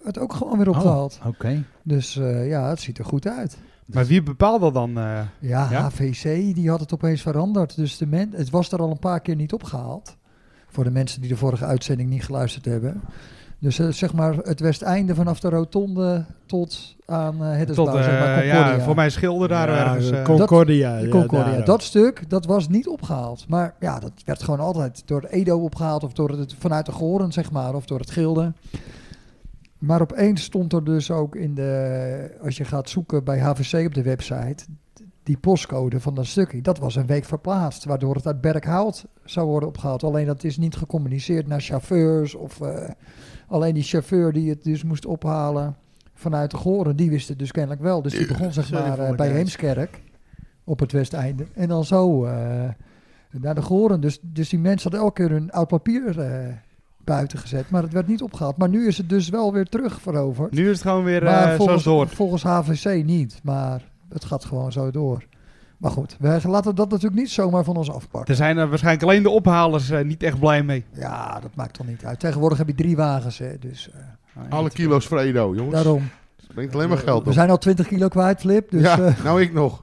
[SPEAKER 1] het ook gewoon weer opgehaald.
[SPEAKER 2] Oké.
[SPEAKER 1] Dus eh, ja, het ziet er goed uit.
[SPEAKER 5] Maar wie bepaalt dat dan? eh?
[SPEAKER 1] Ja,
[SPEAKER 5] Ja?
[SPEAKER 1] HVC die had het opeens veranderd. Dus de men, het was er al een paar keer niet opgehaald. Voor de mensen die de vorige uitzending niet geluisterd hebben. Dus eh, zeg maar het westeinde vanaf de rotonde tot aan eh het is
[SPEAKER 5] tot,
[SPEAKER 1] bouw, zeg maar
[SPEAKER 5] eh,
[SPEAKER 1] Concordia.
[SPEAKER 5] ja, voor mij schilder daar
[SPEAKER 6] Ja,
[SPEAKER 5] ergens. eh,
[SPEAKER 6] Concordia.
[SPEAKER 1] De
[SPEAKER 6] ja,
[SPEAKER 1] Concordia.
[SPEAKER 6] daar ook.
[SPEAKER 1] dat stuk, dat was niet opgehaald. Maar ja, dat werd gewoon altijd door Edo opgehaald of door het, vanuit de Goren, zeg maar, of door het Gilde. Maar opeens stond er dus ook in de, als je gaat zoeken bij HVC op de website, die postcode van dat stukje, dat was een week verplaatst, waardoor het uit Berkhout zou worden opgehaald. Alleen dat is niet gecommuniceerd naar chauffeurs of eh, alleen die chauffeur die het dus moest ophalen vanuit de Goren, die wist het dus kennelijk wel. Dus die begon zeg
[SPEAKER 8] Sorry
[SPEAKER 1] maar
[SPEAKER 8] voor
[SPEAKER 1] eh,
[SPEAKER 8] mijn
[SPEAKER 1] bij
[SPEAKER 8] Duits.
[SPEAKER 1] Heemskerk op het westeinde. En dan zo eh, naar de Goren. Dus, dus die mensen hadden elke keer hun oud papier eh, buiten gezet. Maar het werd niet opgehaald. Maar nu is het dus wel weer terug veroverd.
[SPEAKER 5] nu is het gewoon weer eh
[SPEAKER 1] maar
[SPEAKER 5] zoals
[SPEAKER 1] volgens,
[SPEAKER 5] door.
[SPEAKER 1] volgens HVC niet. Maar het gaat gewoon zo door. Maar goed, we laten dat natuurlijk niet zomaar van ons afpakken.
[SPEAKER 5] Er zijn er waarschijnlijk alleen de ophalers eh, niet echt blij mee.
[SPEAKER 1] Ja, dat maakt toch niet uit. Tegenwoordig heb je drie wagens. Hè, dus eh,
[SPEAKER 4] Alle kilo's Fredo, jongens.
[SPEAKER 1] daarom.
[SPEAKER 4] Het brengt alleen maar geld
[SPEAKER 1] We
[SPEAKER 4] op.
[SPEAKER 1] zijn al 20 kilo kwijt, Flip. Dus
[SPEAKER 4] ja,
[SPEAKER 1] eh,
[SPEAKER 4] nou ik nog.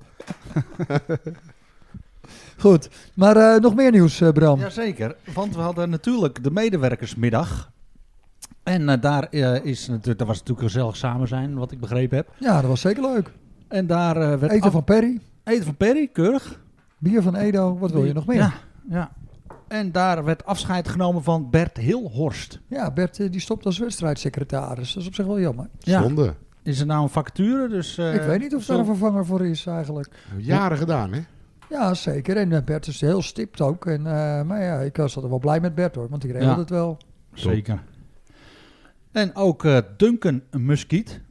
[SPEAKER 1] goed. Maar eh, nog meer nieuws, eh, Bram.
[SPEAKER 2] Jazeker, want we hadden natuurlijk de medewerkersmiddag. En eh, daar, eh, is natuurlijk, daar was natuurlijk gezellig samen zijn, wat ik begrepen heb.
[SPEAKER 1] Ja, dat was zeker leuk.
[SPEAKER 2] En daar eh, werd
[SPEAKER 1] Eten
[SPEAKER 2] af-
[SPEAKER 1] van Perry,
[SPEAKER 2] eten van Perry, keurig.
[SPEAKER 1] bier van Edo. Wat wil je nog meer?
[SPEAKER 2] Ja, ja. En daar werd afscheid genomen van Bert Hilhorst.
[SPEAKER 1] Ja, Bert eh, die stopt als wedstrijdsecretaris. Dat is op zich wel jammer.
[SPEAKER 2] Ja.
[SPEAKER 4] Zonde.
[SPEAKER 2] Is er nou een vacature? Dus, eh,
[SPEAKER 1] ik weet niet of daar
[SPEAKER 2] zo-
[SPEAKER 1] een vervanger voor is eigenlijk.
[SPEAKER 4] Jaren gedaan, hè?
[SPEAKER 1] Ja, zeker. En eh, Bert is heel stipt ook. En, eh, maar ja, ik was altijd wel blij met Bert hoor, want ik regelde
[SPEAKER 2] Ja.
[SPEAKER 1] het wel.
[SPEAKER 2] Zeker. En ook eh, Duncan Muskiet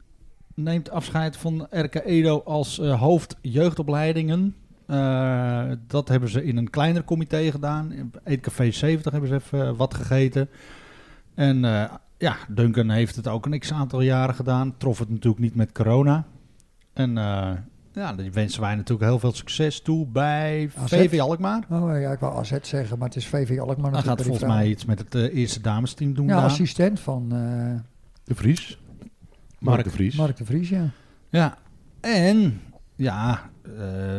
[SPEAKER 2] neemt afscheid van RK Edo als eh, hoofd jeugdopleidingen. Eh, dat hebben ze in een kleiner comité gedaan. In Eetcafé 70 hebben ze even eh, wat gegeten. En eh, ja, Duncan heeft het ook een x-aantal jaren gedaan. Trof het natuurlijk niet met corona. En eh, ja, die wensen wij natuurlijk heel veel succes toe bij
[SPEAKER 1] AZ.
[SPEAKER 2] VV Alkmaar.
[SPEAKER 1] Oh eh, ja, ik wou AZ zeggen, maar het is VV Alkmaar
[SPEAKER 2] Hij
[SPEAKER 1] natuurlijk. bij
[SPEAKER 2] gaat
[SPEAKER 1] die
[SPEAKER 2] volgens mij
[SPEAKER 1] vrouwen.
[SPEAKER 2] iets met het eh, eerste damesteam doen
[SPEAKER 1] Ja,
[SPEAKER 2] daar.
[SPEAKER 1] assistent van eh,
[SPEAKER 4] De Vries. Mark de Vries.
[SPEAKER 1] Mark de Vries, ja.
[SPEAKER 2] Ja, en ja, eh,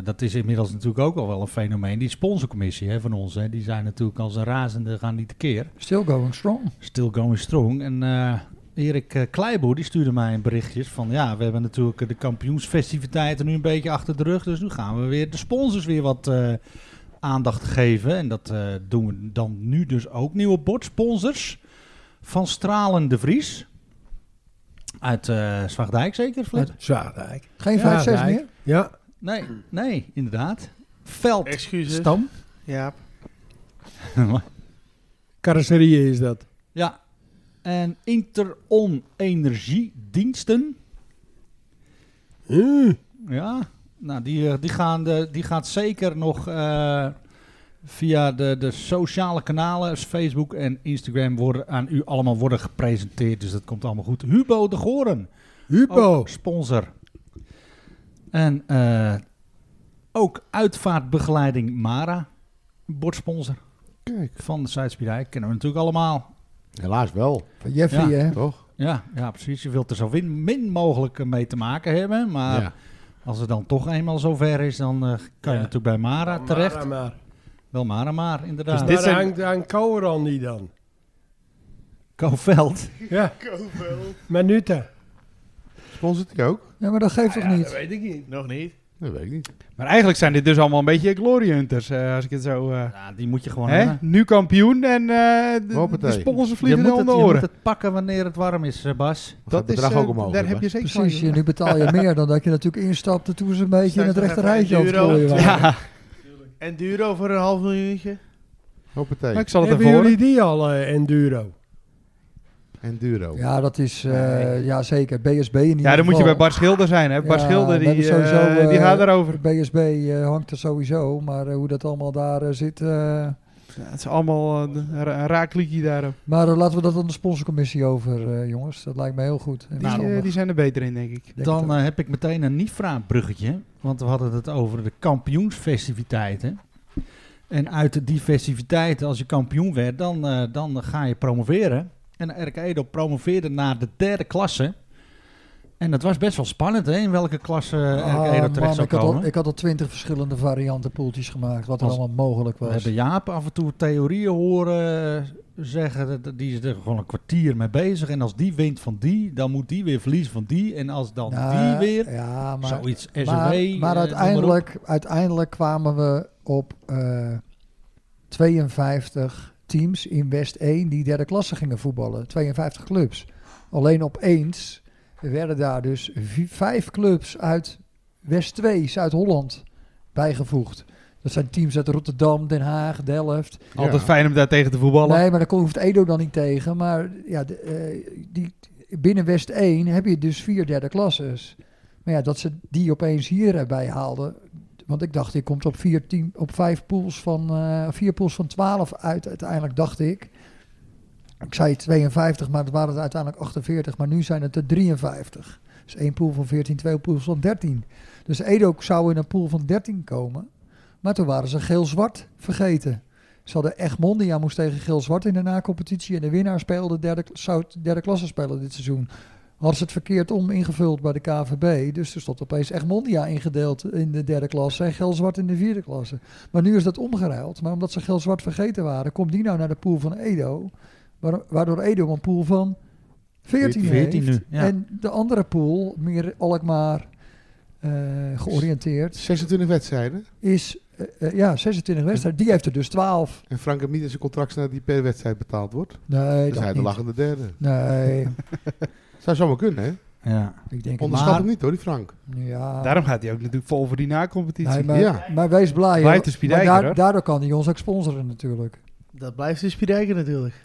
[SPEAKER 2] dat is inmiddels natuurlijk ook al wel een fenomeen. Die sponsorcommissie hè, van ons, hè, die zijn natuurlijk als een razende gaan niet tekeer.
[SPEAKER 1] Still going strong.
[SPEAKER 2] Still going strong. En eh, Erik eh, Kleiboer, die stuurde mij een berichtje van... ja, we hebben natuurlijk eh, de kampioensfestiviteiten nu een beetje achter de rug... dus nu gaan we weer de sponsors weer wat eh, aandacht geven. En dat eh, doen we dan nu dus ook. Nieuwe bordsponsors van Stralen de Vries... Uit eh Zwaagdijk zeker, Flip?
[SPEAKER 6] Zwaardijk.
[SPEAKER 1] Geen
[SPEAKER 6] Ja,
[SPEAKER 1] 5-6
[SPEAKER 6] Rijk.
[SPEAKER 1] meer?
[SPEAKER 6] Ja,
[SPEAKER 2] Nee, nee, inderdaad. Veld.
[SPEAKER 8] Excuses.
[SPEAKER 2] Stam.
[SPEAKER 8] Jaap.
[SPEAKER 6] carrosserie is dat.
[SPEAKER 2] ja. En Interon Energiediensten.
[SPEAKER 6] Hm.
[SPEAKER 2] Ja. Nou, die, eh, die, gaan de, die gaat zeker nog eh, via de, de sociale kanalen, dus Facebook en Instagram, worden, aan u allemaal worden gepresenteerd. Dus dat komt allemaal goed. Hubo de Goren.
[SPEAKER 6] Hupo.
[SPEAKER 2] Ook sponsor. En eh, ook uitvaartbegeleiding Mara. Bordsponsor.
[SPEAKER 4] Kijk.
[SPEAKER 2] Van de Zuidspiedijk kennen we natuurlijk allemaal.
[SPEAKER 4] Helaas wel,
[SPEAKER 1] Van Jeffy,
[SPEAKER 2] Ja.
[SPEAKER 1] hè?
[SPEAKER 4] toch?
[SPEAKER 2] Ja, ja precies. Je wilt er zo win- min mogelijk mee te maken hebben. Maar
[SPEAKER 4] ja.
[SPEAKER 2] als het dan toch eenmaal zover is, dan eh, kan je
[SPEAKER 6] Ja.
[SPEAKER 2] natuurlijk bij Mara terecht.
[SPEAKER 6] Maar, maar.
[SPEAKER 2] Wel Mara maar,
[SPEAKER 6] Dus
[SPEAKER 2] inderdaad.
[SPEAKER 6] dit
[SPEAKER 5] zijn-
[SPEAKER 6] hangt aan Kouran die dan.
[SPEAKER 2] Kouveld.
[SPEAKER 6] Ja. Minuten.
[SPEAKER 4] Sponsort hij ook?
[SPEAKER 1] Ja, maar dat geeft toch niet?
[SPEAKER 8] weet ik niet. Nog niet.
[SPEAKER 4] Dat weet ik niet.
[SPEAKER 5] Maar eigenlijk zijn dit dus allemaal een beetje glory hunters. eh, als ik het zo... eh,
[SPEAKER 2] Ja, die moet je gewoon
[SPEAKER 5] hè?
[SPEAKER 2] hebben.
[SPEAKER 5] Nu kampioen en eh, de,
[SPEAKER 4] Hoppatee.
[SPEAKER 5] de sponsor
[SPEAKER 2] Je
[SPEAKER 5] vliegen
[SPEAKER 2] moet,
[SPEAKER 5] er
[SPEAKER 2] het,
[SPEAKER 5] om de
[SPEAKER 2] je moet
[SPEAKER 5] oren.
[SPEAKER 2] het pakken wanneer het warm is, eh, Bas.
[SPEAKER 4] Dat gaat het bedrag
[SPEAKER 5] eh,
[SPEAKER 4] ook omhoog.
[SPEAKER 5] Daar
[SPEAKER 4] hè,
[SPEAKER 5] heb je
[SPEAKER 4] Bas?
[SPEAKER 5] zeker van
[SPEAKER 1] Precies, je- nu betaal je meer dan dat je natuurlijk instapte toen ze een beetje in het rechterrijtje aan het klooien waren.
[SPEAKER 5] Ja,
[SPEAKER 8] En duur over een half miljoentje.
[SPEAKER 4] Hoppatee.
[SPEAKER 5] maar ik zal het
[SPEAKER 6] Hebben
[SPEAKER 5] even horen.
[SPEAKER 6] jullie die al, eh, Enduro?
[SPEAKER 4] En Duro.
[SPEAKER 1] Ja, dat is, eh, ja zeker, BSB in ieder
[SPEAKER 5] Ja, dan moet je bij
[SPEAKER 1] geval.
[SPEAKER 5] Bart Schilder zijn. Hè? Bart
[SPEAKER 1] Ja,
[SPEAKER 5] Schilder,
[SPEAKER 1] we hebben
[SPEAKER 5] die,
[SPEAKER 1] sowieso,
[SPEAKER 5] eh, die
[SPEAKER 1] eh,
[SPEAKER 5] gaat daarover.
[SPEAKER 1] BSB eh, hangt er sowieso, maar eh, hoe dat allemaal daar eh, zit. eh,
[SPEAKER 5] Ja, het is allemaal eh, een ra- een raak liedje daarop.
[SPEAKER 1] maar eh, laten we dat aan de sponsorcommissie over, eh, jongens. Dat lijkt me heel goed. En
[SPEAKER 5] Die,
[SPEAKER 1] verstandig.
[SPEAKER 5] eh, die zijn er beter in, denk ik.
[SPEAKER 1] Denk het
[SPEAKER 2] Dan
[SPEAKER 1] ook.
[SPEAKER 2] eh, heb ik meteen een Nifra-bruggetje. Want we hadden het over de kampioensfestiviteiten. En uit die festiviteiten, als je kampioen werd, dan, eh, dan ga je promoveren. En RK Edo promoveerde naar de derde klasse. En dat was best wel spannend, hè? In welke klasse
[SPEAKER 5] eh,
[SPEAKER 1] Ah,
[SPEAKER 2] uh, Edo terecht
[SPEAKER 1] man,
[SPEAKER 2] zou
[SPEAKER 1] ik, had al,
[SPEAKER 2] komen.
[SPEAKER 1] ik had al twintig verschillende varianten poeltjes gemaakt, wat er
[SPEAKER 2] Als-
[SPEAKER 1] allemaal mogelijk
[SPEAKER 2] We
[SPEAKER 1] was.
[SPEAKER 2] hebben Jaap af en toe theorieën horen eh, zeggen. dat- Die is er gewoon een kwartier mee bezig. En als die wint van die, dan moet die weer verliezen van die. En als dan
[SPEAKER 1] Nou,
[SPEAKER 2] die weer,
[SPEAKER 1] Ja, maar,
[SPEAKER 2] zoiets SOW.
[SPEAKER 1] maar, maar uiteindelijk, uiteindelijk kwamen we op eh, 52 teams in West 1 die derde klasse gingen voetballen. 52 clubs. Alleen opeens werden daar dus vi- vijf clubs uit West 2, Zuid-Holland, bijgevoegd. Dat zijn teams uit Rotterdam, Den Haag, Delft.
[SPEAKER 5] Altijd fijn om daar tegen te voetballen.
[SPEAKER 1] Nee, maar daar kon- hoeft Edo dan niet tegen. Maar ja, de, eh, die, binnen West 1 heb je dus vier derde klasses. Maar ja, dat ze die opeens hierbij haalden. Want ik dacht, ik komt op, vier team, op vijf pools van, eh, vier pools van 12 uit. Uiteindelijk dacht ik. Ik zei 52, maar het waren het uiteindelijk 48. Maar nu zijn het er 53. Dus één pool van 14, twee pools van 13. Dus Edo zou in een pool van 13 komen. Maar toen waren ze geel-zwart vergeten. Ze hadden Egmondia moest tegen Geel Zwart in de na-competitie. En de winnaar speelde derde, zou derde klasse spelen dit seizoen. Hadden ze het verkeerd om ingevuld bij de KVB. Dus er stond opeens Egmondia ingedeeld in de derde klasse. En Geel Zwart in de vierde klasse. Maar nu is dat omgeruild. Maar omdat ze Geel Zwart vergeten waren, komt die nou naar de pool van Edo. waar- Waardoor Edo een pool van 14,
[SPEAKER 2] 14
[SPEAKER 1] heeft.
[SPEAKER 2] nu, ja.
[SPEAKER 1] En de andere pool, meer Alkmaar eh, georiënteerd,
[SPEAKER 4] 26 wedstrijden.
[SPEAKER 1] is eh, eh, ja, 26 wedstrijden. Die heeft er dus 12.
[SPEAKER 4] En Frank heeft niet eens een contractsnelheid die per wedstrijd betaald wordt. Dus
[SPEAKER 1] Nee,
[SPEAKER 4] Dan
[SPEAKER 1] dat
[SPEAKER 4] zijn de
[SPEAKER 1] niet.
[SPEAKER 4] lachende derde.
[SPEAKER 1] Nee,
[SPEAKER 4] Zou zomaar kunnen, hè?
[SPEAKER 2] Ja.
[SPEAKER 1] ik denk het
[SPEAKER 4] Onderschat
[SPEAKER 1] maar.
[SPEAKER 4] hem niet hoor, die Frank.
[SPEAKER 1] Ja.
[SPEAKER 5] Daarom gaat hij ook natuurlijk vol voor die na-competitie.
[SPEAKER 1] Nee, maar,
[SPEAKER 4] Ja.
[SPEAKER 1] maar wees blij.
[SPEAKER 5] Blijft
[SPEAKER 1] hoor.
[SPEAKER 5] de Spiedijker,
[SPEAKER 1] Maar
[SPEAKER 5] hoor.
[SPEAKER 1] daardoor kan hij ons ook sponsoren natuurlijk.
[SPEAKER 8] Dat blijft de Spiedijker natuurlijk.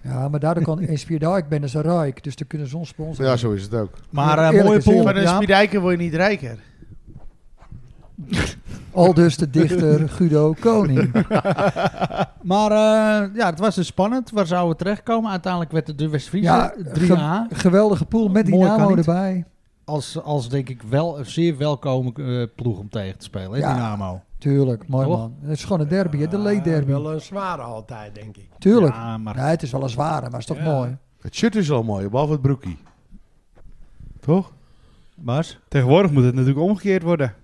[SPEAKER 1] Ja, maar daardoor kan in Spierdijk ik ben dus een rijk, dus dan kunnen ze ons sponsoren.
[SPEAKER 4] Ja, zo is het ook.
[SPEAKER 2] Maar eh,
[SPEAKER 1] Eerlijk
[SPEAKER 2] mooie
[SPEAKER 1] is eerlijk.
[SPEAKER 2] pool.
[SPEAKER 8] Maar een
[SPEAKER 2] Jaap.
[SPEAKER 8] Spiedijker word je niet rijker.
[SPEAKER 1] Al dus de dichter Guido Koning.
[SPEAKER 2] Maar eh, ja, het was dus spannend. Waar zouden we terechtkomen? Uiteindelijk werd het de
[SPEAKER 1] Ja,
[SPEAKER 2] West-Friese
[SPEAKER 1] ge-
[SPEAKER 2] 3A.
[SPEAKER 1] geweldige pool met
[SPEAKER 2] Mooi kan
[SPEAKER 1] Dynamo
[SPEAKER 2] niet.
[SPEAKER 1] erbij.
[SPEAKER 2] Als, als denk ik wel een zeer welkome eh, ploeg om tegen te spelen. hè,
[SPEAKER 1] Ja.
[SPEAKER 2] Dynamo.
[SPEAKER 1] Tuurlijk, mooi
[SPEAKER 2] Toch?
[SPEAKER 1] man. Het is gewoon een derby, hè, de
[SPEAKER 6] leed
[SPEAKER 1] leedderby.
[SPEAKER 6] Wel een zware altijd, denk ik.
[SPEAKER 1] Tuurlijk.
[SPEAKER 2] Ja, maar
[SPEAKER 1] Nee, het is wel een zware, maar het is toch
[SPEAKER 6] Ja.
[SPEAKER 1] mooi.
[SPEAKER 4] Het shirt is al mooi, behalve het broekie. Toch?
[SPEAKER 2] Bas?
[SPEAKER 5] Tegenwoordig moet het natuurlijk omgekeerd worden.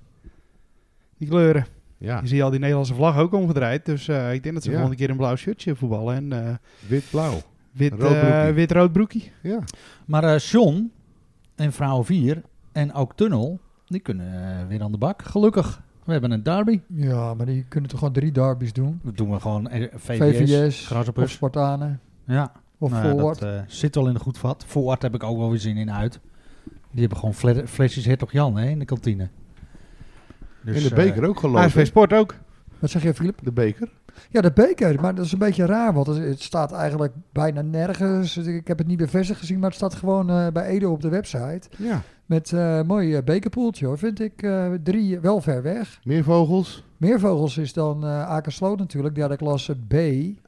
[SPEAKER 5] Die kleuren.
[SPEAKER 4] Ja.
[SPEAKER 5] Je ziet al die Nederlandse vlag ook omgedraaid. Dus eh, ik denk dat ze
[SPEAKER 4] Ja.
[SPEAKER 5] volgende keer een blauw shirtje voetballen. En eh,
[SPEAKER 4] Wit-blauw.
[SPEAKER 5] wit,
[SPEAKER 4] Rood broekie.
[SPEAKER 5] eh, wit-rood broekie.
[SPEAKER 4] Ja.
[SPEAKER 2] Maar eh John en vrouw 4 en ook Tunnel, die kunnen eh, weer aan de bak. Gelukkig. We hebben een derby.
[SPEAKER 1] Ja, maar die kunnen toch gewoon drie derbies doen.
[SPEAKER 2] Dat doen we gewoon eh, VVS.
[SPEAKER 1] VVS,
[SPEAKER 2] Gras op
[SPEAKER 1] of
[SPEAKER 2] Us.
[SPEAKER 1] Spartanen,
[SPEAKER 2] Ja,
[SPEAKER 1] of
[SPEAKER 2] nou ja,
[SPEAKER 1] Forward.
[SPEAKER 2] dat eh, zit al in een goed vat. Forward heb ik ook wel weer zin in uit. Die hebben gewoon fle- flesjes Hertog Jan hè, in de kantine. Dus,
[SPEAKER 4] en de
[SPEAKER 2] eh,
[SPEAKER 4] beker ook geloof
[SPEAKER 5] ASV
[SPEAKER 4] ik.
[SPEAKER 5] Sport ook.
[SPEAKER 1] Wat zeg je, Filip?
[SPEAKER 4] De beker.
[SPEAKER 1] Ja, de beker. Maar dat is een beetje raar, want het- het staat eigenlijk bijna nergens. Ik heb het niet bevestigd gezien, maar het staat gewoon eh, bij Edo op de website.
[SPEAKER 4] Ja.
[SPEAKER 1] Met eh, mooi eh, bekerpoeltje hoor, vind ik. eh, drie wel ver weg.
[SPEAKER 4] Meer vogels.
[SPEAKER 1] Meervogels is dan eh Akersloot natuurlijk, derde klasse B.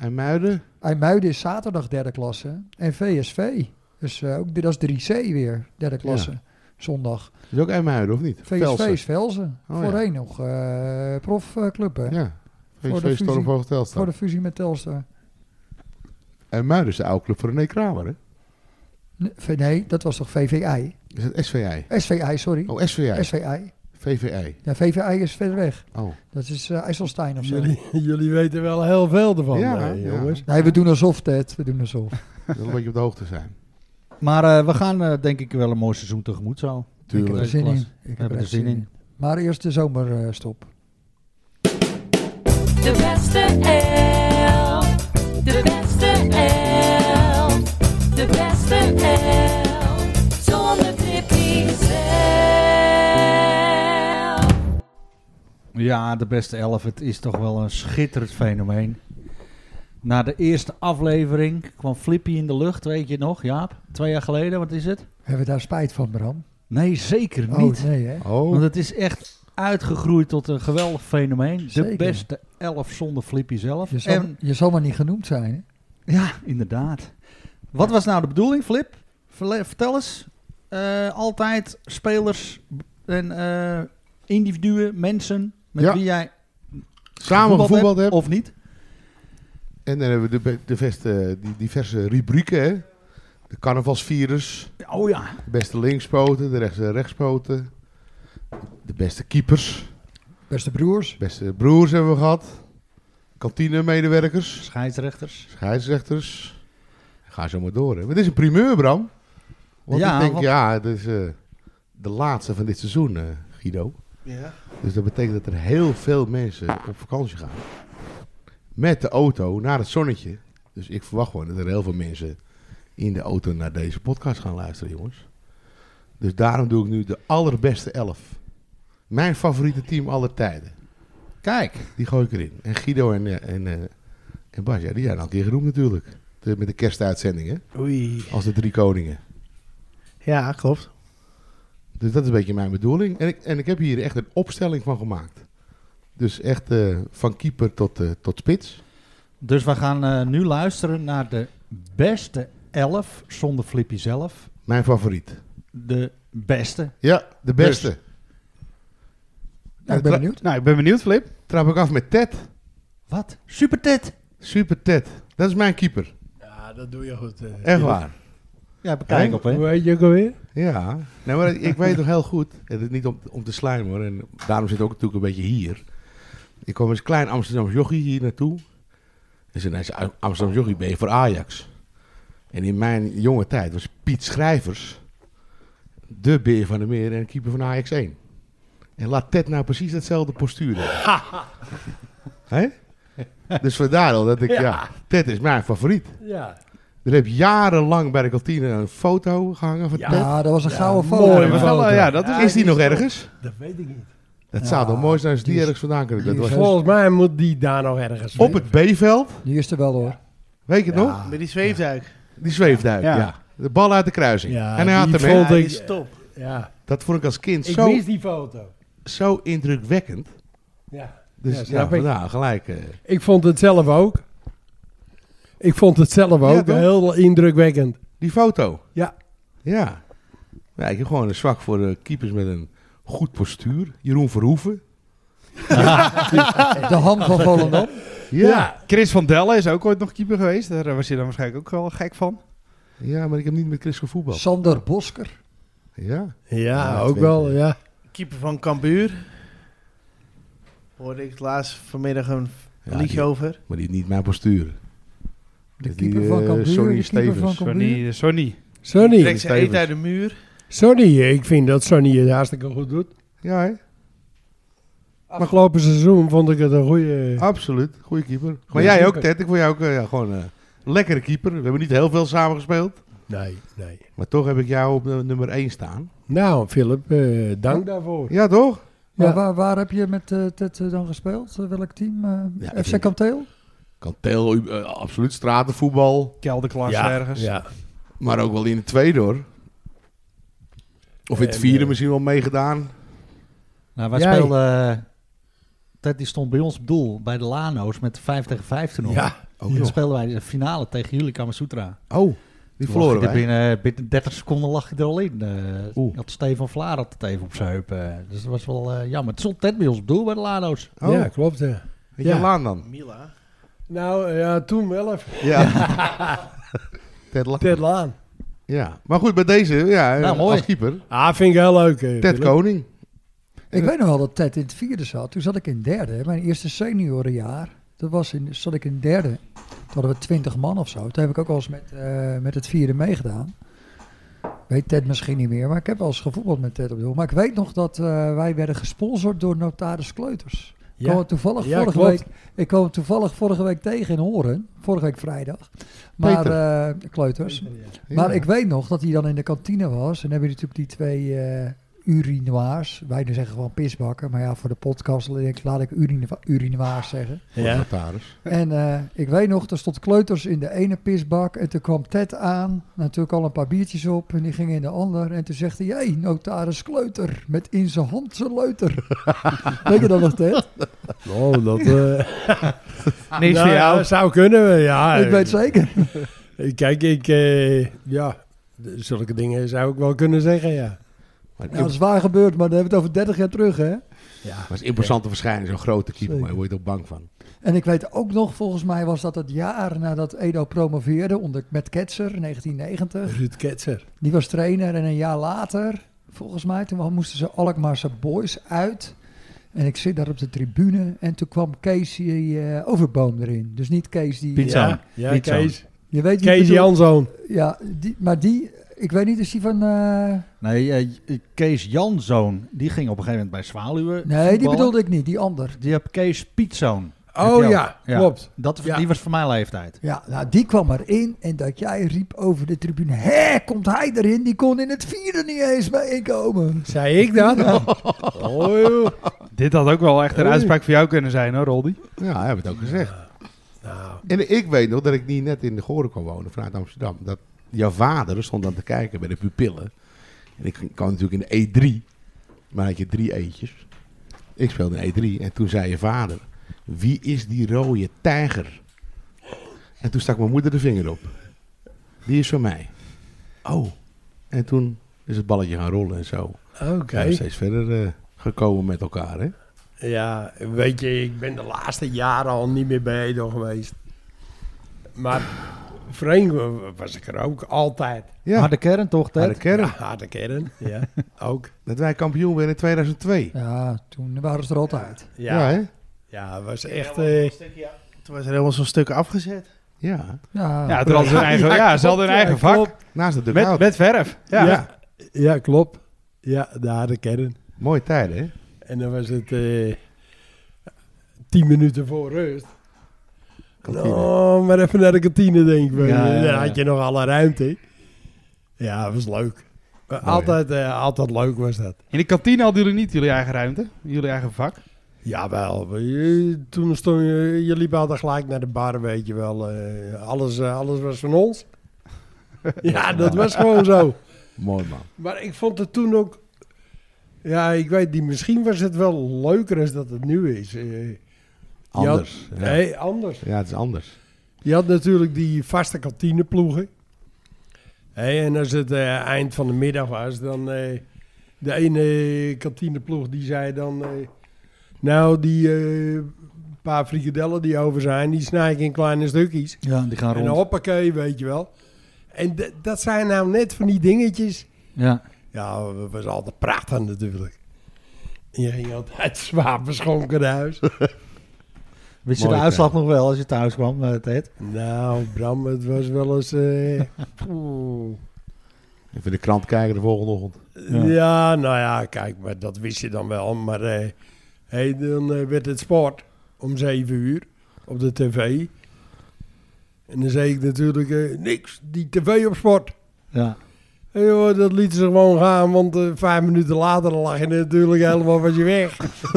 [SPEAKER 4] En muiden.
[SPEAKER 1] IJmuiden is zaterdag derde klasse. En VSV, dus, eh, ook, dat is 3C weer, derde klasse. Zondag.
[SPEAKER 4] Is ook IJmuiden, of niet?
[SPEAKER 1] VSV
[SPEAKER 4] Velsen.
[SPEAKER 1] is Velzen.
[SPEAKER 4] Oh, ja.
[SPEAKER 1] Voorheen nog eh profclub, hè?
[SPEAKER 4] Ja.
[SPEAKER 1] Voor de
[SPEAKER 4] VSV
[SPEAKER 1] fusie.
[SPEAKER 4] Stormvogel
[SPEAKER 1] Voor
[SPEAKER 4] Telstar.
[SPEAKER 1] de fusie met Telstar.
[SPEAKER 4] En Muiden is de oude club voor René Kramer, hè?
[SPEAKER 1] Nee, Nee, dat was toch VVI?
[SPEAKER 4] Is het SVI?
[SPEAKER 1] SVI, sorry.
[SPEAKER 4] Oh, SVI.
[SPEAKER 1] SVI.
[SPEAKER 4] VVI.
[SPEAKER 1] Ja, VVI is verder weg.
[SPEAKER 4] Oh.
[SPEAKER 1] Dat is eh, IJsselstein of zo.
[SPEAKER 6] Jullie, jullie weten wel heel veel ervan, eh,
[SPEAKER 4] Ja,
[SPEAKER 1] eh,
[SPEAKER 6] hè,
[SPEAKER 4] ja.
[SPEAKER 6] jongens.
[SPEAKER 1] Nee, we doen alsof, Ted. We doen alsof.
[SPEAKER 4] Dat wil een beetje op de hoogte zijn.
[SPEAKER 2] Maar eh, we gaan eh, denk ik wel een mooi seizoen tegemoet zo.
[SPEAKER 1] Ik heb
[SPEAKER 4] Tuurlijk.
[SPEAKER 1] er zin in.
[SPEAKER 2] Klas.
[SPEAKER 1] Ik heb
[SPEAKER 2] hebben er
[SPEAKER 1] echt
[SPEAKER 2] zin in.
[SPEAKER 1] Maar eerst de eh, zomerstop.
[SPEAKER 9] De beste elf. De beste elf. De beste elf. Zonder trippie zelf.
[SPEAKER 2] Ja, de beste elf. Het is toch wel een schitterend fenomeen. Na de eerste aflevering kwam Flippy in de lucht, weet je nog, Jaap? Twee jaar geleden, wat is het?
[SPEAKER 1] Hebben we daar spijt van, Bram?
[SPEAKER 2] Nee, zeker
[SPEAKER 1] Oh,
[SPEAKER 2] niet.
[SPEAKER 1] nee, hè?
[SPEAKER 4] Oh.
[SPEAKER 2] Want het is echt uitgegroeid tot een geweldig fenomeen. De
[SPEAKER 1] Zeker.
[SPEAKER 2] beste elf zonder Flippy zelf.
[SPEAKER 1] Je zal,
[SPEAKER 2] En,
[SPEAKER 1] je zal maar niet genoemd zijn, hè?
[SPEAKER 2] ja, inderdaad. Wat was nou de bedoeling, Flip? Verle- Vertel eens. Eh, altijd spelers en eh, individuen, mensen met
[SPEAKER 4] Ja.
[SPEAKER 2] wie jij
[SPEAKER 4] Samen gevoetbald hebt.
[SPEAKER 2] of niet.
[SPEAKER 4] En dan hebben we de, be- de beste, die diverse rubrieken. Hè?
[SPEAKER 10] De carnavalsvirus.
[SPEAKER 2] Oh ja.
[SPEAKER 10] De beste linkspoten, de rechts, rechtspoten. De beste keepers.
[SPEAKER 1] Beste broers.
[SPEAKER 10] De beste broers hebben we gehad. Kantinemedewerkers.
[SPEAKER 2] Scheidsrechters.
[SPEAKER 10] Scheidsrechters. Ga zo maar door. Hè. Maar dit is een primeur, Bram. Want
[SPEAKER 2] Ja,
[SPEAKER 10] ik denk,
[SPEAKER 2] want-
[SPEAKER 10] ja, het is eh, de laatste van dit seizoen, eh, Guido.
[SPEAKER 8] Ja.
[SPEAKER 10] Dus dat betekent dat er heel veel mensen op vakantie gaan. Met de auto naar het zonnetje. Dus ik verwacht gewoon dat er heel veel mensen in de auto naar deze podcast gaan luisteren, jongens. Dus daarom doe ik nu de allerbeste elf. Mijn favoriete team aller tijden.
[SPEAKER 2] Kijk.
[SPEAKER 10] Die gooi ik erin. En Guido en, eh, en, eh, en Bas, ja, die zijn al een keer genoemd natuurlijk. De- Met de kerstuitzending, hè?
[SPEAKER 8] Oei.
[SPEAKER 10] Als de drie koningen.
[SPEAKER 8] Ja, klopt.
[SPEAKER 10] Dus dat is een beetje mijn bedoeling. En ik, en ik heb hier echt een opstelling van gemaakt. Dus echt eh, van keeper tot, eh, tot spits.
[SPEAKER 2] Dus we gaan eh, nu luisteren naar de beste elf, zonder Flippy zelf.
[SPEAKER 10] Mijn favoriet.
[SPEAKER 2] De beste.
[SPEAKER 10] Ja, de
[SPEAKER 8] Dus-
[SPEAKER 10] beste.
[SPEAKER 1] Nou, ik ben benieuwd.
[SPEAKER 5] Nou, ik ben benieuwd, Flip.
[SPEAKER 10] Trap ik af met Ted.
[SPEAKER 2] Wat? Super Ted.
[SPEAKER 10] Super Ted. Dat is mijn keeper.
[SPEAKER 6] Ja, dat doe je goed. eh.
[SPEAKER 10] Echt waar.
[SPEAKER 2] Ja, bekijk
[SPEAKER 10] Hè?
[SPEAKER 2] op hè.
[SPEAKER 6] Hoe heet je ook alweer?
[SPEAKER 10] Ja. Nou, maar ik weet toch heel goed. Het is niet om, om te slijmen hoor. En daarom zit ik ook natuurlijk een beetje hier. Ik kwam als klein Amsterdams jochie hier naartoe. En zei, nee, zei, Amsterdams jochie ben je voor Ajax. En in mijn jonge tijd was Piet Schrijvers de beer van de meer en keeper van Ajax 1. En laat Ted nou precies hetzelfde postuur hebben. Hè? Dus vandaar al dat ik, ja. Ted is mijn favoriet.
[SPEAKER 6] Ja.
[SPEAKER 10] Er heb jarenlang bij de kantine een foto gehangen van Ted.
[SPEAKER 1] Ja, dat was een gouden foto.
[SPEAKER 6] mooi,
[SPEAKER 1] Ja.
[SPEAKER 6] man.
[SPEAKER 5] Wel, eh, ja, dat
[SPEAKER 6] Ja,
[SPEAKER 10] is die
[SPEAKER 6] die
[SPEAKER 10] nog
[SPEAKER 6] is
[SPEAKER 10] ergens?
[SPEAKER 6] Dat weet ik niet.
[SPEAKER 10] Dat zou toch mooi zijn als die,
[SPEAKER 1] die is-
[SPEAKER 10] ergens vandaan kunnen.
[SPEAKER 1] die
[SPEAKER 10] Dat
[SPEAKER 1] is
[SPEAKER 10] was
[SPEAKER 6] Volgens mij moet die daar nog ergens.
[SPEAKER 10] op het B-veld,
[SPEAKER 1] Die is er wel hoor.
[SPEAKER 10] weet je het nog?
[SPEAKER 6] Ja.
[SPEAKER 8] Met die zweefduik.
[SPEAKER 10] Die zweefduik, ja.
[SPEAKER 6] Ja.
[SPEAKER 10] De bal uit de kruising.
[SPEAKER 6] Ja,
[SPEAKER 10] en hij had
[SPEAKER 6] die
[SPEAKER 10] hem, hè?
[SPEAKER 8] Ja,
[SPEAKER 6] vond
[SPEAKER 8] die
[SPEAKER 6] ik-
[SPEAKER 8] is top.
[SPEAKER 6] Ja.
[SPEAKER 10] Dat vond ik als kind
[SPEAKER 6] Ik
[SPEAKER 10] zo,
[SPEAKER 6] mis die foto.
[SPEAKER 10] zo indrukwekkend.
[SPEAKER 6] Ja.
[SPEAKER 10] Dus
[SPEAKER 6] Ja,
[SPEAKER 10] ja,
[SPEAKER 6] snap ik.
[SPEAKER 10] vandaar, gelijk. eh,
[SPEAKER 6] Ik vond het zelf ook. Ik vond het zelf ook
[SPEAKER 10] toch?
[SPEAKER 6] heel indrukwekkend.
[SPEAKER 10] die foto.
[SPEAKER 6] Ja.
[SPEAKER 10] Ja. ja. Ik heb gewoon een zwak voor eh, keepers met een goed postuur. Jeroen Verhoeven.
[SPEAKER 1] De hand van Volendam.
[SPEAKER 10] Ja. ja.
[SPEAKER 5] Chris van Delle is ook ooit nog keeper geweest. Daar was hij dan waarschijnlijk ook wel gek van.
[SPEAKER 10] maar ik heb niet met Chris gevoetbald.
[SPEAKER 1] Sander Bosker.
[SPEAKER 10] Ja.
[SPEAKER 6] Ja,
[SPEAKER 10] Ja,
[SPEAKER 6] ook
[SPEAKER 10] twee
[SPEAKER 6] wel,
[SPEAKER 10] keer.
[SPEAKER 6] ja.
[SPEAKER 8] Keeper van Cambuur. Hoorde ik laatst vanmiddag een
[SPEAKER 10] Ja,
[SPEAKER 8] liedje
[SPEAKER 10] die-
[SPEAKER 8] over.
[SPEAKER 10] Maar die niet mijn postuur.
[SPEAKER 1] De
[SPEAKER 10] Dat die,
[SPEAKER 1] keeper van
[SPEAKER 10] eh,
[SPEAKER 1] Cambuur.
[SPEAKER 10] Sonny
[SPEAKER 1] De keeper van
[SPEAKER 10] Stevens.
[SPEAKER 1] Cambuur.
[SPEAKER 5] Sonny, Sonny.
[SPEAKER 6] Sonny,
[SPEAKER 8] Trekt zijn eten
[SPEAKER 10] Stevens.
[SPEAKER 8] uit de muur.
[SPEAKER 6] Sonny, ik vind dat Sonny het hartstikke goed doet.
[SPEAKER 10] Ja, hè?
[SPEAKER 6] Afgelopen seizoen vond ik het een goede...
[SPEAKER 10] Ah. Absoluut, goede keeper. Maar
[SPEAKER 6] Goeie
[SPEAKER 10] jij ook,
[SPEAKER 6] keeper.
[SPEAKER 10] Ted. Ik vond jou ook eh, ja, gewoon een lekkere keeper. We hebben niet heel veel samen gespeeld.
[SPEAKER 6] Nee, nee.
[SPEAKER 10] Maar toch heb ik jou op eh, nummer 1 staan.
[SPEAKER 6] Nou, Philip, eh, dank daarvoor.
[SPEAKER 10] Ja, toch?
[SPEAKER 6] Ja.
[SPEAKER 1] Maar waar, waar heb je met eh, Ted eh, dan gespeeld? Eh, welk team? eh,
[SPEAKER 10] Ja, ik
[SPEAKER 1] FC
[SPEAKER 10] denk-
[SPEAKER 1] Kanteel?
[SPEAKER 10] Kanteel, u- eh, absoluut stratenvoetbal.
[SPEAKER 5] Kelderklasse ergens.
[SPEAKER 6] Ja,
[SPEAKER 10] Maar ook wel in het tweede, hoor. Of in het
[SPEAKER 6] En,
[SPEAKER 10] vierde
[SPEAKER 6] eh,
[SPEAKER 10] misschien wel meegedaan.
[SPEAKER 2] Nou, wij
[SPEAKER 6] Jij.
[SPEAKER 2] speelden... eh, Ted die stond bij ons op doel bij de Lano's met 5 tegen 5 toernooi.
[SPEAKER 6] ja.
[SPEAKER 10] Oh,
[SPEAKER 2] En toen
[SPEAKER 10] joh.
[SPEAKER 2] speelden wij de finale tegen jullie Kamasutra.
[SPEAKER 10] oh die verloren
[SPEAKER 2] Lag je
[SPEAKER 10] wij.
[SPEAKER 2] er Binnen, binnen 30 seconden lag je er al in. Eh,
[SPEAKER 10] Oeh.
[SPEAKER 2] had Stefan Vlaar had het even op zijn heup. eh. dus dat was wel eh, jammer. Het stond net bij ons op doel bij de Lano's.
[SPEAKER 10] Oh,
[SPEAKER 6] ja klopt. ja.
[SPEAKER 10] weet je
[SPEAKER 6] ja.
[SPEAKER 10] Laan dan?
[SPEAKER 8] Mila.
[SPEAKER 6] Nou, eh, ja, toen wel even.
[SPEAKER 10] Ja. Ted Laan.
[SPEAKER 6] Ted Laan.
[SPEAKER 10] Ja. Maar goed, bij deze, ja,
[SPEAKER 2] Nou,
[SPEAKER 10] eh,
[SPEAKER 2] mooi.
[SPEAKER 10] als keeper.
[SPEAKER 6] Ah, vind ik heel leuk. eh,
[SPEAKER 10] Ted
[SPEAKER 6] Philip.
[SPEAKER 10] Koning.
[SPEAKER 1] Ik weet nog wel dat Ted in het vierde zat. Toen zat ik in derde. hè. Mijn eerste seniorenjaar. Dat was in, zat ik in derde. Toen hadden we twintig man of zo. Toen heb ik ook wel eens met, eh, met het vierde meegedaan. Weet Ted misschien niet meer. Maar ik heb wel eens gevoetbald met Ted op doel. Maar ik weet nog dat eh, wij werden gesponsord door Notaris Kleuters. Ik kwam
[SPEAKER 6] Ja.
[SPEAKER 1] hem toevallig
[SPEAKER 6] Ja,
[SPEAKER 1] vorige
[SPEAKER 6] klopt.
[SPEAKER 1] week. Ik kwam hem toevallig vorige week tegen in Horen. Vorige week vrijdag. Maar eh, kleuters.
[SPEAKER 10] Ja.
[SPEAKER 1] Maar ik weet nog dat hij dan in de kantine was. En dan heb je natuurlijk die twee eh urinoirs. Wij nu zeggen gewoon pisbakken. Maar ja, voor de podcast denk ik- laat ik urine, urinoirs zeggen.
[SPEAKER 6] Ja.
[SPEAKER 10] Notaris.
[SPEAKER 1] En eh, ik weet nog, er stond kleuters in de ene pisbak. En toen kwam Ted aan. Natuurlijk al een paar biertjes op. En die ging in de ander. En toen zegt hij: Hé, notaris kleuter. Met in zijn hand zijn leuter. weet je dat nog, Ted?
[SPEAKER 6] Oh, dat... eh,
[SPEAKER 5] Niks
[SPEAKER 6] nou,
[SPEAKER 5] voor jou.
[SPEAKER 6] dat zou kunnen, ja.
[SPEAKER 1] ik weet zeker.
[SPEAKER 6] Kijk, ik... eh, ja, de- zulke dingen zou ik wel kunnen zeggen, ja.
[SPEAKER 10] Maar
[SPEAKER 1] Ja, Nou, dat is waar gebeurd, maar dan hebben we het over 30 jaar terug, hè?
[SPEAKER 6] Ja,
[SPEAKER 10] Maar het is imposante verschijning, zo'n grote keeper,
[SPEAKER 1] Zeker.
[SPEAKER 10] maar daar word je toch bang van.
[SPEAKER 1] En ik weet ook nog, volgens mij was dat het jaar nadat Edo promoveerde onder, met Ketser, 1990.
[SPEAKER 6] Ruud Ketser.
[SPEAKER 1] Die was trainer en een jaar later, volgens mij, toen moesten ze Alkmaarse Boys uit. En ik zit daar op de tribune en toen kwam Casey eh, Overboom erin. Dus niet Kees die...
[SPEAKER 2] Piet Zoon.
[SPEAKER 6] Ja,
[SPEAKER 2] Niet zo.
[SPEAKER 6] Kees.
[SPEAKER 1] Je weet wie ik
[SPEAKER 6] Kees
[SPEAKER 1] bedoel.
[SPEAKER 6] Janszoon.
[SPEAKER 1] Ja, die, maar die, ik weet niet, is die van... eh,
[SPEAKER 2] Nee, eh, Kees Janzoon, die ging op een gegeven moment bij Zwaluwen
[SPEAKER 1] Nee, die
[SPEAKER 2] voetballen.
[SPEAKER 1] bedoelde ik niet, die ander.
[SPEAKER 2] Die heb Kees Pietzoon. Heb je
[SPEAKER 6] Oh
[SPEAKER 2] ook.
[SPEAKER 6] ja,
[SPEAKER 2] Ja.
[SPEAKER 6] klopt.
[SPEAKER 2] Dat,
[SPEAKER 6] Ja.
[SPEAKER 2] Die was voor mijn leeftijd.
[SPEAKER 1] Ja, nou die kwam erin en dat jij riep over de tribune, hé, komt hij erin? Die kon in het vierde niet eens meekomen.
[SPEAKER 6] Zei ik dat? Oh, joh.
[SPEAKER 5] Dit had ook wel echt een uitspraak voor jou kunnen zijn, hoor, Roldi.
[SPEAKER 10] Ja, hij heeft het ook gezegd.
[SPEAKER 6] Nou,
[SPEAKER 10] En ik weet nog dat ik niet net in de Goren kon wonen vanuit Amsterdam. Dat jouw vader stond aan te kijken bij de pupillen. En ik kwam natuurlijk in de E3. Maar had je drie eetjes. Ik speelde in E3. En toen zei je vader, wie is die rode tijger? En toen stak mijn moeder de vinger op. Die is van mij. Oh. En toen is het balletje gaan rollen en zo.
[SPEAKER 6] Oké.
[SPEAKER 10] We zijn steeds verder eh, gekomen met elkaar, hè?
[SPEAKER 6] Ja, weet je, ik ben de laatste jaren al niet meer bij Edo geweest. Maar Frank was ik er ook altijd.
[SPEAKER 10] Ja,
[SPEAKER 2] Harde kern toch, Ted?
[SPEAKER 10] harde kern.
[SPEAKER 6] Ja, harde kern. Ja, ook.
[SPEAKER 10] Dat wij kampioen werden in 2002.
[SPEAKER 1] Ja, toen waren ze er altijd.
[SPEAKER 10] Ja,
[SPEAKER 6] Ja, ja,
[SPEAKER 10] hè?
[SPEAKER 6] was echt... eh,
[SPEAKER 8] Toen was er helemaal zo'n stuk afgezet.
[SPEAKER 10] Ja.
[SPEAKER 1] Ja,
[SPEAKER 5] Ja, toen hadden ze hun eigen, ja, ze hadden hun eigen vak.
[SPEAKER 10] Naast de
[SPEAKER 5] Met,
[SPEAKER 10] dugout.
[SPEAKER 5] met verf. Ja.
[SPEAKER 6] ja. Ja. klopt. Ja, de harde kern.
[SPEAKER 10] Mooie tijden, hè?
[SPEAKER 6] En dan was het eh, tien minuten voor rust.
[SPEAKER 10] Kantine.
[SPEAKER 6] Oh, maar even naar de kantine, denk ik.
[SPEAKER 2] Ja, ja,
[SPEAKER 6] Dan
[SPEAKER 2] ja.
[SPEAKER 6] had je nog alle ruimte. Ja, dat was leuk. Maar
[SPEAKER 10] Mooi,
[SPEAKER 6] altijd, eh, altijd leuk was dat.
[SPEAKER 5] In de kantine hadden jullie niet jullie eigen ruimte, jullie eigen vak.
[SPEAKER 6] Jawel, je- toen stond je, je liep altijd gelijk naar de bar, weet je wel. eh, alles, eh, alles was van ons. ja, dat was gewoon zo.
[SPEAKER 10] Mooi man.
[SPEAKER 6] Maar ik vond het toen ook... Ja, ik weet niet, misschien was het wel leuker als dat het nu is. Eh, had-
[SPEAKER 10] Anders. ja.
[SPEAKER 6] Nee, anders.
[SPEAKER 10] ja, het is anders.
[SPEAKER 6] Je had natuurlijk die vaste kantineploegen. Hé, en als het eh, eind van de middag was, dan... eh, de ene kantineploeg die zei dan... eh, nou, die eh, paar frikadellen die over zijn, die snij ik in kleine stukjes.
[SPEAKER 2] Ja, die gaan
[SPEAKER 6] En
[SPEAKER 2] rond.
[SPEAKER 6] hoppakee, weet je wel. En d- dat zijn nou net van die dingetjes.
[SPEAKER 2] Ja.
[SPEAKER 6] Ja, dat was altijd prachtig natuurlijk. En je ging altijd zwaar beschonken naar huis.
[SPEAKER 2] Wist je
[SPEAKER 10] Mooie
[SPEAKER 2] de uitslag nog wel als je thuis kwam, eh, Ted?
[SPEAKER 6] nou, Bram, het was wel eens... eh, oeh.
[SPEAKER 10] Even de krant kijken de volgende ochtend.
[SPEAKER 6] Ja. nou ja, kijk, maar dat wist je dan wel. Maar eh, hey, dan eh, werd het sport om zeven uur op de tv. En dan zei ik natuurlijk, eh, niks, die tv op sport.
[SPEAKER 2] Ja.
[SPEAKER 6] En joh, dat liet ze gewoon gaan, want eh, vijf minuten later lag je natuurlijk helemaal van je weg.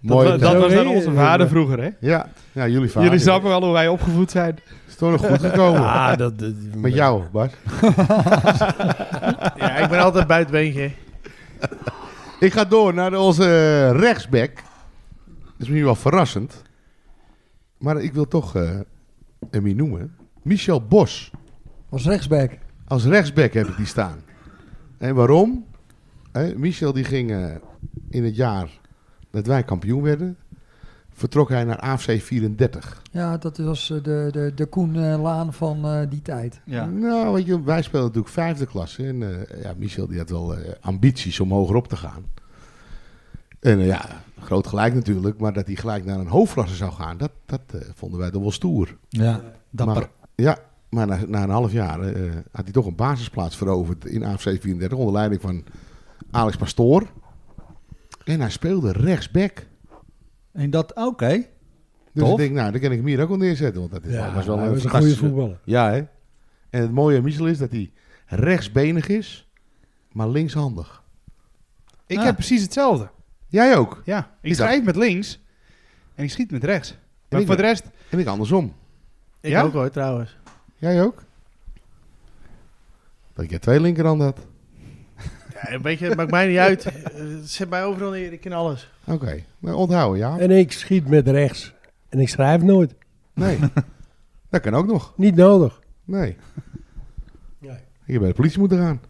[SPEAKER 10] Mooi.
[SPEAKER 5] dat dat
[SPEAKER 6] Zo
[SPEAKER 5] was
[SPEAKER 6] ging
[SPEAKER 5] dan onze
[SPEAKER 6] het.
[SPEAKER 5] vader vroeger, hè?
[SPEAKER 10] ja. ja, jullie vader.
[SPEAKER 5] Jullie snappen wel hoe wij opgevoed zijn.
[SPEAKER 10] Is toch nog goed gekomen.
[SPEAKER 6] Ah, dat, dat-
[SPEAKER 10] Met jou, Bas.
[SPEAKER 8] Ja, ik ben altijd buitenbeentje.
[SPEAKER 10] Ik ga door naar onze eh, rechtsback. Dat is misschien wel verrassend. Maar ik wil toch eh hem hier noemen. Michel Bos.
[SPEAKER 1] was rechtsback.
[SPEAKER 10] Als rechtsback heb ik die staan. En waarom? Hè, Michel die ging eh, in het jaar dat wij kampioen werden, vertrok hij naar AFC 34.
[SPEAKER 1] Ja, dat was eh, de, de, de Koen eh, Laan van eh, die tijd.
[SPEAKER 2] Ja.
[SPEAKER 10] Nou, weet je, wij speelden natuurlijk vijfde klasse. En eh, ja, Michel die had wel eh, ambities om hoger op te gaan. En eh, ja, groot gelijk natuurlijk. Maar dat hij gelijk naar een hoofdklasse zou gaan, dat, dat eh, vonden wij dan wel stoer.
[SPEAKER 2] Ja. Dapper.
[SPEAKER 10] Ja, maar na, na een half jaar eh, had hij toch een basisplaats veroverd in AFC 34 onder leiding van Alex Pastoor. En hij speelde rechtsback.
[SPEAKER 2] En dat, oké.
[SPEAKER 10] Dus
[SPEAKER 2] Tof.
[SPEAKER 10] ik denk, nou, dan kan ik hem hier ook al neerzetten. Want dat is
[SPEAKER 6] Ja,
[SPEAKER 10] was wel
[SPEAKER 6] hij
[SPEAKER 10] een
[SPEAKER 6] was een goede
[SPEAKER 10] fantastische-
[SPEAKER 6] voetballer.
[SPEAKER 10] Ja, hè? En het mooie aan Michel is dat hij rechtsbenig is, maar linkshandig.
[SPEAKER 5] Ik
[SPEAKER 2] Ja.
[SPEAKER 5] heb precies hetzelfde.
[SPEAKER 10] Jij ook.
[SPEAKER 5] Ja, ik
[SPEAKER 10] Is dat-
[SPEAKER 5] schrijf met links en ik schiet met rechts. Maar
[SPEAKER 10] ik
[SPEAKER 5] voor de rest,
[SPEAKER 10] En ik andersom.
[SPEAKER 8] Ik
[SPEAKER 5] Ja?
[SPEAKER 8] ook hoor, trouwens.
[SPEAKER 10] Jij ook? Dat jij twee linkerhanden had.
[SPEAKER 8] Ja, een beetje, het maakt mij niet uit. Eh, Het zet mij overal neer, ik ken alles.
[SPEAKER 10] Oké, nou, onthouden, ja?
[SPEAKER 6] En ik schiet met rechts. En ik schrijf nooit.
[SPEAKER 10] Nee. dat kan ook nog.
[SPEAKER 6] Niet nodig.
[SPEAKER 10] Nee.
[SPEAKER 6] Nee.
[SPEAKER 10] Je bij de politie moeten gaan.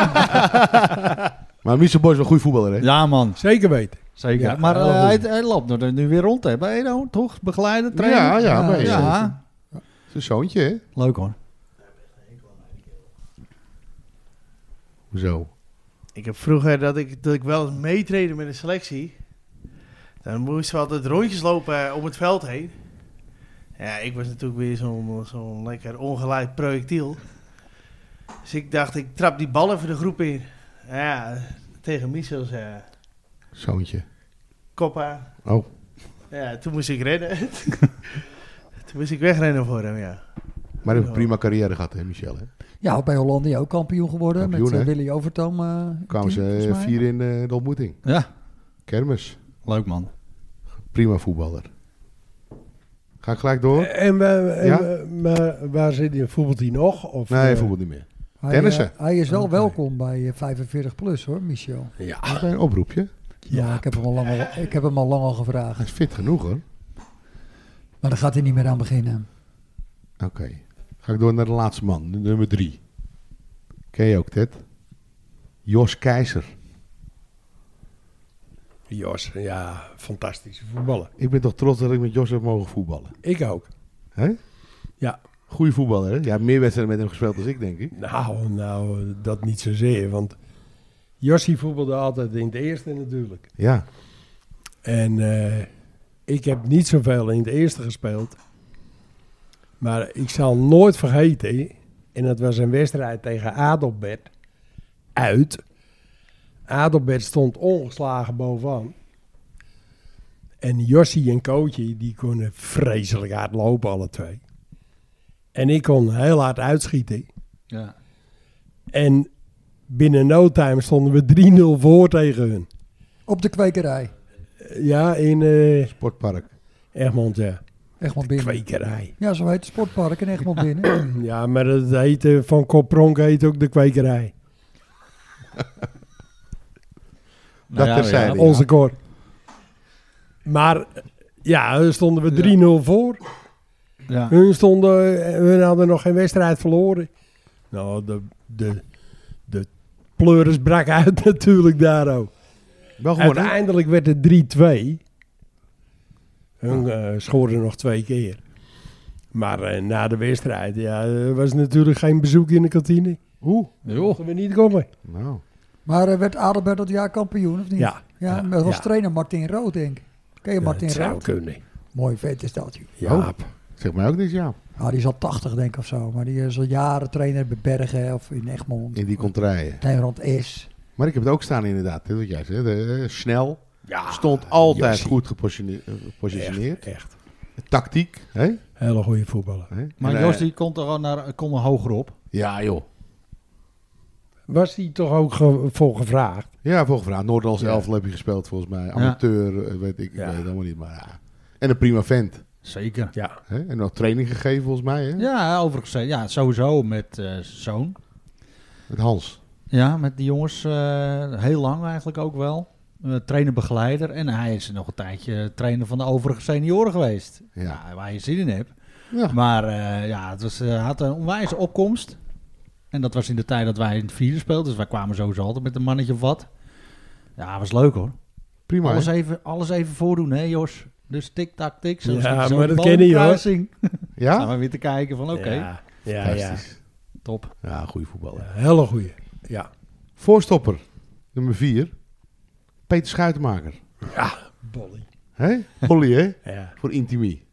[SPEAKER 10] Maar Michel Boy is wel een goede voetballer, hè?
[SPEAKER 2] Ja, man.
[SPEAKER 6] Zeker weten.
[SPEAKER 2] Zeker.
[SPEAKER 6] Ja,
[SPEAKER 2] maar
[SPEAKER 6] heel
[SPEAKER 2] eh,
[SPEAKER 6] goed.
[SPEAKER 2] hij, hij loopt er nu weer rond, hè? Bij Edo, toch? Begeleider, trainer?
[SPEAKER 10] Ja, ja, bij Edo.
[SPEAKER 2] ja.
[SPEAKER 10] Zijn zoontje, hè?
[SPEAKER 2] Leuk hoor.
[SPEAKER 10] Hoezo?
[SPEAKER 8] Ik heb vroeger dat ik, dat ik wel eens meetreden met een selectie. Dan moesten we altijd rondjes lopen eh, om het veld heen. Ja, ik was natuurlijk weer zo'n eh, zo'n lekker ongeleid projectiel. Dus ik dacht, ik trap die bal even de groep in. Ja, tegen Michels eh
[SPEAKER 10] Zoontje.
[SPEAKER 8] kop aan.
[SPEAKER 10] Oh.
[SPEAKER 8] Ja, toen moest ik rennen. toen moest ik wegrennen voor hem, ja.
[SPEAKER 10] Maar hij heeft een prima carrière gehad, hè, Michel? Hè?
[SPEAKER 1] Ja, bij Hollandia ook kampioen geworden. met
[SPEAKER 10] Kampioen,
[SPEAKER 1] eh,
[SPEAKER 10] hè?
[SPEAKER 1] Willy Overtoom. eh, in
[SPEAKER 10] Kwamen
[SPEAKER 1] team,
[SPEAKER 10] ze
[SPEAKER 1] volgens
[SPEAKER 10] eh,
[SPEAKER 1] mij.
[SPEAKER 10] vier in eh, de ontmoeting.
[SPEAKER 2] Ja,
[SPEAKER 10] Kermis.
[SPEAKER 2] leuk man.
[SPEAKER 10] Prima voetballer. Ga ik gelijk door?
[SPEAKER 6] En, we- en
[SPEAKER 10] Ja?
[SPEAKER 6] we- maar waar zit je? Voetbalt hij nog? Of,
[SPEAKER 10] nee,
[SPEAKER 6] eh,
[SPEAKER 10] voetbal niet meer.
[SPEAKER 1] Hij,
[SPEAKER 10] Tennissen.
[SPEAKER 1] eh, hij is wel
[SPEAKER 6] Oké.
[SPEAKER 1] welkom bij eh, 45 plus hoor, Michel.
[SPEAKER 10] Dat is een oproepje.
[SPEAKER 1] Ja, ik, heb hem al lang al, ik heb hem al lang al gevraagd.
[SPEAKER 10] Hij is fit genoeg, hoor.
[SPEAKER 1] Maar daar gaat hij niet meer aan beginnen.
[SPEAKER 10] Oké. Ga ik door naar de laatste man, de nummer drie. Ken je ook, Ted? Jos Keizer.
[SPEAKER 6] Jos, ja, fantastische voetballer.
[SPEAKER 10] Ik ben toch trots dat ik met Jos heb mogen voetballen.
[SPEAKER 6] Ik ook.
[SPEAKER 10] Hè?
[SPEAKER 6] Ja.
[SPEAKER 10] Goeie voetballer, hè? Ja, meer wedstrijden met hem gespeeld dan ik, denk ik.
[SPEAKER 6] Nou, nou, dat niet zozeer. Want Jossie voetbalde altijd in het eerste natuurlijk.
[SPEAKER 10] Ja.
[SPEAKER 6] En eh, ik heb niet zoveel in het eerste gespeeld. Maar ik zal nooit vergeten, en dat was een wedstrijd tegen Adelbert, uit. Adelbert stond ongeslagen bovenaan. En Jossie en Kootje, die konden vreselijk hard lopen, alle twee. En ik kon heel hard uitschieten.
[SPEAKER 2] Ja.
[SPEAKER 6] En binnen no time stonden we 3-0 voor tegen hun.
[SPEAKER 1] Op de kwekerij.
[SPEAKER 6] Ja, in eh
[SPEAKER 10] Sportpark.
[SPEAKER 6] Egmond, ja.
[SPEAKER 1] Egmond binnen.
[SPEAKER 6] Kwekerij.
[SPEAKER 1] Ja, zo heet het sportpark in Egmond binnen.
[SPEAKER 6] Ja, maar het heet, eh, van Kopronk heet ook de kwekerij.
[SPEAKER 2] Nou
[SPEAKER 10] Dat terzijde. Ja.
[SPEAKER 6] Onze kor. Maar eh, ja, hun stonden we
[SPEAKER 2] Ja.
[SPEAKER 6] 3-0 voor.
[SPEAKER 2] Ja.
[SPEAKER 6] Hun, stonden, eh, hun hadden nog geen wedstrijd verloren. Nou, de, de, de pleuris brak uit natuurlijk daar ook.
[SPEAKER 10] Wel gewoon, hè?
[SPEAKER 6] Uiteindelijk werd het 3-2. Hun eh, schoorden nog twee keer. Maar eh, na de wedstrijd, ja, er was natuurlijk geen bezoek in de kantine.
[SPEAKER 10] Hoe?
[SPEAKER 2] Joh.
[SPEAKER 6] Mochten we niet komen.
[SPEAKER 10] Nou.
[SPEAKER 1] maar eh, werd Adelbert dat jaar kampioen, of niet?
[SPEAKER 6] Ja.
[SPEAKER 1] Ja,
[SPEAKER 6] Ja,
[SPEAKER 1] maar dat was
[SPEAKER 6] ja.
[SPEAKER 1] trainer Martin Rood, denk ik. Ken je Martin
[SPEAKER 6] Het zou
[SPEAKER 1] Rood?
[SPEAKER 6] kunnen.
[SPEAKER 1] Mooi vet is dat, joh.
[SPEAKER 6] Jaap.
[SPEAKER 10] Zeg mij ook niks, ja.
[SPEAKER 1] Ah, die is al 80, denk ik, of zo. Maar die is al jaren trainer bij Bergen of in Egmond.
[SPEAKER 10] In die contraien.
[SPEAKER 1] Nederland is.
[SPEAKER 10] Maar ik heb het ook staan inderdaad, hè, wat jij zegt. eh, snel.
[SPEAKER 6] Ja,
[SPEAKER 10] Stond altijd
[SPEAKER 6] Ah, Jossie.
[SPEAKER 10] goed gepositione- eh, gepositioneerd.
[SPEAKER 6] Echt, echt.
[SPEAKER 10] Tactiek. Hè?
[SPEAKER 6] Hele goede voetballer.
[SPEAKER 10] Hè?
[SPEAKER 2] Maar
[SPEAKER 10] En, eh,
[SPEAKER 2] Jos die komt er gewoon naar, komt er hoger op.
[SPEAKER 10] Ja, joh.
[SPEAKER 6] Was hij toch ook ge- voor gevraagd?
[SPEAKER 10] Ja, volgens mij. Noord-Als
[SPEAKER 6] Ja.
[SPEAKER 10] elftal heb je gespeeld volgens mij. Amateur, eh, weet ik, ik
[SPEAKER 6] Ja.
[SPEAKER 10] weet het helemaal niet. Maar ja. En een prima vent.
[SPEAKER 2] Zeker.
[SPEAKER 6] Ja.
[SPEAKER 10] Hè? En nog training gegeven volgens mij. Hè?
[SPEAKER 2] Ja, overigens. eh, Ja, sowieso met eh, zoon.
[SPEAKER 10] Met Hans.
[SPEAKER 2] Ja, met die jongens eh, heel lang eigenlijk ook wel. Eh, Trainer-begeleider. En hij is nog een tijdje trainer van de overige senioren geweest.
[SPEAKER 10] Ja.
[SPEAKER 2] Ja, waar je zin in hebt.
[SPEAKER 10] Ja.
[SPEAKER 2] Maar eh, ja, het was, eh, had een onwijze opkomst. En dat was in de tijd dat wij in het vierde speelden. Dus wij kwamen sowieso altijd met een mannetje of wat. Ja, was leuk hoor.
[SPEAKER 10] Prima.
[SPEAKER 2] alles,
[SPEAKER 10] hè?
[SPEAKER 2] even, alles even voordoen, hè Jos? Dus tik, tak, tik. Zo,
[SPEAKER 6] Ja,
[SPEAKER 2] zo'n
[SPEAKER 6] maar dat
[SPEAKER 2] bal-
[SPEAKER 6] ken je, hoor.
[SPEAKER 2] kruising. Gaan
[SPEAKER 10] Ja?
[SPEAKER 2] we weer te kijken van, oké,
[SPEAKER 6] Ja, ja, ja.
[SPEAKER 10] Fantastisch.
[SPEAKER 2] top.
[SPEAKER 10] Ja, goede voetballer.
[SPEAKER 6] Hele goede. Ja.
[SPEAKER 10] Voorstopper. Nummer vier. Peter Schuitenmaker.
[SPEAKER 6] Bolly.
[SPEAKER 10] Hè? Bolly, hè?
[SPEAKER 6] Ja.
[SPEAKER 10] Voor Intimie.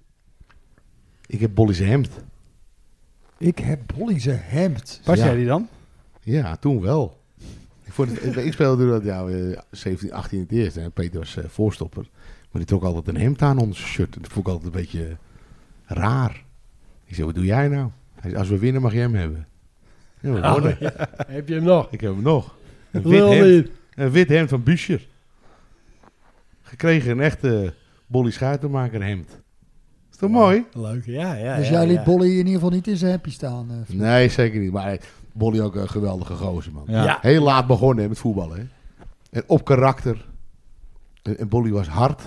[SPEAKER 10] Ik heb Bolly zijn hemd.
[SPEAKER 1] Ik heb Bolly zijn hemd.
[SPEAKER 11] Was
[SPEAKER 10] Ja.
[SPEAKER 11] jij die dan?
[SPEAKER 10] Ja, toen wel. Ik, vond het, ik- ik speelde toen dat ja, eh, 17, 18 in het eerste. En Peter was eh, voorstopper. Maar die trok altijd een hemd aan onder zijn shirt. En dat vond ik altijd een beetje eh, raar. Ik zei, wat doe jij nou? Hij zei, als we winnen mag jij hem hebben. Ja, we wonnen.
[SPEAKER 6] Heb je hem nog?
[SPEAKER 10] Ik heb hem nog. Een wit
[SPEAKER 6] Wil
[SPEAKER 10] hemd,
[SPEAKER 6] niet.
[SPEAKER 10] een wit hemd van Buescher. Gekregen een echte eh, Bolly Schuitenmaker hemd. Is toch mooi?
[SPEAKER 6] Leuk, ja, ja.
[SPEAKER 1] dus
[SPEAKER 6] ja,
[SPEAKER 1] jij liet
[SPEAKER 6] ja.
[SPEAKER 1] Bolly in ieder geval niet in zijn hempje staan. eh.
[SPEAKER 10] Nee, zeker niet. Maar eh, Bolly ook een geweldige gozer, man.
[SPEAKER 2] Ja.
[SPEAKER 6] Ja.
[SPEAKER 10] Heel laat begonnen hè, met voetballen. Hè? En op karakter. En, en Bolly was hard.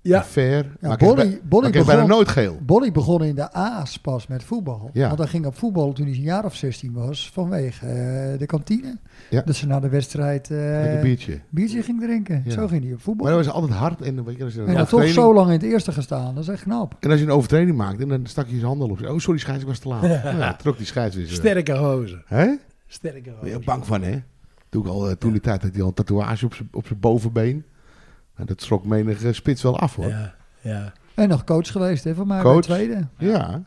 [SPEAKER 6] Ja.
[SPEAKER 10] fair.
[SPEAKER 1] Ja,
[SPEAKER 10] maar ik heb
[SPEAKER 1] Bonnie-
[SPEAKER 10] bij-
[SPEAKER 1] Bonnie
[SPEAKER 10] maar ik heb bijna
[SPEAKER 1] begon-
[SPEAKER 10] nooit geel.
[SPEAKER 1] Bonnie begon in de A's pas met voetbal.
[SPEAKER 10] Ja.
[SPEAKER 1] Want hij ging op voetbal toen hij een jaar of 16 was vanwege eh, de kantine.
[SPEAKER 10] Ja.
[SPEAKER 1] Dat ze na de wedstrijd
[SPEAKER 10] Met
[SPEAKER 1] eh
[SPEAKER 10] een biertje.
[SPEAKER 1] biertje ging drinken.
[SPEAKER 10] Ja.
[SPEAKER 1] Zo ging hij op voetbal.
[SPEAKER 10] Maar dat was altijd hard. En, weet je, als je een
[SPEAKER 1] en dan toch
[SPEAKER 10] overtreding-
[SPEAKER 1] zo lang in het eerste gestaan. Dat is echt knap.
[SPEAKER 10] en als je een overtreding maakte, dan stak je zijn handen op. Oh, sorry, scheids, ik was te laat. ja. trok die scheids weer. zo.
[SPEAKER 6] Sterke gozer.
[SPEAKER 10] Hè?
[SPEAKER 6] Sterke
[SPEAKER 4] Ben je
[SPEAKER 6] gozer.
[SPEAKER 4] ook bang van, hè?
[SPEAKER 10] Toen, ik al, eh, toen die tijd had hij al een tatoeage op zijn- op zijn bovenbeen. En dat schrok menig eh, spits wel af hoor. Ja.
[SPEAKER 6] Ja, ja.
[SPEAKER 1] En nog coach geweest hè, van mij bij
[SPEAKER 10] Coach.
[SPEAKER 1] tweede.
[SPEAKER 10] Ja,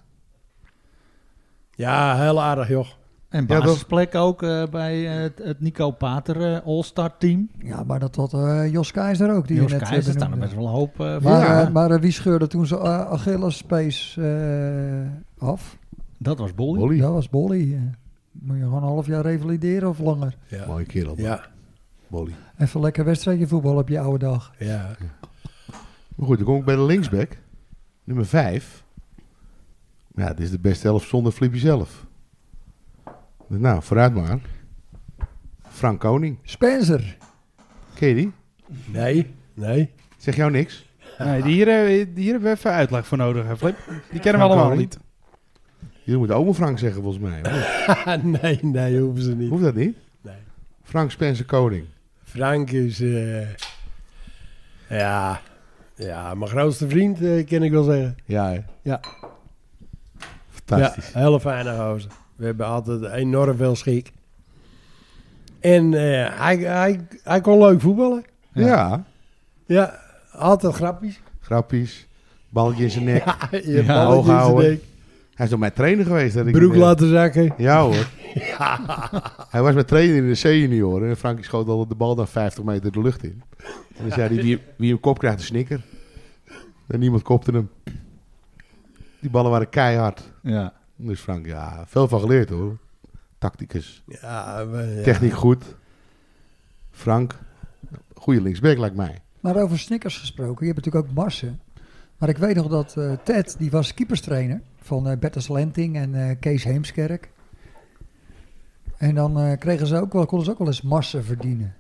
[SPEAKER 6] ja, heel aardig joh.
[SPEAKER 2] En
[SPEAKER 10] Ja, dat-
[SPEAKER 2] basisplek ook eh, bij eh, het, het Nico Pater eh, All-Star team.
[SPEAKER 1] Ja, maar dat had eh, Jos Keizer ook. Die je
[SPEAKER 2] Jos
[SPEAKER 1] net, eh,
[SPEAKER 2] Keizer staan er
[SPEAKER 1] benoemde.
[SPEAKER 2] best wel een hoop eh, van.
[SPEAKER 1] Maar,
[SPEAKER 10] Ja.
[SPEAKER 1] eh, maar eh, wie scheurde toen zijn eh, Achillespees eh, af?
[SPEAKER 2] Dat was Bolly.
[SPEAKER 10] Bolly.
[SPEAKER 1] Dat was Bolly. eh. Moet je gewoon een half jaar revalideren of langer.
[SPEAKER 6] Ja,
[SPEAKER 10] Mooie kerel, ja.
[SPEAKER 6] ja,
[SPEAKER 10] Bolly.
[SPEAKER 1] Even lekker wedstrijdje voetbal op je oude dag.
[SPEAKER 6] ja.
[SPEAKER 10] Maar goed, dan kom ik bij de linksback. Nummer 5. Ja, dit is de beste helft zonder Flippy zelf. Dus nou, vooruit maar. Frank Koning.
[SPEAKER 1] Spencer.
[SPEAKER 10] Ken je die?
[SPEAKER 6] Nee, nee.
[SPEAKER 10] Zeg jou niks?
[SPEAKER 5] Nee, die hier, eh, die hier hebben we even uitleg voor nodig, hè, Flip. Die kennen we
[SPEAKER 10] Nou,
[SPEAKER 5] allemaal
[SPEAKER 10] kan
[SPEAKER 5] niet.
[SPEAKER 10] Je moet oma Frank zeggen volgens mij. hoor.
[SPEAKER 6] nee, nee, hoeven ze niet.
[SPEAKER 10] Hoeft dat niet?
[SPEAKER 6] Nee.
[SPEAKER 10] Frank Spencer Koning.
[SPEAKER 6] Frank is... eh, ja, ja, mijn grootste vriend, eh, kan ik wel zeggen.
[SPEAKER 10] Ja, hè?
[SPEAKER 6] Ja.
[SPEAKER 10] Fantastisch.
[SPEAKER 6] Ja, hele fijne gozer. We hebben altijd enorm veel schik. En eh, hij, hij, hij kon leuk voetballen.
[SPEAKER 10] Ja.
[SPEAKER 6] Ja, altijd grappies.
[SPEAKER 10] Grappies. Balletje in zijn nek.
[SPEAKER 6] je
[SPEAKER 2] Ja,
[SPEAKER 10] hoog
[SPEAKER 6] balletjes
[SPEAKER 10] houden.
[SPEAKER 6] in de
[SPEAKER 10] Hij is nog mijn trainer geweest. hè, dat
[SPEAKER 6] nek,
[SPEAKER 10] ik
[SPEAKER 6] broek
[SPEAKER 10] hem, eh,
[SPEAKER 6] laten zakken.
[SPEAKER 10] Ja hoor. Hij was met trainer in de C-junior. En Frankie schoot al de bal dan 50 meter de lucht in. En dan zei hij, wie, wie hem kop krijgt, een snikker. En niemand kopte hem. Die ballen waren keihard.
[SPEAKER 2] Ja.
[SPEAKER 10] Dus Frank, ja, veel van geleerd hoor. Tacticus,
[SPEAKER 6] Ja, we- ja.
[SPEAKER 10] techniek goed. Frank, goede linksback lijkt mij.
[SPEAKER 1] Maar over Snickers gesproken, je hebt natuurlijk ook Marsen. Maar ik weet nog dat eh, Ted, die was keeperstrainer van eh Bertus Lenting en eh, Kees Heemskerk. En dan eh, kregen ze ook wel, konden ze ook wel eens Marsen verdienen.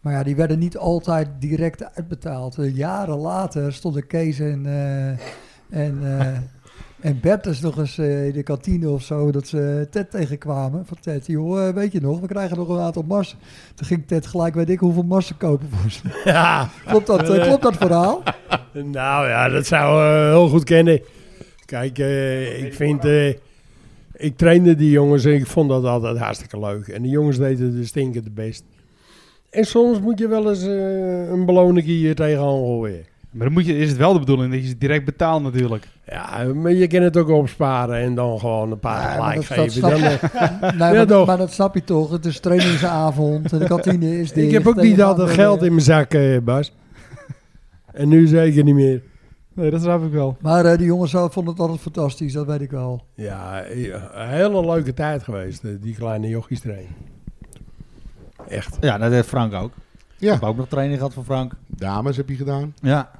[SPEAKER 1] Maar ja, die werden niet altijd direct uitbetaald. Eh, jaren later stonden Kees en, eh, en, eh, en Bertus nog eens eh, in de kantine of zo, dat ze Ted tegenkwamen. Van Ted, joh, eh, weet je nog, we krijgen nog een aantal Marsen. Toen ging Ted gelijk, weet ik hoeveel Marsen kopen voor ze.
[SPEAKER 6] Ja,
[SPEAKER 1] Klopt dat, eh, klopt dat verhaal?
[SPEAKER 6] nou ja, dat zou eh, heel goed kennen. Kijk, eh, ik vind... eh, ik trainde die jongens en ik vond dat altijd hartstikke leuk. En die jongens deden de stinkende best. En soms moet je wel eens eh, een beloning hier tegenaan gooien.
[SPEAKER 5] Maar dan moet je, is het wel de bedoeling dat je ze direct betaalt natuurlijk.
[SPEAKER 6] Ja, maar je kan het ook opsparen en dan gewoon een paar
[SPEAKER 1] Ja, maar
[SPEAKER 6] gelijk
[SPEAKER 1] dat- dat
[SPEAKER 6] geven.
[SPEAKER 1] snap
[SPEAKER 6] Dan,
[SPEAKER 1] ik. Nee, maar,
[SPEAKER 6] Ja, toch.
[SPEAKER 1] maar dat snap je toch. Het is trainingsavond. en De kantine is
[SPEAKER 6] eh,
[SPEAKER 1] dicht.
[SPEAKER 6] ik heb ook
[SPEAKER 1] en
[SPEAKER 6] niet
[SPEAKER 1] je
[SPEAKER 6] altijd
[SPEAKER 1] gaat,
[SPEAKER 6] geld
[SPEAKER 1] eh,
[SPEAKER 6] in mijn zak, eh, Bas. en nu zeker niet meer.
[SPEAKER 5] Nee, dat snap ik wel.
[SPEAKER 1] Maar eh, die jongens zelf vonden het altijd fantastisch. Dat weet ik wel.
[SPEAKER 6] Ja, eh, een hele leuke tijd geweest, eh, die kleine jochies train. Echt.
[SPEAKER 2] ja, dat deed Frank ook.
[SPEAKER 10] Ja.
[SPEAKER 2] Ik heb ook nog training gehad van Frank.
[SPEAKER 10] Dames heb je gedaan.
[SPEAKER 2] Ja.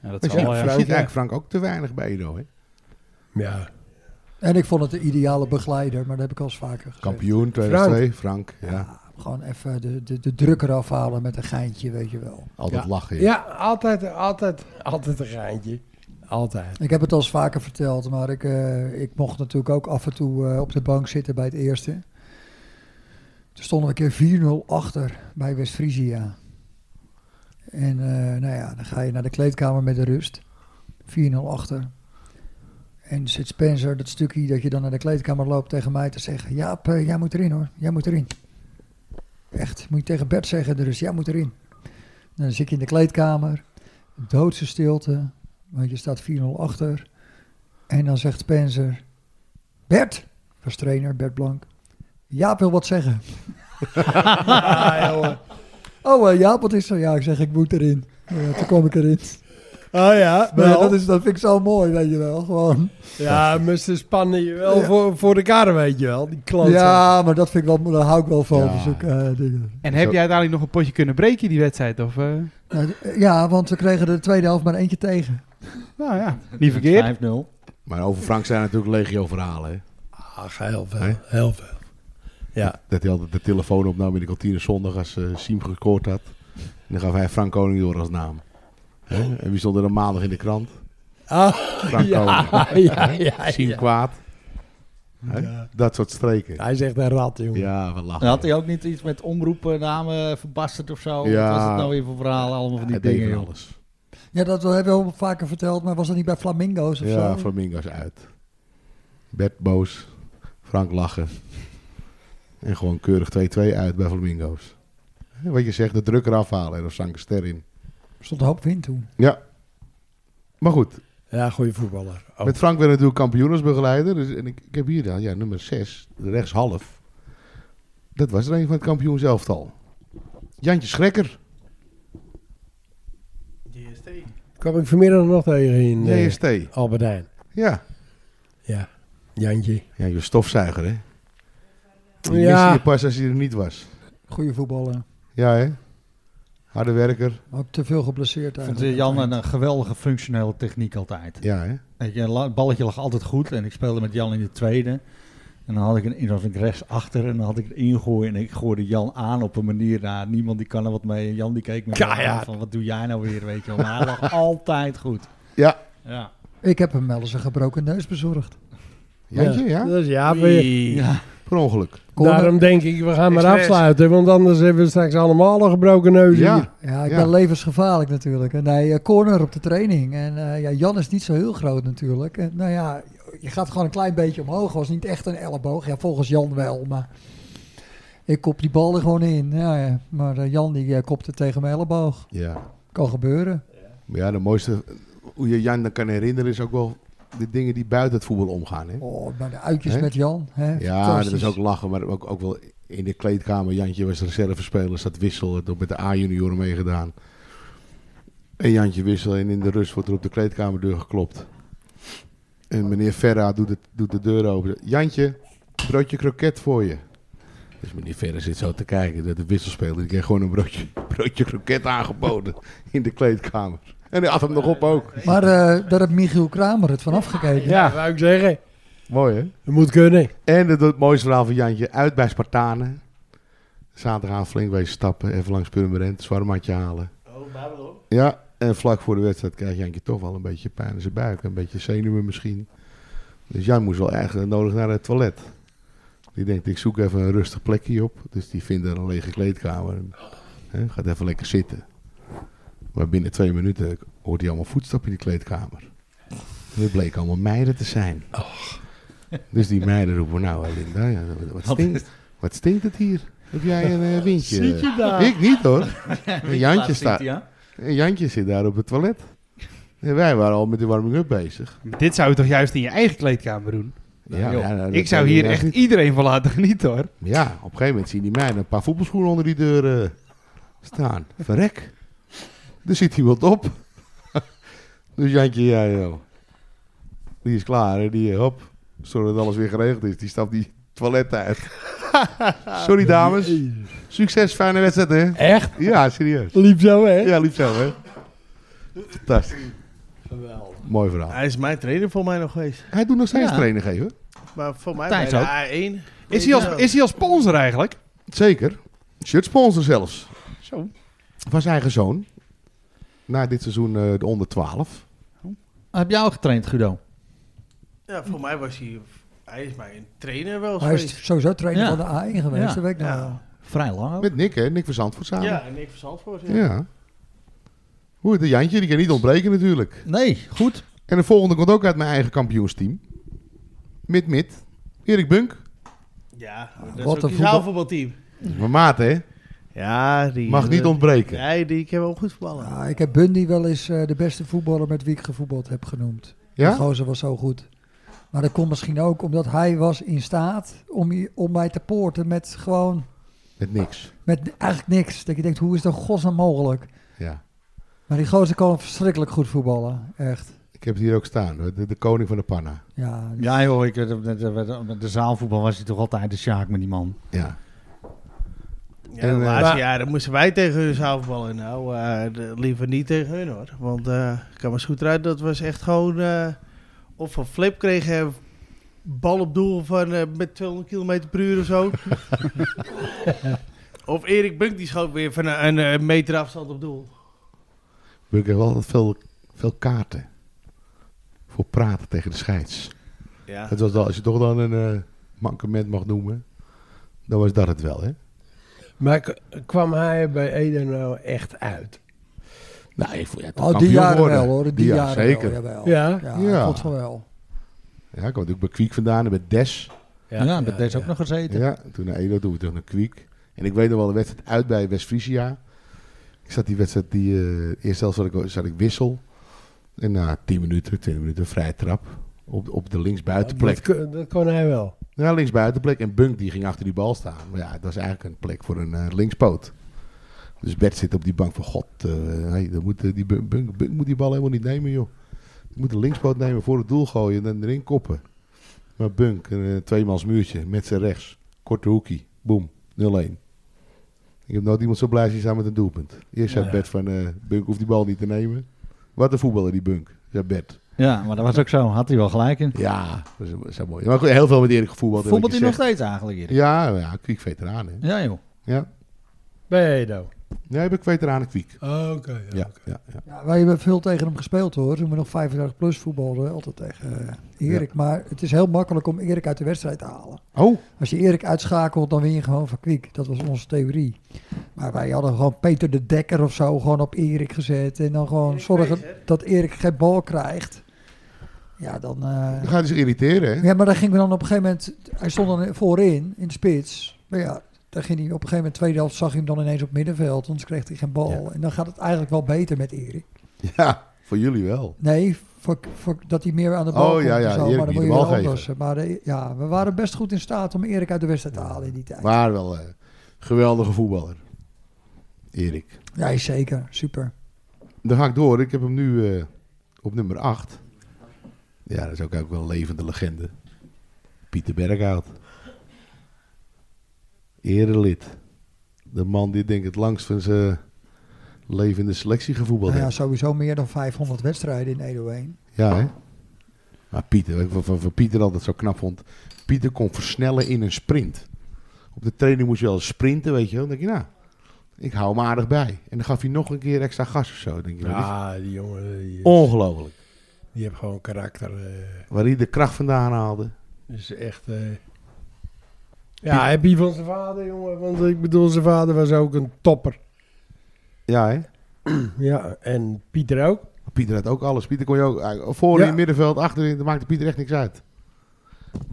[SPEAKER 2] ja dat
[SPEAKER 10] Je
[SPEAKER 2] is
[SPEAKER 10] ziet
[SPEAKER 2] al
[SPEAKER 10] Frank,
[SPEAKER 2] ja.
[SPEAKER 10] eigenlijk Frank ook te weinig bij Edo. Hè?
[SPEAKER 6] Ja.
[SPEAKER 1] En ik vond het de ideale begeleider. Maar dat heb ik al eens vaker gezegd.
[SPEAKER 10] Kampioen 2002, Frank. ja.
[SPEAKER 1] Gewoon even de, de, de druk eraf halen met een geintje, weet je wel.
[SPEAKER 10] Altijd lachen. ja.
[SPEAKER 6] ja, altijd, altijd, altijd een geintje. Altijd.
[SPEAKER 1] Ik heb het al eens vaker verteld, maar ik, eh, ik mocht natuurlijk ook af en toe eh, op de bank zitten bij het eerste. Toen stonden we een keer 4-0 achter bij West-Friesia. En eh, nou ja, dan ga je naar de kleedkamer met de rust. 4-0 achter. En zit Spencer, dat stukje dat je dan naar de kleedkamer loopt tegen mij te zeggen... Jaap, eh, jij moet erin hoor, jij moet erin. Echt, moet je tegen Bert zeggen, de rust, jij moet erin. En dan zit je in de kleedkamer, doodse stilte... Want je staat 4-0 achter. En dan zegt Spencer... Bert, was trainer, Bert Blank. Jaap wil wat zeggen. oh, eh, Jaap, wat is er? Ja, ik zeg, ik moet erin. Nou Ja, toen kwam ik erin.
[SPEAKER 6] Oh ja,
[SPEAKER 1] Maar ja,
[SPEAKER 6] wel.
[SPEAKER 1] dat, is, dat vind ik zo mooi, weet je wel. Gewoon.
[SPEAKER 6] Ja, maar ze spannen je wel voor, voor elkaar, weet je wel. Die klanten.
[SPEAKER 1] Ja, maar dat vind ik wel, daar hou ik wel van.
[SPEAKER 10] Ja.
[SPEAKER 1] Ja, dingen.
[SPEAKER 5] En heb
[SPEAKER 10] Zo.
[SPEAKER 5] je uiteindelijk nog een potje kunnen breken die wedstrijd? Of, eh?
[SPEAKER 1] Nou, d- ja want we kregen de tweede helft maar eentje tegen.
[SPEAKER 5] Nou ja, niet verkeerd.
[SPEAKER 2] 5-0.
[SPEAKER 10] Maar over Frank zijn natuurlijk legio verhalen. Hè?
[SPEAKER 6] Ach, heel
[SPEAKER 10] Nee?
[SPEAKER 6] veel, heel veel. Ja.
[SPEAKER 10] Dat hij altijd de telefoon opnam in de kantine zondag als eh Siem gescoord had. En dan gaf hij Frank Koning door als naam. Hè? En wie stond er dan maandag in de krant?
[SPEAKER 6] Ah,
[SPEAKER 10] Frank
[SPEAKER 6] ja,
[SPEAKER 10] Komen.
[SPEAKER 6] ja, ja,
[SPEAKER 10] Siem
[SPEAKER 6] ja.
[SPEAKER 10] kwaad. Hè?
[SPEAKER 6] Ja.
[SPEAKER 10] Dat soort streken.
[SPEAKER 6] Hij is echt een rat, jongen.
[SPEAKER 10] Ja, we
[SPEAKER 2] En
[SPEAKER 10] lachen.
[SPEAKER 2] had hij ook niet iets met omroepnamen verbasterd of zo?
[SPEAKER 10] Ja.
[SPEAKER 2] Wat was het nou weer voor verhalen? Allemaal van die
[SPEAKER 10] Hij deed
[SPEAKER 2] dingen,
[SPEAKER 10] van
[SPEAKER 2] joh.
[SPEAKER 10] alles.
[SPEAKER 1] Ja, dat hebben we al vaker verteld, maar was dat niet bij Flamingo's of
[SPEAKER 10] Ja,
[SPEAKER 1] zo?
[SPEAKER 10] flamingo's uit. Bert boos. Frank lachen. En gewoon keurig 2-2 uit bij flamingo's. Hè, Wat je zegt, de druk eraf halen en dan zang ik een ster in.
[SPEAKER 1] Stond een hoop wind toen.
[SPEAKER 10] Maar goed,
[SPEAKER 6] Ja, goede voetballer. Ook.
[SPEAKER 10] Met Frank werd natuurlijk kampioensbegeleider. Dus, en ik, ik heb hier dan, ja, nummer 6, rechtshalf. Dat was er een van het kampioenselftal. Jantje Schrekker.
[SPEAKER 8] DST.
[SPEAKER 6] Kwam ik vanmiddag nog tegen in eh,
[SPEAKER 10] JST.
[SPEAKER 6] Albert Heijn.
[SPEAKER 10] Ja.
[SPEAKER 6] Ja, Jantje.
[SPEAKER 10] Ja, je stofzuiger, hè? Die
[SPEAKER 6] Ja.
[SPEAKER 10] miste je pas als hij er niet was.
[SPEAKER 1] Goede voetballer.
[SPEAKER 10] Ja, hè? Harde werker.
[SPEAKER 1] Maar ook te veel geblesseerd
[SPEAKER 2] Ik vond
[SPEAKER 1] eigenlijk.
[SPEAKER 2] eh, Jan een eh, geweldige functionele techniek altijd.
[SPEAKER 10] Ja, hè?
[SPEAKER 2] Weet je, het balletje lag altijd goed en ik speelde met Jan in de tweede. En dan had ik een, dan was ik rechts achter en dan had ik het ingooien en ik gooide Jan aan op een manier, nou, niemand die kan er wat mee. En Jan die keek me zo aan
[SPEAKER 6] Keihard.
[SPEAKER 2] van, wat doe jij nou weer, weet je wel. Maar hij lag altijd goed.
[SPEAKER 10] Ja.
[SPEAKER 2] Ja.
[SPEAKER 1] Ik heb hem wel eens een gebroken neus bezorgd.
[SPEAKER 10] Jantje, ja?
[SPEAKER 6] Dat is ja weer.
[SPEAKER 2] ja.
[SPEAKER 10] Per ongeluk.
[SPEAKER 1] Corner-
[SPEAKER 6] Daarom denk ik, we gaan maar
[SPEAKER 8] Express.
[SPEAKER 6] afsluiten, want anders hebben we straks allemaal een gebroken neus hier.
[SPEAKER 10] Ja.
[SPEAKER 1] Ja, ik
[SPEAKER 10] Ja.
[SPEAKER 1] ben levensgevaarlijk natuurlijk. En nee, eh, corner op de training. En eh, ja, Jan is niet zo heel groot natuurlijk. En, nou ja, je gaat gewoon een klein beetje omhoog. Was niet echt een elleboog. Ja, volgens Jan wel, maar ik kop die bal er gewoon in. Ja, ja. Maar eh, Jan die eh, kopte tegen mijn elleboog.
[SPEAKER 10] Ja.
[SPEAKER 1] Kan gebeuren.
[SPEAKER 10] Maar ja, de mooiste... Hoe je Jan dan kan herinneren is ook wel de dingen die buiten het voetbal omgaan, hè?
[SPEAKER 1] Oh, maar de uitjes
[SPEAKER 10] Hè?
[SPEAKER 1] met Jan. Hè?
[SPEAKER 10] Ja,
[SPEAKER 1] Fantastisch.
[SPEAKER 10] dat is ook lachen, maar ook, ook wel in de kleedkamer. Jantje was reservespeler, staat Wissel, had ook met de A-junioren meegedaan. En Jantje Wissel, en in de rust wordt er op de kleedkamerdeur geklopt. En meneer Ferra doet, het, doet de deur open. Jantje, broodje kroket voor je. Dus meneer Ferra zit zo te kijken dat de wisselspeler, die kreeg gewoon een broodje, broodje kroket aangeboden in de kleedkamer. En hij had hem nog op ook.
[SPEAKER 1] Maar eh, daar heeft Michiel Kramer het van afgekeken.
[SPEAKER 6] Ja, wou ik zeggen.
[SPEAKER 10] Mooi hè?
[SPEAKER 6] Dat moet kunnen.
[SPEAKER 10] En het, het mooiste verhaal van Jantje, uit bij Spartanen. Zaterdagavond flink wezen stappen, even langs Purmerend, zwarmatje halen.
[SPEAKER 8] Oh, Babylon.
[SPEAKER 10] Ja, en vlak voor de wedstrijd krijgt Jantje toch wel een beetje pijn in zijn buik, een beetje zenuwen misschien. Dus Jan moest wel eigenlijk nodig naar het toilet. Die denkt, ik zoek even een rustig plekje op. Dus die vindt er een lege kleedkamer. En, hè, gaat even lekker zitten. Maar binnen twee minuten hoort hij allemaal voetstappen in die kleedkamer. En dat bleek allemaal meiden te zijn. Dus die meiden roepen, nou eh, Linda, ja, wat,
[SPEAKER 2] Wat
[SPEAKER 10] stinkt,
[SPEAKER 2] is-
[SPEAKER 10] wat stinkt het hier? Heb jij een eh, windje?
[SPEAKER 2] Zit je daar?
[SPEAKER 10] Ik niet hoor. En Jantje, staat,
[SPEAKER 2] Ja.
[SPEAKER 10] en Jantje zit daar op het toilet. En wij waren al met de warming-up bezig.
[SPEAKER 5] Maar Dit zou je toch juist in je eigen kleedkamer doen?
[SPEAKER 2] joh.
[SPEAKER 10] nou, dat
[SPEAKER 5] ik zou
[SPEAKER 10] doen we
[SPEAKER 5] hier
[SPEAKER 10] juist
[SPEAKER 5] echt
[SPEAKER 10] niet.
[SPEAKER 5] iedereen van laten genieten hoor.
[SPEAKER 10] Ja, op een gegeven moment zien die meiden een paar voetbalschoenen onder die deur eh, staan. Verrek. Er zit iemand op. dus Jantje, ja joh. Die is klaar. Hè? Die, eh, hop, zorg dat alles weer geregeld is. Die stapt die toilet uit. Sorry dames. Succes, fijne wedstrijd hè.
[SPEAKER 6] Echt?
[SPEAKER 10] Ja, serieus.
[SPEAKER 6] Liep zo, hè?
[SPEAKER 10] Ja, lief zo hè. Fantastisch. Mooi verhaal.
[SPEAKER 8] Hij is mijn trainer voor mij nog geweest.
[SPEAKER 10] Hij doet nog steeds
[SPEAKER 2] Ja.
[SPEAKER 10] training geven.
[SPEAKER 8] Maar voor mij
[SPEAKER 5] Thijs
[SPEAKER 8] bij de A1.
[SPEAKER 5] Is hij als,
[SPEAKER 8] Ja.
[SPEAKER 5] is hij als sponsor eigenlijk?
[SPEAKER 10] Zeker. Shirt sponsor zelfs.
[SPEAKER 5] Zo.
[SPEAKER 10] Van zijn eigen zoon. Na dit seizoen eh, de onder 12.
[SPEAKER 2] Heb jij al getraind, Guido?
[SPEAKER 8] Ja, voor mij was hij... Hij is mijn trainer wel eens
[SPEAKER 1] Hij
[SPEAKER 8] geweest.
[SPEAKER 1] is sowieso trainer
[SPEAKER 2] Ja.
[SPEAKER 1] van de A1 geweest.
[SPEAKER 2] Ja.
[SPEAKER 1] Dat weet ik nog
[SPEAKER 8] Ja.
[SPEAKER 1] wel.
[SPEAKER 2] Vrij lang ook.
[SPEAKER 10] Met Nick, hè? Nick van Zandvoort samen.
[SPEAKER 8] Ja, en ik van Zandvoort. Ja.
[SPEAKER 10] ja. Hoe de Jantje, die kan niet ontbreken natuurlijk.
[SPEAKER 2] Nee, goed.
[SPEAKER 10] En de volgende komt ook uit mijn eigen kampioensteam. Mid-mid. Erik Bunk.
[SPEAKER 8] Ja,
[SPEAKER 1] Wat
[SPEAKER 8] maar dat is
[SPEAKER 1] een
[SPEAKER 8] ook een
[SPEAKER 1] voetbal-
[SPEAKER 8] zaalvoetbalteam.
[SPEAKER 10] Dat is Mijn maat, hè?
[SPEAKER 8] Ja, die... eh,
[SPEAKER 10] Mag niet ontbreken.
[SPEAKER 8] Nee, die kan wel goed voetballen.
[SPEAKER 1] Ja, Ah, ik heb Bundy wel eens eh, de beste voetballer met wie ik gevoetbald heb genoemd. Die
[SPEAKER 10] Ja?
[SPEAKER 1] gozer was zo goed. Maar dat komt misschien ook omdat hij was in staat om, je- om mij te poorten met gewoon,
[SPEAKER 10] Met niks.
[SPEAKER 1] met eigenlijk niks. Dat je denkt, hoe is dat godsnaam mogelijk?
[SPEAKER 10] Ja.
[SPEAKER 1] Maar die gozer kan verschrikkelijk goed voetballen, echt.
[SPEAKER 10] Ik heb het hier ook staan. hoor. De, de koning van de panna.
[SPEAKER 1] Ja,
[SPEAKER 2] Ja joh, ik, eh, met, eh, met, eh, met de zaalvoetbal was hij toch altijd de Sjaak met die man.
[SPEAKER 10] Ja.
[SPEAKER 8] Ja,
[SPEAKER 10] En,
[SPEAKER 8] de
[SPEAKER 10] eh,
[SPEAKER 8] laatste
[SPEAKER 10] maar-
[SPEAKER 8] jaren moesten wij tegen hun zaalvoetballen. Nou, eh, de- liever niet tegen hun hoor. Want eh, ik kan me eens goed uit, dat was echt gewoon... eh, of van Flip kreeg hij een bal op doel van, eh, met 200 km per uur of zo. of Erik Bunk die schoot weer van een, een, eh, meter afstand op doel.
[SPEAKER 10] We hebben wel altijd veel, veel kaarten voor praten tegen de scheids.
[SPEAKER 8] Ja.
[SPEAKER 10] Het was wel, als je toch dan een eh, mankement mag noemen, dan was dat het wel, hè?
[SPEAKER 6] Maar k- kwam hij bij Ede nou echt uit?
[SPEAKER 10] Nou, ik vond, ja, toch
[SPEAKER 1] Oh, die
[SPEAKER 10] kampioen
[SPEAKER 1] jaren
[SPEAKER 10] geworden.
[SPEAKER 1] wel hoor. Die,
[SPEAKER 10] Ja,
[SPEAKER 1] jaren
[SPEAKER 10] zeker.
[SPEAKER 1] Wel, jawel.
[SPEAKER 6] Ja?
[SPEAKER 1] Ja,
[SPEAKER 10] Ja.
[SPEAKER 1] ik vond van wel.
[SPEAKER 10] Ja, ik kwam natuurlijk bij Kwiek vandaan en bij Des.
[SPEAKER 2] Ja, met deze ook nog gezeten.
[SPEAKER 10] Ja, toen naar Edo, toen we terug naar Kwiek. En ik weet nog wel een wedstrijd uit bij West-Friesia. Ik zat die wedstrijd, die eh eerst zelf zat ik, zat ik wissel. En na 10 minuten, 20 minuten vrij trap op, op de linksbuitenplek.
[SPEAKER 6] Dat, kon- dat kon hij wel.
[SPEAKER 10] Ja, linksbuitenplek. En Bunk die ging achter die bal staan. Maar ja, het was eigenlijk een plek voor een eh, linkspoot. Dus Bert zit op die bank van God. eh, hey, dan moet, eh, die Bunk, Bunk, Bunk moet die bal helemaal niet nemen, joh. Je moet de linkspoot nemen, voor het doel gooien en dan erin koppen. Maar Bunk, een eh, tweemans muurtje met zijn rechts. Korte hoekie. Boom. 0-1. Ik heb nooit iemand zo blij zien staan met een doelpunt. Eerst zei
[SPEAKER 6] Ja.
[SPEAKER 10] Bert van, eh, Bunk hoeft die bal niet te nemen. Wat een voetballer die Bunk, zei Bert.
[SPEAKER 2] Ja, maar dat was ook zo. Had hij wel gelijk in.
[SPEAKER 10] Ja, dat is, dat is mooi. Maar goed, heel veel met Erik gevoetbald. hè, wat
[SPEAKER 2] Voetbalt
[SPEAKER 10] je
[SPEAKER 2] hij nog
[SPEAKER 10] zegt.
[SPEAKER 2] steeds eigenlijk, Erik?
[SPEAKER 10] Ja, ja, Kwiek veteraan. Hè.
[SPEAKER 2] Ja, joh.
[SPEAKER 10] Ja.
[SPEAKER 6] Bij Edo.
[SPEAKER 10] Nee, heb ik veteraan Kwiek.
[SPEAKER 6] Oh, Oké, ja.
[SPEAKER 10] Ja, ja, ja.
[SPEAKER 1] Ja, wij hebben veel tegen hem gespeeld hoor. Toen we nog 35 plus voetbalden, altijd tegen eh, Erik. Maar het is heel makkelijk om Erik uit de wedstrijd te halen.
[SPEAKER 10] Oh,
[SPEAKER 1] Als je Erik uitschakelt, dan win je gewoon van Kwiek. Dat was onze theorie. Maar wij hadden gewoon Peter de Dekker of zo gewoon op Erik gezet. En dan gewoon
[SPEAKER 8] Erik
[SPEAKER 1] zorgen
[SPEAKER 8] Fraser.
[SPEAKER 1] dat Erik geen bal krijgt. Ja, dan... eh,
[SPEAKER 10] dan gaat hij zich irriteren, hè?
[SPEAKER 1] Ja, maar daar gingen we dan op een gegeven moment... Hij stond dan voorin, in de spits. Maar ja, daar ging hij op een gegeven moment... Tweede helft zag je hem dan ineens op middenveld. Anders kreeg hij geen bal. En dan gaat het eigenlijk wel beter met Erik.
[SPEAKER 10] Ja, voor jullie wel.
[SPEAKER 1] Nee, voor, voor, dat hij meer aan de bal
[SPEAKER 10] Oh,
[SPEAKER 1] komt
[SPEAKER 10] ja,
[SPEAKER 1] en
[SPEAKER 10] ja,
[SPEAKER 1] zo,
[SPEAKER 10] Erik
[SPEAKER 1] maar dan
[SPEAKER 10] niet
[SPEAKER 1] moet je
[SPEAKER 10] de bal
[SPEAKER 1] wel
[SPEAKER 10] geven.
[SPEAKER 1] anders. Maar eh, ja, we waren best goed in staat om Erik uit de wedstrijd te halen in die tijd.
[SPEAKER 10] Maar wel eh, geweldige voetballer. Erik.
[SPEAKER 1] Ja, zeker. Super.
[SPEAKER 10] Dan ga ik door. Ik heb hem nu eh, op nummer 8. Ja, dat is ook, ook wel een levende legende. Pieter Berghout. Erelid. De man die denk ik het langst van zijn leven in de selectie gevoetbald
[SPEAKER 1] Nou ja,
[SPEAKER 10] heeft.
[SPEAKER 1] sowieso meer dan 500 wedstrijden in Edo 1.
[SPEAKER 10] Ja, hè? Maar Pieter, wat ik van, van- van Pieter altijd zo knap vond. Pieter kon versnellen in een sprint. Op de training moest je wel sprinten, weet je wel. Dan denk je, nou, ik hou hem aardig bij. En dan gaf hij nog een keer extra gas of zo. Dan Denk je, wat is-
[SPEAKER 6] Ja, die jongen, die, eh,
[SPEAKER 10] Ongelooflijk.
[SPEAKER 6] die heeft gewoon karakter. eh
[SPEAKER 10] Waar hij de kracht vandaan haalde.
[SPEAKER 6] is echt... eh, ja, heb je van zijn vader, jongen. Want ik bedoel, zijn vader was ook een topper.
[SPEAKER 10] Ja, hè?
[SPEAKER 6] Ja, en Pieter ook.
[SPEAKER 10] Maar Pieter had ook alles. Pieter kon je ook eh, voorin,
[SPEAKER 6] Ja.
[SPEAKER 10] middenveld, achterin. Daar maakte Pieter echt niks uit.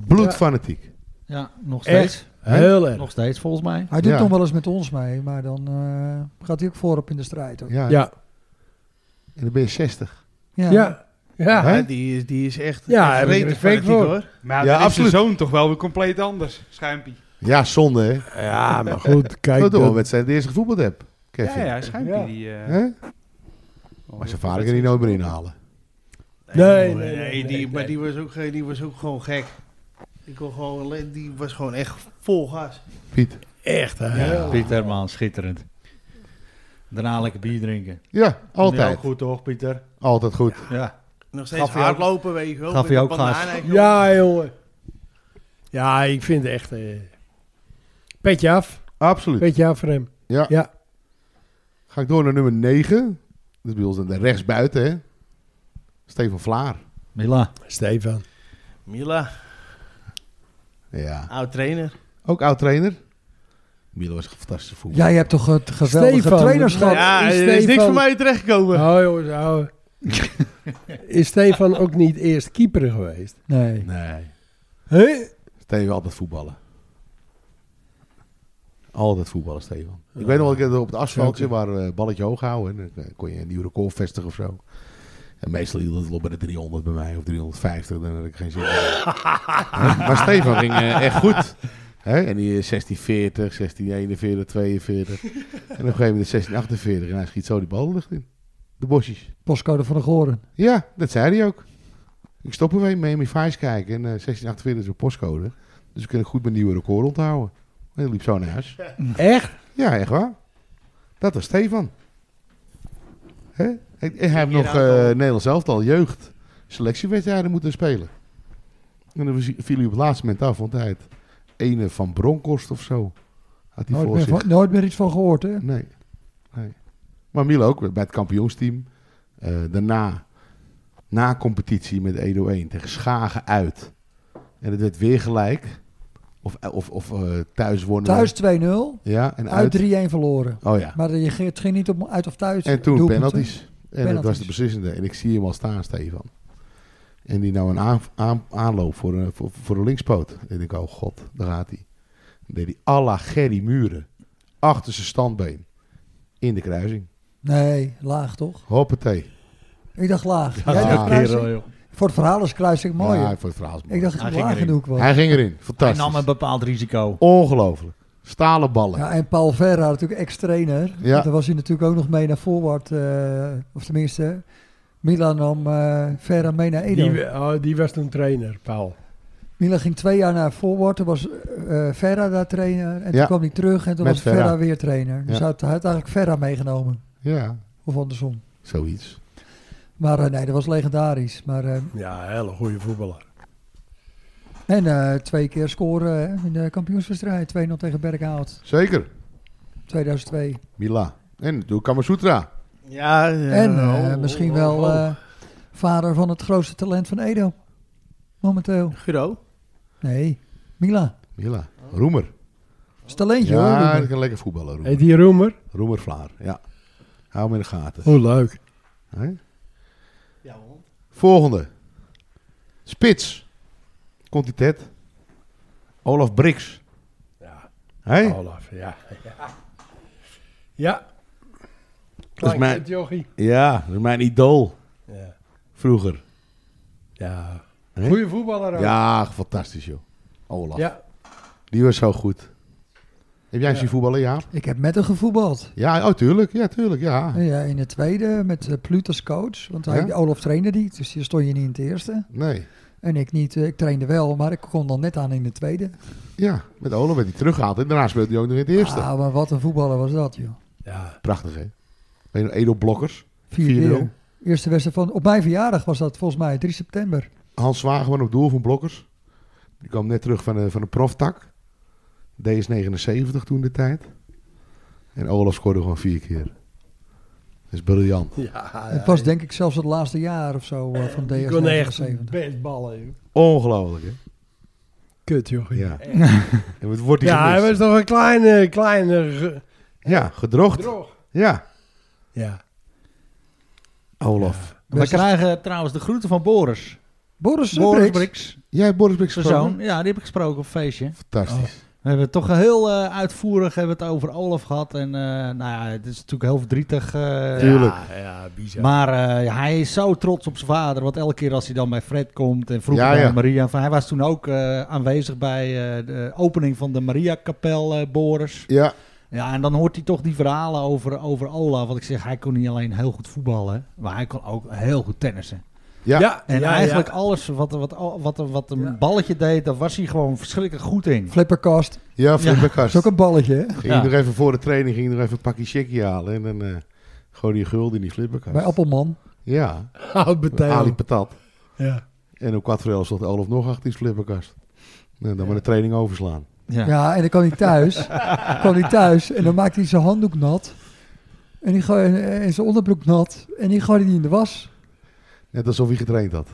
[SPEAKER 10] Bloedfanatiek.
[SPEAKER 2] Ja, nog
[SPEAKER 6] Echt?
[SPEAKER 2] steeds. Hè?
[SPEAKER 6] Heel erg.
[SPEAKER 2] Nog steeds, volgens mij.
[SPEAKER 1] Hij doet
[SPEAKER 10] Ja.
[SPEAKER 1] nog wel eens met ons mee, maar dan eh, gaat hij ook voorop in de strijd. Ook.
[SPEAKER 10] Ja.
[SPEAKER 6] Ja,
[SPEAKER 10] En dan ben je 60.
[SPEAKER 1] Ja.
[SPEAKER 6] ja, ja.
[SPEAKER 10] Hè?
[SPEAKER 8] Ja, die, is, die is echt.
[SPEAKER 6] Ja,
[SPEAKER 8] echt
[SPEAKER 6] heb ik
[SPEAKER 8] rete
[SPEAKER 6] respect
[SPEAKER 8] fanatiek,
[SPEAKER 6] voor.
[SPEAKER 5] Maar
[SPEAKER 10] Ja,
[SPEAKER 5] ja, dan is
[SPEAKER 10] absoluut.
[SPEAKER 5] de zoon toch wel weer compleet anders, schuimpie.
[SPEAKER 10] Ja, zonde, hè?
[SPEAKER 6] Ja, maar goed, kijk.
[SPEAKER 10] Wat doen we
[SPEAKER 6] dat-
[SPEAKER 10] wedstrijd die eerst gevoetbald heb,
[SPEAKER 5] Ja,
[SPEAKER 10] Kevin?
[SPEAKER 5] ja, schuimpie.
[SPEAKER 6] Ja.
[SPEAKER 5] Die, eh,
[SPEAKER 10] Hè? Maar zijn vader kan hij nooit meer inhalen.
[SPEAKER 6] Nee,
[SPEAKER 8] Nee,
[SPEAKER 6] nee, nee,
[SPEAKER 8] die,
[SPEAKER 6] nee,
[SPEAKER 8] maar die was, ook, ge- die was ook gewoon gek. Ik kon gewoon, le- die was gewoon echt vol gas.
[SPEAKER 10] Piet.
[SPEAKER 6] Echt, hè?
[SPEAKER 2] Ja, Pieter, man, schitterend. Daarna lekker bier drinken.
[SPEAKER 10] Ja,
[SPEAKER 2] Ja,
[SPEAKER 10] altijd.
[SPEAKER 2] ook goed toch, Pieter?
[SPEAKER 10] Altijd goed.
[SPEAKER 2] Ja.
[SPEAKER 8] Nog steeds
[SPEAKER 2] Gaf hij ook-
[SPEAKER 8] hardlopen, weet je wel.
[SPEAKER 2] gaf
[SPEAKER 8] met
[SPEAKER 2] hij
[SPEAKER 8] de
[SPEAKER 2] ook gas.
[SPEAKER 8] bananen.
[SPEAKER 6] Ja, jongen. Ja, ik vind het echt... eh, petje af.
[SPEAKER 10] Absoluut.
[SPEAKER 6] Petje af voor hem.
[SPEAKER 10] Ja.
[SPEAKER 6] Ja.
[SPEAKER 10] Ga ik door naar nummer 9. Dat is bij ons aan de rechtsbuiten, hè. Steven Vlaar.
[SPEAKER 2] Mila.
[SPEAKER 6] Stefan.
[SPEAKER 8] Mila,
[SPEAKER 10] Ja.
[SPEAKER 8] oud trainer.
[SPEAKER 10] Ook oud-trainer. Milo was een fantastische voetballer.
[SPEAKER 1] Jij hebt toch het geweldige
[SPEAKER 6] Stefan,
[SPEAKER 1] trainerschap.
[SPEAKER 6] Dat
[SPEAKER 8] ja,
[SPEAKER 6] is
[SPEAKER 8] er is niks
[SPEAKER 6] Stefan.
[SPEAKER 8] van mij terechtgekomen.
[SPEAKER 6] Oh, jongens, ouwe. Is Stefan ook niet eerst keeper geweest?
[SPEAKER 1] Nee.
[SPEAKER 10] Nee.
[SPEAKER 6] Hé?
[SPEAKER 10] Steven altijd voetballen. Altijd voetballen, Steven. Ik weet nog wel, ik heb op het asfaltje waar we balletje hoog houden. En dan eh, kon je een nieuw record vestigen of zo. En meestal hield het op bij de 300 bij mij, of 350, dan had ik geen zin in. Hè? maar Stefan ging eh, echt goed. Hè? En die eh, 1640, 1641, 42. En op een gegeven moment 1648 en hij schiet zo die bal de lucht in. De bosjes.
[SPEAKER 1] Postcode van de Goren.
[SPEAKER 10] Ja, dat zei hij ook. Ik stop er mee, Miami Vice kijken. En eh, 1648 is mijn postcode. Dus we kunnen goed mijn nieuwe record onthouden. En hij liep zo naar huis.
[SPEAKER 6] Echt?
[SPEAKER 10] Ja, echt waar. Dat was Stefan. Hè? En- En hij heeft nog eh
[SPEAKER 8] aankomen.
[SPEAKER 10] Nederlands elftal jeugd selectiewedstrijden moeten spelen. En dan viel hij op het laatste moment af, want hij had ene van Bronkhorst of zo. Had hij
[SPEAKER 1] Nooit
[SPEAKER 10] voor
[SPEAKER 1] meer,
[SPEAKER 10] zich.
[SPEAKER 1] van- nooit meer iets van gehoord, hè?
[SPEAKER 10] Nee. nee. Maar Milo ook, bij het kampioensteam. Eh, daarna, na competitie met Edo 1 tegen Schagen uit. En het werd weer gelijk. Of, of, of eh, thuis wonnen. we.
[SPEAKER 1] Thuis 2-0,
[SPEAKER 10] Ja, en
[SPEAKER 1] uit
[SPEAKER 10] uit.
[SPEAKER 1] 3-1 verloren.
[SPEAKER 10] Oh ja.
[SPEAKER 1] Maar je ging- het ging niet om uit of thuis.
[SPEAKER 10] En toen
[SPEAKER 1] doelpunten.
[SPEAKER 10] penalties. En dat was
[SPEAKER 1] Penalties.
[SPEAKER 10] de beslissende. En ik zie hem al staan, Stefan. En die nou een aan, aan- aanloop voor een, voor, voor een linkspoot. En ik denk, oh god, daar gaat hij. Dan deed hij à la Gerry Muren. Achter zijn standbeen. In de kruising.
[SPEAKER 1] Nee, laag toch?
[SPEAKER 10] Hoppatee.
[SPEAKER 1] Ik dacht laag.
[SPEAKER 10] Ja,
[SPEAKER 1] Jij dacht
[SPEAKER 10] ja.
[SPEAKER 1] kruising? Voor het verhaal is kruising mooier.
[SPEAKER 10] Ja, ik vond het verhaal mooi.
[SPEAKER 1] ik dacht dat
[SPEAKER 2] Hij
[SPEAKER 1] het
[SPEAKER 2] ging
[SPEAKER 1] laag
[SPEAKER 2] erin.
[SPEAKER 1] genoeg was.
[SPEAKER 10] Hij ging erin.
[SPEAKER 2] Hij nam een
[SPEAKER 10] Fantastisch.
[SPEAKER 2] bepaald risico.
[SPEAKER 10] Ongelooflijk. Stalen ballen.
[SPEAKER 1] Ja, en Paul Verra, natuurlijk ex-trainer.
[SPEAKER 10] Ja.
[SPEAKER 1] Daar was hij natuurlijk ook nog mee naar voorwaarts. eh, of tenminste, Milan nam eh, Verra mee naar Edo.
[SPEAKER 6] Die, oh, die was toen trainer, Paul.
[SPEAKER 1] Milan ging twee jaar naar voorwaarts. Toen was eh Verra daar trainer. En
[SPEAKER 10] Ja.
[SPEAKER 1] toen kwam hij terug en toen
[SPEAKER 10] Met
[SPEAKER 1] was Verra.
[SPEAKER 10] Verra.
[SPEAKER 1] weer trainer. Dus
[SPEAKER 10] Ja.
[SPEAKER 1] hij had, hij had eigenlijk Verra meegenomen.
[SPEAKER 10] Ja,
[SPEAKER 1] Of andersom.
[SPEAKER 10] zoiets.
[SPEAKER 1] Maar eh, nee, dat was legendarisch. Maar, eh,
[SPEAKER 6] Ja, een hele goede voetballer.
[SPEAKER 1] en eh, twee keer scoren eh, in de kampioenswedstrijd. 2-0 tegen Berghout.
[SPEAKER 10] Zeker.
[SPEAKER 1] 2002.
[SPEAKER 10] Mila. En natuurlijk Kamasutra.
[SPEAKER 8] Ja, oh,
[SPEAKER 1] En eh, misschien wel eh, vader van het grootste talent van Edo. Momenteel.
[SPEAKER 8] Guido.
[SPEAKER 1] Nee, Mila.
[SPEAKER 10] Mila. Roemer.
[SPEAKER 1] Dat is talentje hoor.
[SPEAKER 10] Ja,
[SPEAKER 1] Ruben.
[SPEAKER 10] dat kan lekker voetballen. Roemer.
[SPEAKER 6] Heet die Roemer?
[SPEAKER 10] Roemer Vlaar, ja. Hou hem in de gaten.
[SPEAKER 6] Hoe leuk.
[SPEAKER 10] Hè?
[SPEAKER 8] Ja, man.
[SPEAKER 10] Volgende. Spits. Komt die Ted. Olaf Brix.
[SPEAKER 6] Ja, Oh.
[SPEAKER 10] Hè?
[SPEAKER 6] Olaf, ja. Ja, ja.
[SPEAKER 10] Dat is
[SPEAKER 6] klein
[SPEAKER 10] mijn-
[SPEAKER 6] kind, jochie.
[SPEAKER 10] Ja, dat is mijn idool
[SPEAKER 6] Ja.
[SPEAKER 10] vroeger.
[SPEAKER 6] ja.
[SPEAKER 10] Hè?
[SPEAKER 6] Goeie voetballer ook.
[SPEAKER 10] Ja, fantastisch joh. Olaf.
[SPEAKER 6] Ja.
[SPEAKER 10] Die was zo goed. Heb jij eens zien voetballen, Jaap?
[SPEAKER 1] Ik heb met hem gevoetbald.
[SPEAKER 10] Ja, oh, tuurlijk. Ja, tuurlijk, ja.
[SPEAKER 1] Ja, in de tweede met eh, Pluut als coach. Want hij,
[SPEAKER 10] Ja?
[SPEAKER 1] Olaf trainde die, dus die stond je niet in het eerste.
[SPEAKER 10] Nee.
[SPEAKER 1] En ik niet. eh, ik trainde wel, maar ik kon dan net aan in de tweede.
[SPEAKER 10] Ja, met Olaf werd hij teruggehaald. En daarna speelde hij ook nog in het eerste.
[SPEAKER 1] Ah, maar wat een voetballer was dat, joh.
[SPEAKER 6] Ja.
[SPEAKER 10] Prachtig, hè? Weet je nog, Edo Blokkers.
[SPEAKER 1] 4-0.
[SPEAKER 10] 4-0.
[SPEAKER 1] Eerste wedstrijd van... Op mijn verjaardag was dat volgens mij 3 september.
[SPEAKER 10] Hans Zwageman op doel van Blokkers. Die kwam net terug van de, van de proftak. DS79 toen de tijd. En Olaf scoorde gewoon vier keer. Dat is briljant.
[SPEAKER 6] ja
[SPEAKER 1] het was denk ik zelfs het laatste jaar of zo eh, van
[SPEAKER 6] Die kon
[SPEAKER 1] DS79.
[SPEAKER 6] echt best ballen, joh.
[SPEAKER 10] Ongelooflijk, hè?
[SPEAKER 6] Kut, jochie. Ja,
[SPEAKER 10] Ja. en het wordt die
[SPEAKER 6] hij
[SPEAKER 10] gemist.
[SPEAKER 6] was toch een kleine, kleine... ge-
[SPEAKER 10] Ja, gedrocht.
[SPEAKER 6] Droog.
[SPEAKER 10] Ja,
[SPEAKER 6] Ja.
[SPEAKER 10] Olaf.
[SPEAKER 2] We krijgen trouwens de groeten van Boris.
[SPEAKER 1] Boris eh,
[SPEAKER 2] Boris
[SPEAKER 1] Brix.
[SPEAKER 2] Brix,
[SPEAKER 10] Jij hebt Boris Brix
[SPEAKER 2] zijn
[SPEAKER 10] gesproken?
[SPEAKER 2] zoon. Ja, die heb ik gesproken op een feestje.
[SPEAKER 10] Fantastisch.
[SPEAKER 2] We hebben het toch heel eh, uitvoerig hebben we het over Olaf gehad. En eh, nou ja, het is natuurlijk heel verdrietig. eh,
[SPEAKER 10] Tuurlijk.
[SPEAKER 6] Ja, ja, bizar.
[SPEAKER 2] Maar eh, hij is zo trots op zijn vader. Want elke keer als hij dan bij Fred komt en vroeger
[SPEAKER 10] Ja,
[SPEAKER 2] bij
[SPEAKER 10] ja.
[SPEAKER 2] Maria. Van, hij was toen ook eh, aanwezig bij eh, de opening van de Maria-kapel eh Boris.
[SPEAKER 10] Ja,
[SPEAKER 2] Ja, en dan hoort hij toch die verhalen over, over Olaf. Want ik zeg, hij kon niet alleen heel goed voetballen, maar hij kon ook heel goed tennissen.
[SPEAKER 10] ja.
[SPEAKER 6] ja,
[SPEAKER 2] En
[SPEAKER 6] ja,
[SPEAKER 2] eigenlijk
[SPEAKER 6] ja.
[SPEAKER 2] alles wat, wat, wat, wat een
[SPEAKER 6] Ja.
[SPEAKER 2] balletje deed, daar was hij gewoon verschrikkelijk goed in.
[SPEAKER 1] Flipperkast.
[SPEAKER 10] Ja, Flip
[SPEAKER 2] Ja.
[SPEAKER 10] Bekast.
[SPEAKER 1] Dat is ook een balletje, hè?
[SPEAKER 10] Ging
[SPEAKER 2] Ja.
[SPEAKER 10] nog even voor de training, ging nog even een pakje checkie halen. En dan eh gooi die gulden in die flipperkast.
[SPEAKER 1] Bij Appelman.
[SPEAKER 10] Ja,
[SPEAKER 6] Oud betaald.
[SPEAKER 10] Ali Patat.
[SPEAKER 6] Ja.
[SPEAKER 10] En om kwart voor elf stond Olaf nog achter die flipperkast. En dan maar de training overslaan.
[SPEAKER 2] Ja.
[SPEAKER 1] Ja. en dan kwam hij thuis. kwam hij thuis en dan maakte hij zijn handdoek nat. En, die gooi, en en zijn onderbroek nat. En die gooide hij in de was.
[SPEAKER 10] Net alsof hij getraind had.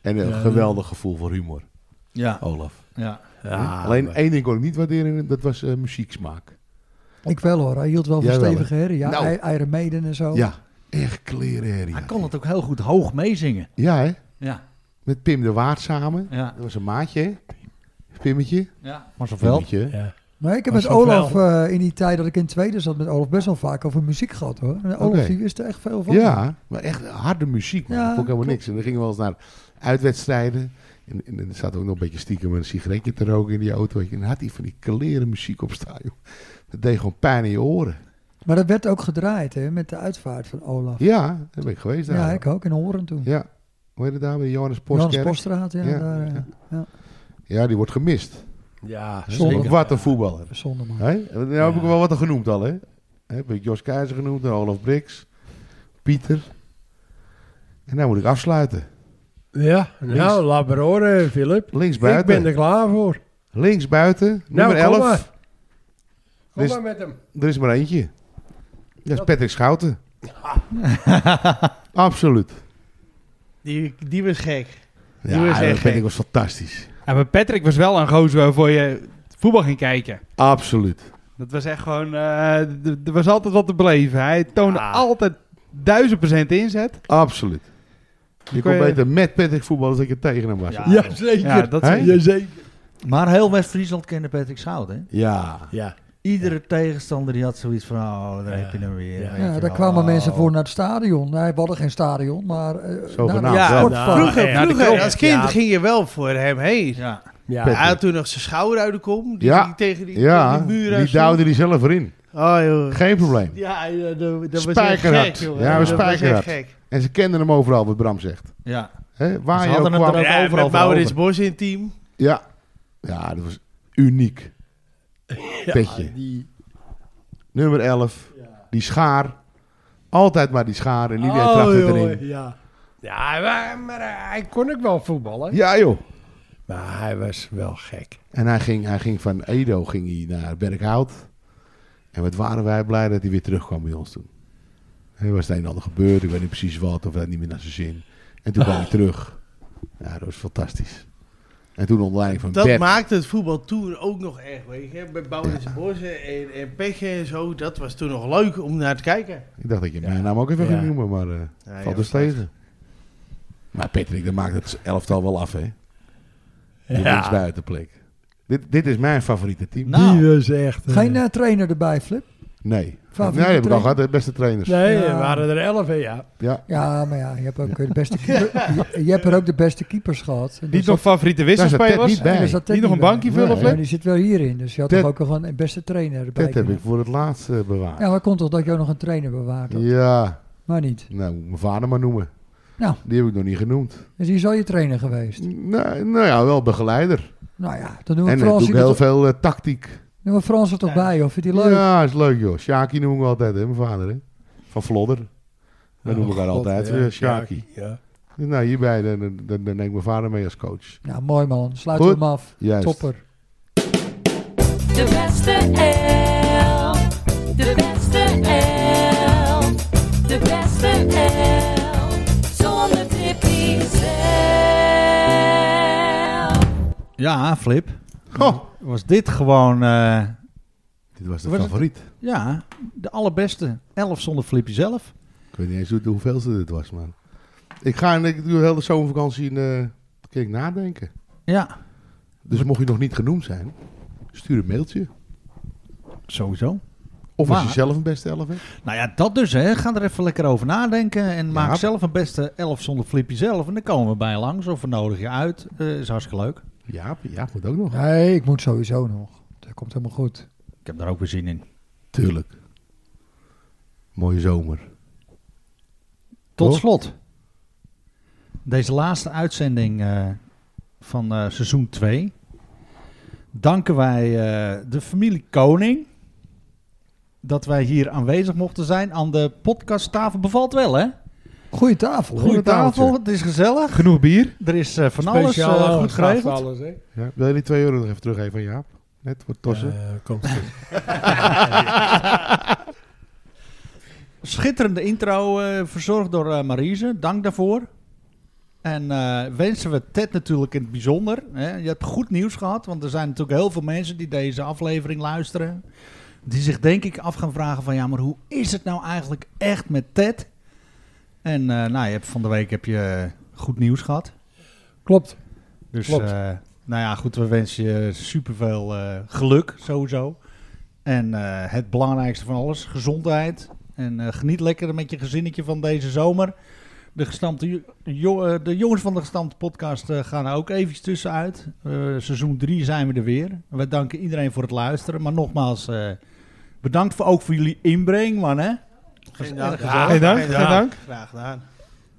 [SPEAKER 10] En een
[SPEAKER 6] Ja.
[SPEAKER 10] geweldig gevoel voor humor,
[SPEAKER 2] Ja.
[SPEAKER 10] Olaf.
[SPEAKER 2] ja.
[SPEAKER 6] Ja,
[SPEAKER 10] Alleen
[SPEAKER 6] maar-
[SPEAKER 10] één ding kon ik niet waarderen, dat was eh, muzieksmaak.
[SPEAKER 1] Ik wel hoor, hij hield wel van
[SPEAKER 10] Jij wel, hè?
[SPEAKER 1] stevige herrie. Ja,
[SPEAKER 10] Nou.
[SPEAKER 1] I- Iron Maiden en zo.
[SPEAKER 10] Ja, echt klerenherrie.
[SPEAKER 2] Hij kon het ook heel goed hoog meezingen.
[SPEAKER 10] Ja, hè?
[SPEAKER 2] Ja,
[SPEAKER 10] Met Pim de Waard samen.
[SPEAKER 2] ja,
[SPEAKER 10] Dat was een maatje, hè? Pimmetje.
[SPEAKER 2] ja. Maar zoveel.
[SPEAKER 10] Pimmetje.
[SPEAKER 6] Ja.
[SPEAKER 1] Maar ik heb
[SPEAKER 6] Maar
[SPEAKER 1] met
[SPEAKER 6] zo
[SPEAKER 1] Olaf eh, in die tijd dat ik in het tweede zat met Olaf best wel vaak over muziek gehad hoor. En Olaf
[SPEAKER 10] Oké.
[SPEAKER 1] die wist er echt veel van.
[SPEAKER 10] Ja, maar echt harde muziek, man.
[SPEAKER 1] Ja,
[SPEAKER 10] dat vond ik
[SPEAKER 1] klopt.
[SPEAKER 10] helemaal niks. En dan gingen we wel eens naar uitwedstrijden. En, en, en er zat ook nog een beetje stiekem een sigaretje te roken in die auto. weet je. En dan had hij van die kleren muziek op staan, joh. Dat deed gewoon pijn in je oren.
[SPEAKER 1] Maar dat werd ook gedraaid hè, met de uitvaart van Olaf. Ja,
[SPEAKER 10] Ja, daar ben ik geweest daar.
[SPEAKER 1] ik ook, in Horen toen.
[SPEAKER 10] Ja. Hoe heet het daar? Bij Johannes
[SPEAKER 1] Johannes
[SPEAKER 10] Postkerk?
[SPEAKER 1] Poststraat, ja,
[SPEAKER 10] Ja,
[SPEAKER 1] daar, eh,
[SPEAKER 10] ja. Ja, die wordt gemist.
[SPEAKER 6] Ja.
[SPEAKER 1] Zondag.
[SPEAKER 10] Wat een voetballer.
[SPEAKER 1] Zonde man.
[SPEAKER 10] Hè? Nou heb ik wel wat genoemd al, hè? Heb ik Jos Keizer genoemd, en Olaf Brix, Pieter. En nou moet ik afsluiten.
[SPEAKER 6] Ja, nou, laat maar horen, Philip.
[SPEAKER 10] Links
[SPEAKER 6] Ik ben er
[SPEAKER 10] buiten.
[SPEAKER 6] klaar voor.
[SPEAKER 10] Links buiten,
[SPEAKER 6] Nou,
[SPEAKER 10] nummer
[SPEAKER 6] kom
[SPEAKER 10] 11.
[SPEAKER 6] maar. Kom
[SPEAKER 10] Dus-
[SPEAKER 6] maar met hem.
[SPEAKER 10] Er is maar eentje. Dat is Patrick Schouten. Absoluut.
[SPEAKER 8] Die, die was gek. Die was
[SPEAKER 10] Ja,
[SPEAKER 8] echt
[SPEAKER 10] dat
[SPEAKER 8] gek.
[SPEAKER 10] vind ik was fantastisch.
[SPEAKER 5] Ja, maar Patrick was wel een gozer waarvoor je voetbal ging kijken.
[SPEAKER 10] Absoluut.
[SPEAKER 5] Dat was echt gewoon... eh, d- d- er was altijd wat te beleven. Hij toonde altijd duizend procent inzet.
[SPEAKER 10] Absoluut. Je
[SPEAKER 5] kon
[SPEAKER 10] kon
[SPEAKER 5] je-
[SPEAKER 10] beter met Patrick voetballen dan dat ik er tegen hem was. Ah, Ja.
[SPEAKER 6] Ja, zeker.
[SPEAKER 5] Ja, dat
[SPEAKER 10] Hè?
[SPEAKER 5] is...
[SPEAKER 6] Jazeker.
[SPEAKER 2] Maar heel West-Friesland kende Patrick Zout, hè?
[SPEAKER 6] Ja.
[SPEAKER 2] Iedere tegenstander die had zoiets van, oh, daar heb je hem weer.
[SPEAKER 6] Ja,
[SPEAKER 2] weet
[SPEAKER 1] Ja,
[SPEAKER 2] je
[SPEAKER 1] daar
[SPEAKER 2] wel.
[SPEAKER 1] kwamen
[SPEAKER 2] Oh.
[SPEAKER 1] mensen voor naar het stadion. Nee, we hadden geen stadion, maar... eh,
[SPEAKER 10] Zogenaamd
[SPEAKER 1] naar de
[SPEAKER 10] wel.
[SPEAKER 1] sportpark.
[SPEAKER 8] Vroeger,
[SPEAKER 5] ja, die
[SPEAKER 8] vroeger
[SPEAKER 5] klopt.
[SPEAKER 8] als kind
[SPEAKER 6] Ja.
[SPEAKER 8] ging je wel voor hem heen.
[SPEAKER 2] Ja.
[SPEAKER 6] Ja.
[SPEAKER 10] Pet.
[SPEAKER 8] Hij had toen nog zijn schouder uit de kom. Die,
[SPEAKER 10] Ja.
[SPEAKER 8] die tegen die,
[SPEAKER 10] Ja,
[SPEAKER 8] tegen die muur
[SPEAKER 10] die duwde hij zelf erin.
[SPEAKER 8] Oh, joh.
[SPEAKER 10] Geen probleem.
[SPEAKER 8] Ja, ja, dat- dat was echt
[SPEAKER 10] Spijkerhard.
[SPEAKER 8] gek, jongen.
[SPEAKER 10] Ja, we
[SPEAKER 8] Dat was echt
[SPEAKER 10] spijkerhard.
[SPEAKER 8] gek.
[SPEAKER 10] En ze kenden hem overal, wat Bram zegt.
[SPEAKER 2] ja.
[SPEAKER 10] Hè, waar
[SPEAKER 2] Ze
[SPEAKER 10] je ook
[SPEAKER 2] hadden hem
[SPEAKER 10] kwam.
[SPEAKER 2] er ook
[SPEAKER 8] Ja,
[SPEAKER 2] overal
[SPEAKER 8] met
[SPEAKER 2] voor
[SPEAKER 8] Maurits
[SPEAKER 2] over.
[SPEAKER 8] Bos in het team.
[SPEAKER 10] Ja. ja, dat was uniek. Petje.
[SPEAKER 6] die-
[SPEAKER 10] Nummer 11, die schaar. Altijd maar die schaar en die weer
[SPEAKER 6] Oh,
[SPEAKER 10] trapte
[SPEAKER 6] joh,
[SPEAKER 10] erin.
[SPEAKER 6] Ja, ja maar, maar eh, hij kon ook wel voetballen.
[SPEAKER 10] Ja joh.
[SPEAKER 6] Maar hij was wel gek.
[SPEAKER 10] En hij ging, hij ging van Edo ging hij naar Berkhout. En wat waren wij blij dat hij weer terugkwam bij ons toen. Er was het een en ander gebeurd. Ik weet niet precies wat. Of hij had niet meer naar zijn zin. En toen kwam hij terug. Ja, dat was fantastisch. En toen onder leiding van
[SPEAKER 8] Dat
[SPEAKER 10] Bert.
[SPEAKER 8] maakte het voetbal toen ook nog echt, weet je. Met Boudewijn Bossen en, en Petje en zo. Dat was toen nog leuk om naar te kijken.
[SPEAKER 10] Ik dacht dat je mijn naam ook even
[SPEAKER 6] Ja.
[SPEAKER 10] ging noemen. Maar eh
[SPEAKER 8] Ja,
[SPEAKER 10] valt
[SPEAKER 8] ja,
[SPEAKER 10] dus tegen. Maar Patrick, dat maakt het elftal wel af hè. Die
[SPEAKER 6] Ja.
[SPEAKER 10] buitenplek. Dit, dit is mijn favoriete team.
[SPEAKER 2] Nou.
[SPEAKER 6] Die was echt... eh,
[SPEAKER 1] Geen eh, trainer erbij, Flip.
[SPEAKER 10] Nee.
[SPEAKER 1] Favoriete
[SPEAKER 10] nee, heb ik al
[SPEAKER 1] trainer?
[SPEAKER 10] gehad. De beste trainers.
[SPEAKER 6] Nee,
[SPEAKER 1] Ja.
[SPEAKER 6] er waren er elf, hè, ja.
[SPEAKER 10] Ja.
[SPEAKER 1] Ja, maar ja, je hebt ook eh, de beste keeper, je, je hebt er ook de beste keepers gehad. En daar
[SPEAKER 5] Niet nog
[SPEAKER 1] zat-
[SPEAKER 5] favoriete
[SPEAKER 10] Daar zat Ted
[SPEAKER 5] wisselspelers.
[SPEAKER 10] niet bij.
[SPEAKER 1] daar zat Ted
[SPEAKER 5] Niet nog een
[SPEAKER 1] bij.
[SPEAKER 5] bankje vullen,
[SPEAKER 10] Nee.
[SPEAKER 1] Ja,
[SPEAKER 5] Flip?
[SPEAKER 1] die zit wel hierin, dus je had
[SPEAKER 10] Ted-
[SPEAKER 1] toch ook nog een beste trainer erbij.
[SPEAKER 10] Dat heb
[SPEAKER 1] kunnen.
[SPEAKER 10] ik voor het laatst eh, bewaard.
[SPEAKER 1] Ja, maar komt toch dat je ook nog een trainer bewaart? had?
[SPEAKER 10] Ja,
[SPEAKER 1] Maar niet.
[SPEAKER 10] nou, moet mijn vader maar noemen.
[SPEAKER 1] Nou.
[SPEAKER 10] Die heb ik nog niet genoemd.
[SPEAKER 1] Dus die is al je trainer geweest.
[SPEAKER 10] Nou, nou ja, wel begeleider.
[SPEAKER 1] Nou ja, dan doen we
[SPEAKER 10] en eh, doe
[SPEAKER 1] Frans
[SPEAKER 10] ik
[SPEAKER 1] er
[SPEAKER 10] heel
[SPEAKER 1] toch,
[SPEAKER 10] veel eh, tactiek.
[SPEAKER 1] doen we Frans er toch bij, of vindt hij leuk?
[SPEAKER 10] Ja, is leuk joh. Sjaki noemen we altijd, hè, mijn vader. Hè? Van Vlodder. We noemen elkaar altijd eh, Sjaki.
[SPEAKER 6] Ja.
[SPEAKER 10] Nou, hierbij, dan, dan, dan, dan neem ik mijn vader mee als coach.
[SPEAKER 1] Nou, mooi man. Sluiten we
[SPEAKER 10] Goed.
[SPEAKER 1] hem af.
[SPEAKER 10] Juist.
[SPEAKER 1] Topper.
[SPEAKER 9] De beste L. De beste L. De beste L. Zonder tippie zelf.
[SPEAKER 2] ja, Flip.
[SPEAKER 10] Goh,
[SPEAKER 2] Was dit gewoon, eh,
[SPEAKER 10] Hm. dit was de
[SPEAKER 2] Was het-
[SPEAKER 10] favoriet.
[SPEAKER 2] ja, de allerbeste. Elf zonder Flipje zelf.
[SPEAKER 10] Ik weet niet eens hoe- hoeveelste dit was, man. Ik ga en ik doe heel de zomervakantie in, eh kan ik nadenken.
[SPEAKER 2] Ja,
[SPEAKER 10] Dus mocht je nog niet genoemd zijn, stuur een mailtje.
[SPEAKER 2] sowieso.
[SPEAKER 10] Of als je
[SPEAKER 2] Maar-
[SPEAKER 10] zelf een beste elf hebt.
[SPEAKER 2] Nou ja, dat dus, hè. Ga er even lekker over nadenken. En maak
[SPEAKER 10] Ja.
[SPEAKER 2] zelf een beste elf zonder Flipje zelf. En dan komen we bij je langs. Of we nodig je uit. Eh, is hartstikke leuk.
[SPEAKER 10] Jaap, Jaap moet ook nog.
[SPEAKER 1] Nee, ik moet sowieso nog. Dat komt helemaal goed.
[SPEAKER 2] Ik heb daar ook weer zin in.
[SPEAKER 10] Tuurlijk. Mooie zomer.
[SPEAKER 2] Tot
[SPEAKER 10] Toch?
[SPEAKER 2] slot. Deze laatste uitzending eh, van eh, seizoen 2. Danken wij eh, de familie Koning. Dat wij hier aanwezig mochten zijn aan de podcasttafel. Bevalt wel, hè?
[SPEAKER 1] Goeie tafel. hoor.
[SPEAKER 2] Goede tafel,
[SPEAKER 10] tafeltje.
[SPEAKER 2] het is gezellig.
[SPEAKER 5] Genoeg bier.
[SPEAKER 2] Er is eh, van alles eh,
[SPEAKER 6] Speciaal
[SPEAKER 2] goed geregeld.
[SPEAKER 6] alles, hè.
[SPEAKER 10] Ja, wil je die 2 euro nog even teruggeven aan Jaap? Net voor het tossen.
[SPEAKER 6] Eh, komt goed.
[SPEAKER 2] Schitterende intro, eh, verzorgd door eh Marise. Dank daarvoor. En eh, wensen we Ted natuurlijk in het bijzonder. Hè. Je hebt goed nieuws gehad, want er zijn natuurlijk heel veel mensen die deze aflevering luisteren. Die zich denk ik af gaan vragen van ja, maar hoe is het nou eigenlijk echt met Ted? En eh, nou, je hebt, van de week heb je eh, goed nieuws gehad.
[SPEAKER 1] Klopt.
[SPEAKER 2] Dus
[SPEAKER 1] Klopt.
[SPEAKER 2] eh, nou ja, goed, we wensen je superveel eh geluk sowieso. En eh, het belangrijkste van alles, gezondheid. En eh, geniet lekker met je gezinnetje van deze zomer. De, gestampte, jo- jo- eh, de jongens van de gestampte podcast eh, gaan er ook eventjes tussenuit. Eh, seizoen 3 zijn we er weer. We danken iedereen voor het luisteren. Maar nogmaals, eh, bedankt voor, ook voor jullie inbreng, man. Hè?
[SPEAKER 8] Geen dank.
[SPEAKER 5] Ja, geen dank, geen dank.
[SPEAKER 8] Graag gedaan.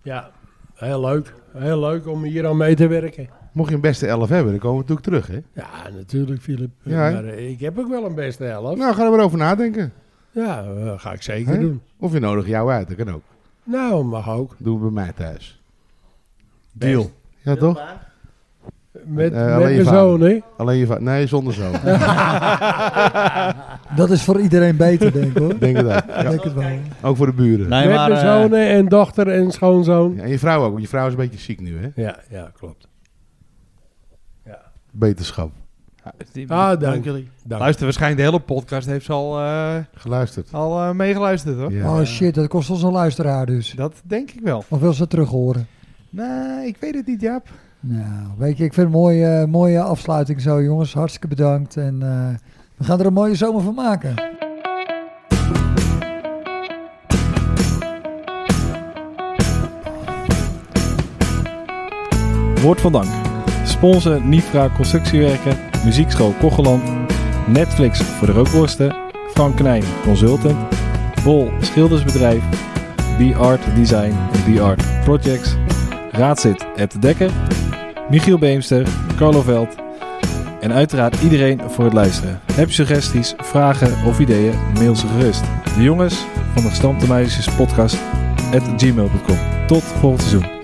[SPEAKER 6] Ja, heel leuk. Heel leuk om hier aan mee te werken.
[SPEAKER 10] Mocht je een beste elf hebben, dan komen we natuurlijk terug, hè?
[SPEAKER 6] Ja, natuurlijk, Filip.
[SPEAKER 10] Ja, hè?
[SPEAKER 6] maar eh, ik heb ook wel een beste helft.
[SPEAKER 10] Nou, ga er maar over nadenken.
[SPEAKER 6] Ja, eh, ga ik zeker
[SPEAKER 10] Hè?
[SPEAKER 6] doen.
[SPEAKER 10] Of je nodig jou uit, dat kan ook.
[SPEAKER 6] Nou, mag ook.
[SPEAKER 10] Doen we bij mij thuis.
[SPEAKER 2] Deal.
[SPEAKER 10] Ja, toch?
[SPEAKER 6] Met,
[SPEAKER 10] Eh,
[SPEAKER 6] met
[SPEAKER 10] alleen je
[SPEAKER 6] mijn
[SPEAKER 10] vader.
[SPEAKER 6] zoon, hè?
[SPEAKER 10] Alleen je vader. Nee, zonder zoon.
[SPEAKER 1] Dat is voor iedereen beter, denk ik hoor.
[SPEAKER 10] Denk het ook. Ja.
[SPEAKER 1] Denk het wel.
[SPEAKER 10] Ook voor de buren.
[SPEAKER 2] Nee,
[SPEAKER 6] met
[SPEAKER 2] maar,
[SPEAKER 6] mijn
[SPEAKER 2] eh,
[SPEAKER 6] zoon en dochter en schoonzoon.
[SPEAKER 10] Ja, en je vrouw ook, want je vrouw is een beetje ziek nu, hè?
[SPEAKER 6] Ja, ja, klopt.
[SPEAKER 10] Beterschap.
[SPEAKER 6] Ah,
[SPEAKER 8] Dank
[SPEAKER 6] dank je.
[SPEAKER 8] jullie.
[SPEAKER 5] Luister, waarschijnlijk de hele podcast heeft ze al, eh,
[SPEAKER 10] Geluisterd.
[SPEAKER 5] al eh, meegeluisterd hoor.
[SPEAKER 10] Ja.
[SPEAKER 1] Oh shit, dat kost ons een luisteraar dus.
[SPEAKER 5] Dat denk ik wel.
[SPEAKER 1] Of wil ze het terug horen?
[SPEAKER 5] Nee, ik weet het niet, Jaap.
[SPEAKER 1] Nou, weet je, ik vind het een mooie, eh, mooie afsluiting zo, jongens. Hartstikke bedankt. En eh, we gaan er een mooie zomer van maken.
[SPEAKER 12] Woord van dank. Sponsor Nifra Constructiewerken, Muziekschool Kocheland, Netflix voor de rookworsten, Frank Knijn Consultant, Bol Schildersbedrijf, B-Art Design en B-Art Projects, Raadzit Ed Dekker, Michiel Beemster, Carlo Veld en uiteraard iedereen voor het luisteren. Heb je suggesties, vragen of ideeën, mail ze gerust. De jongens van de Gestampte Meisjes podcast at gmail.com. Tot volgend seizoen.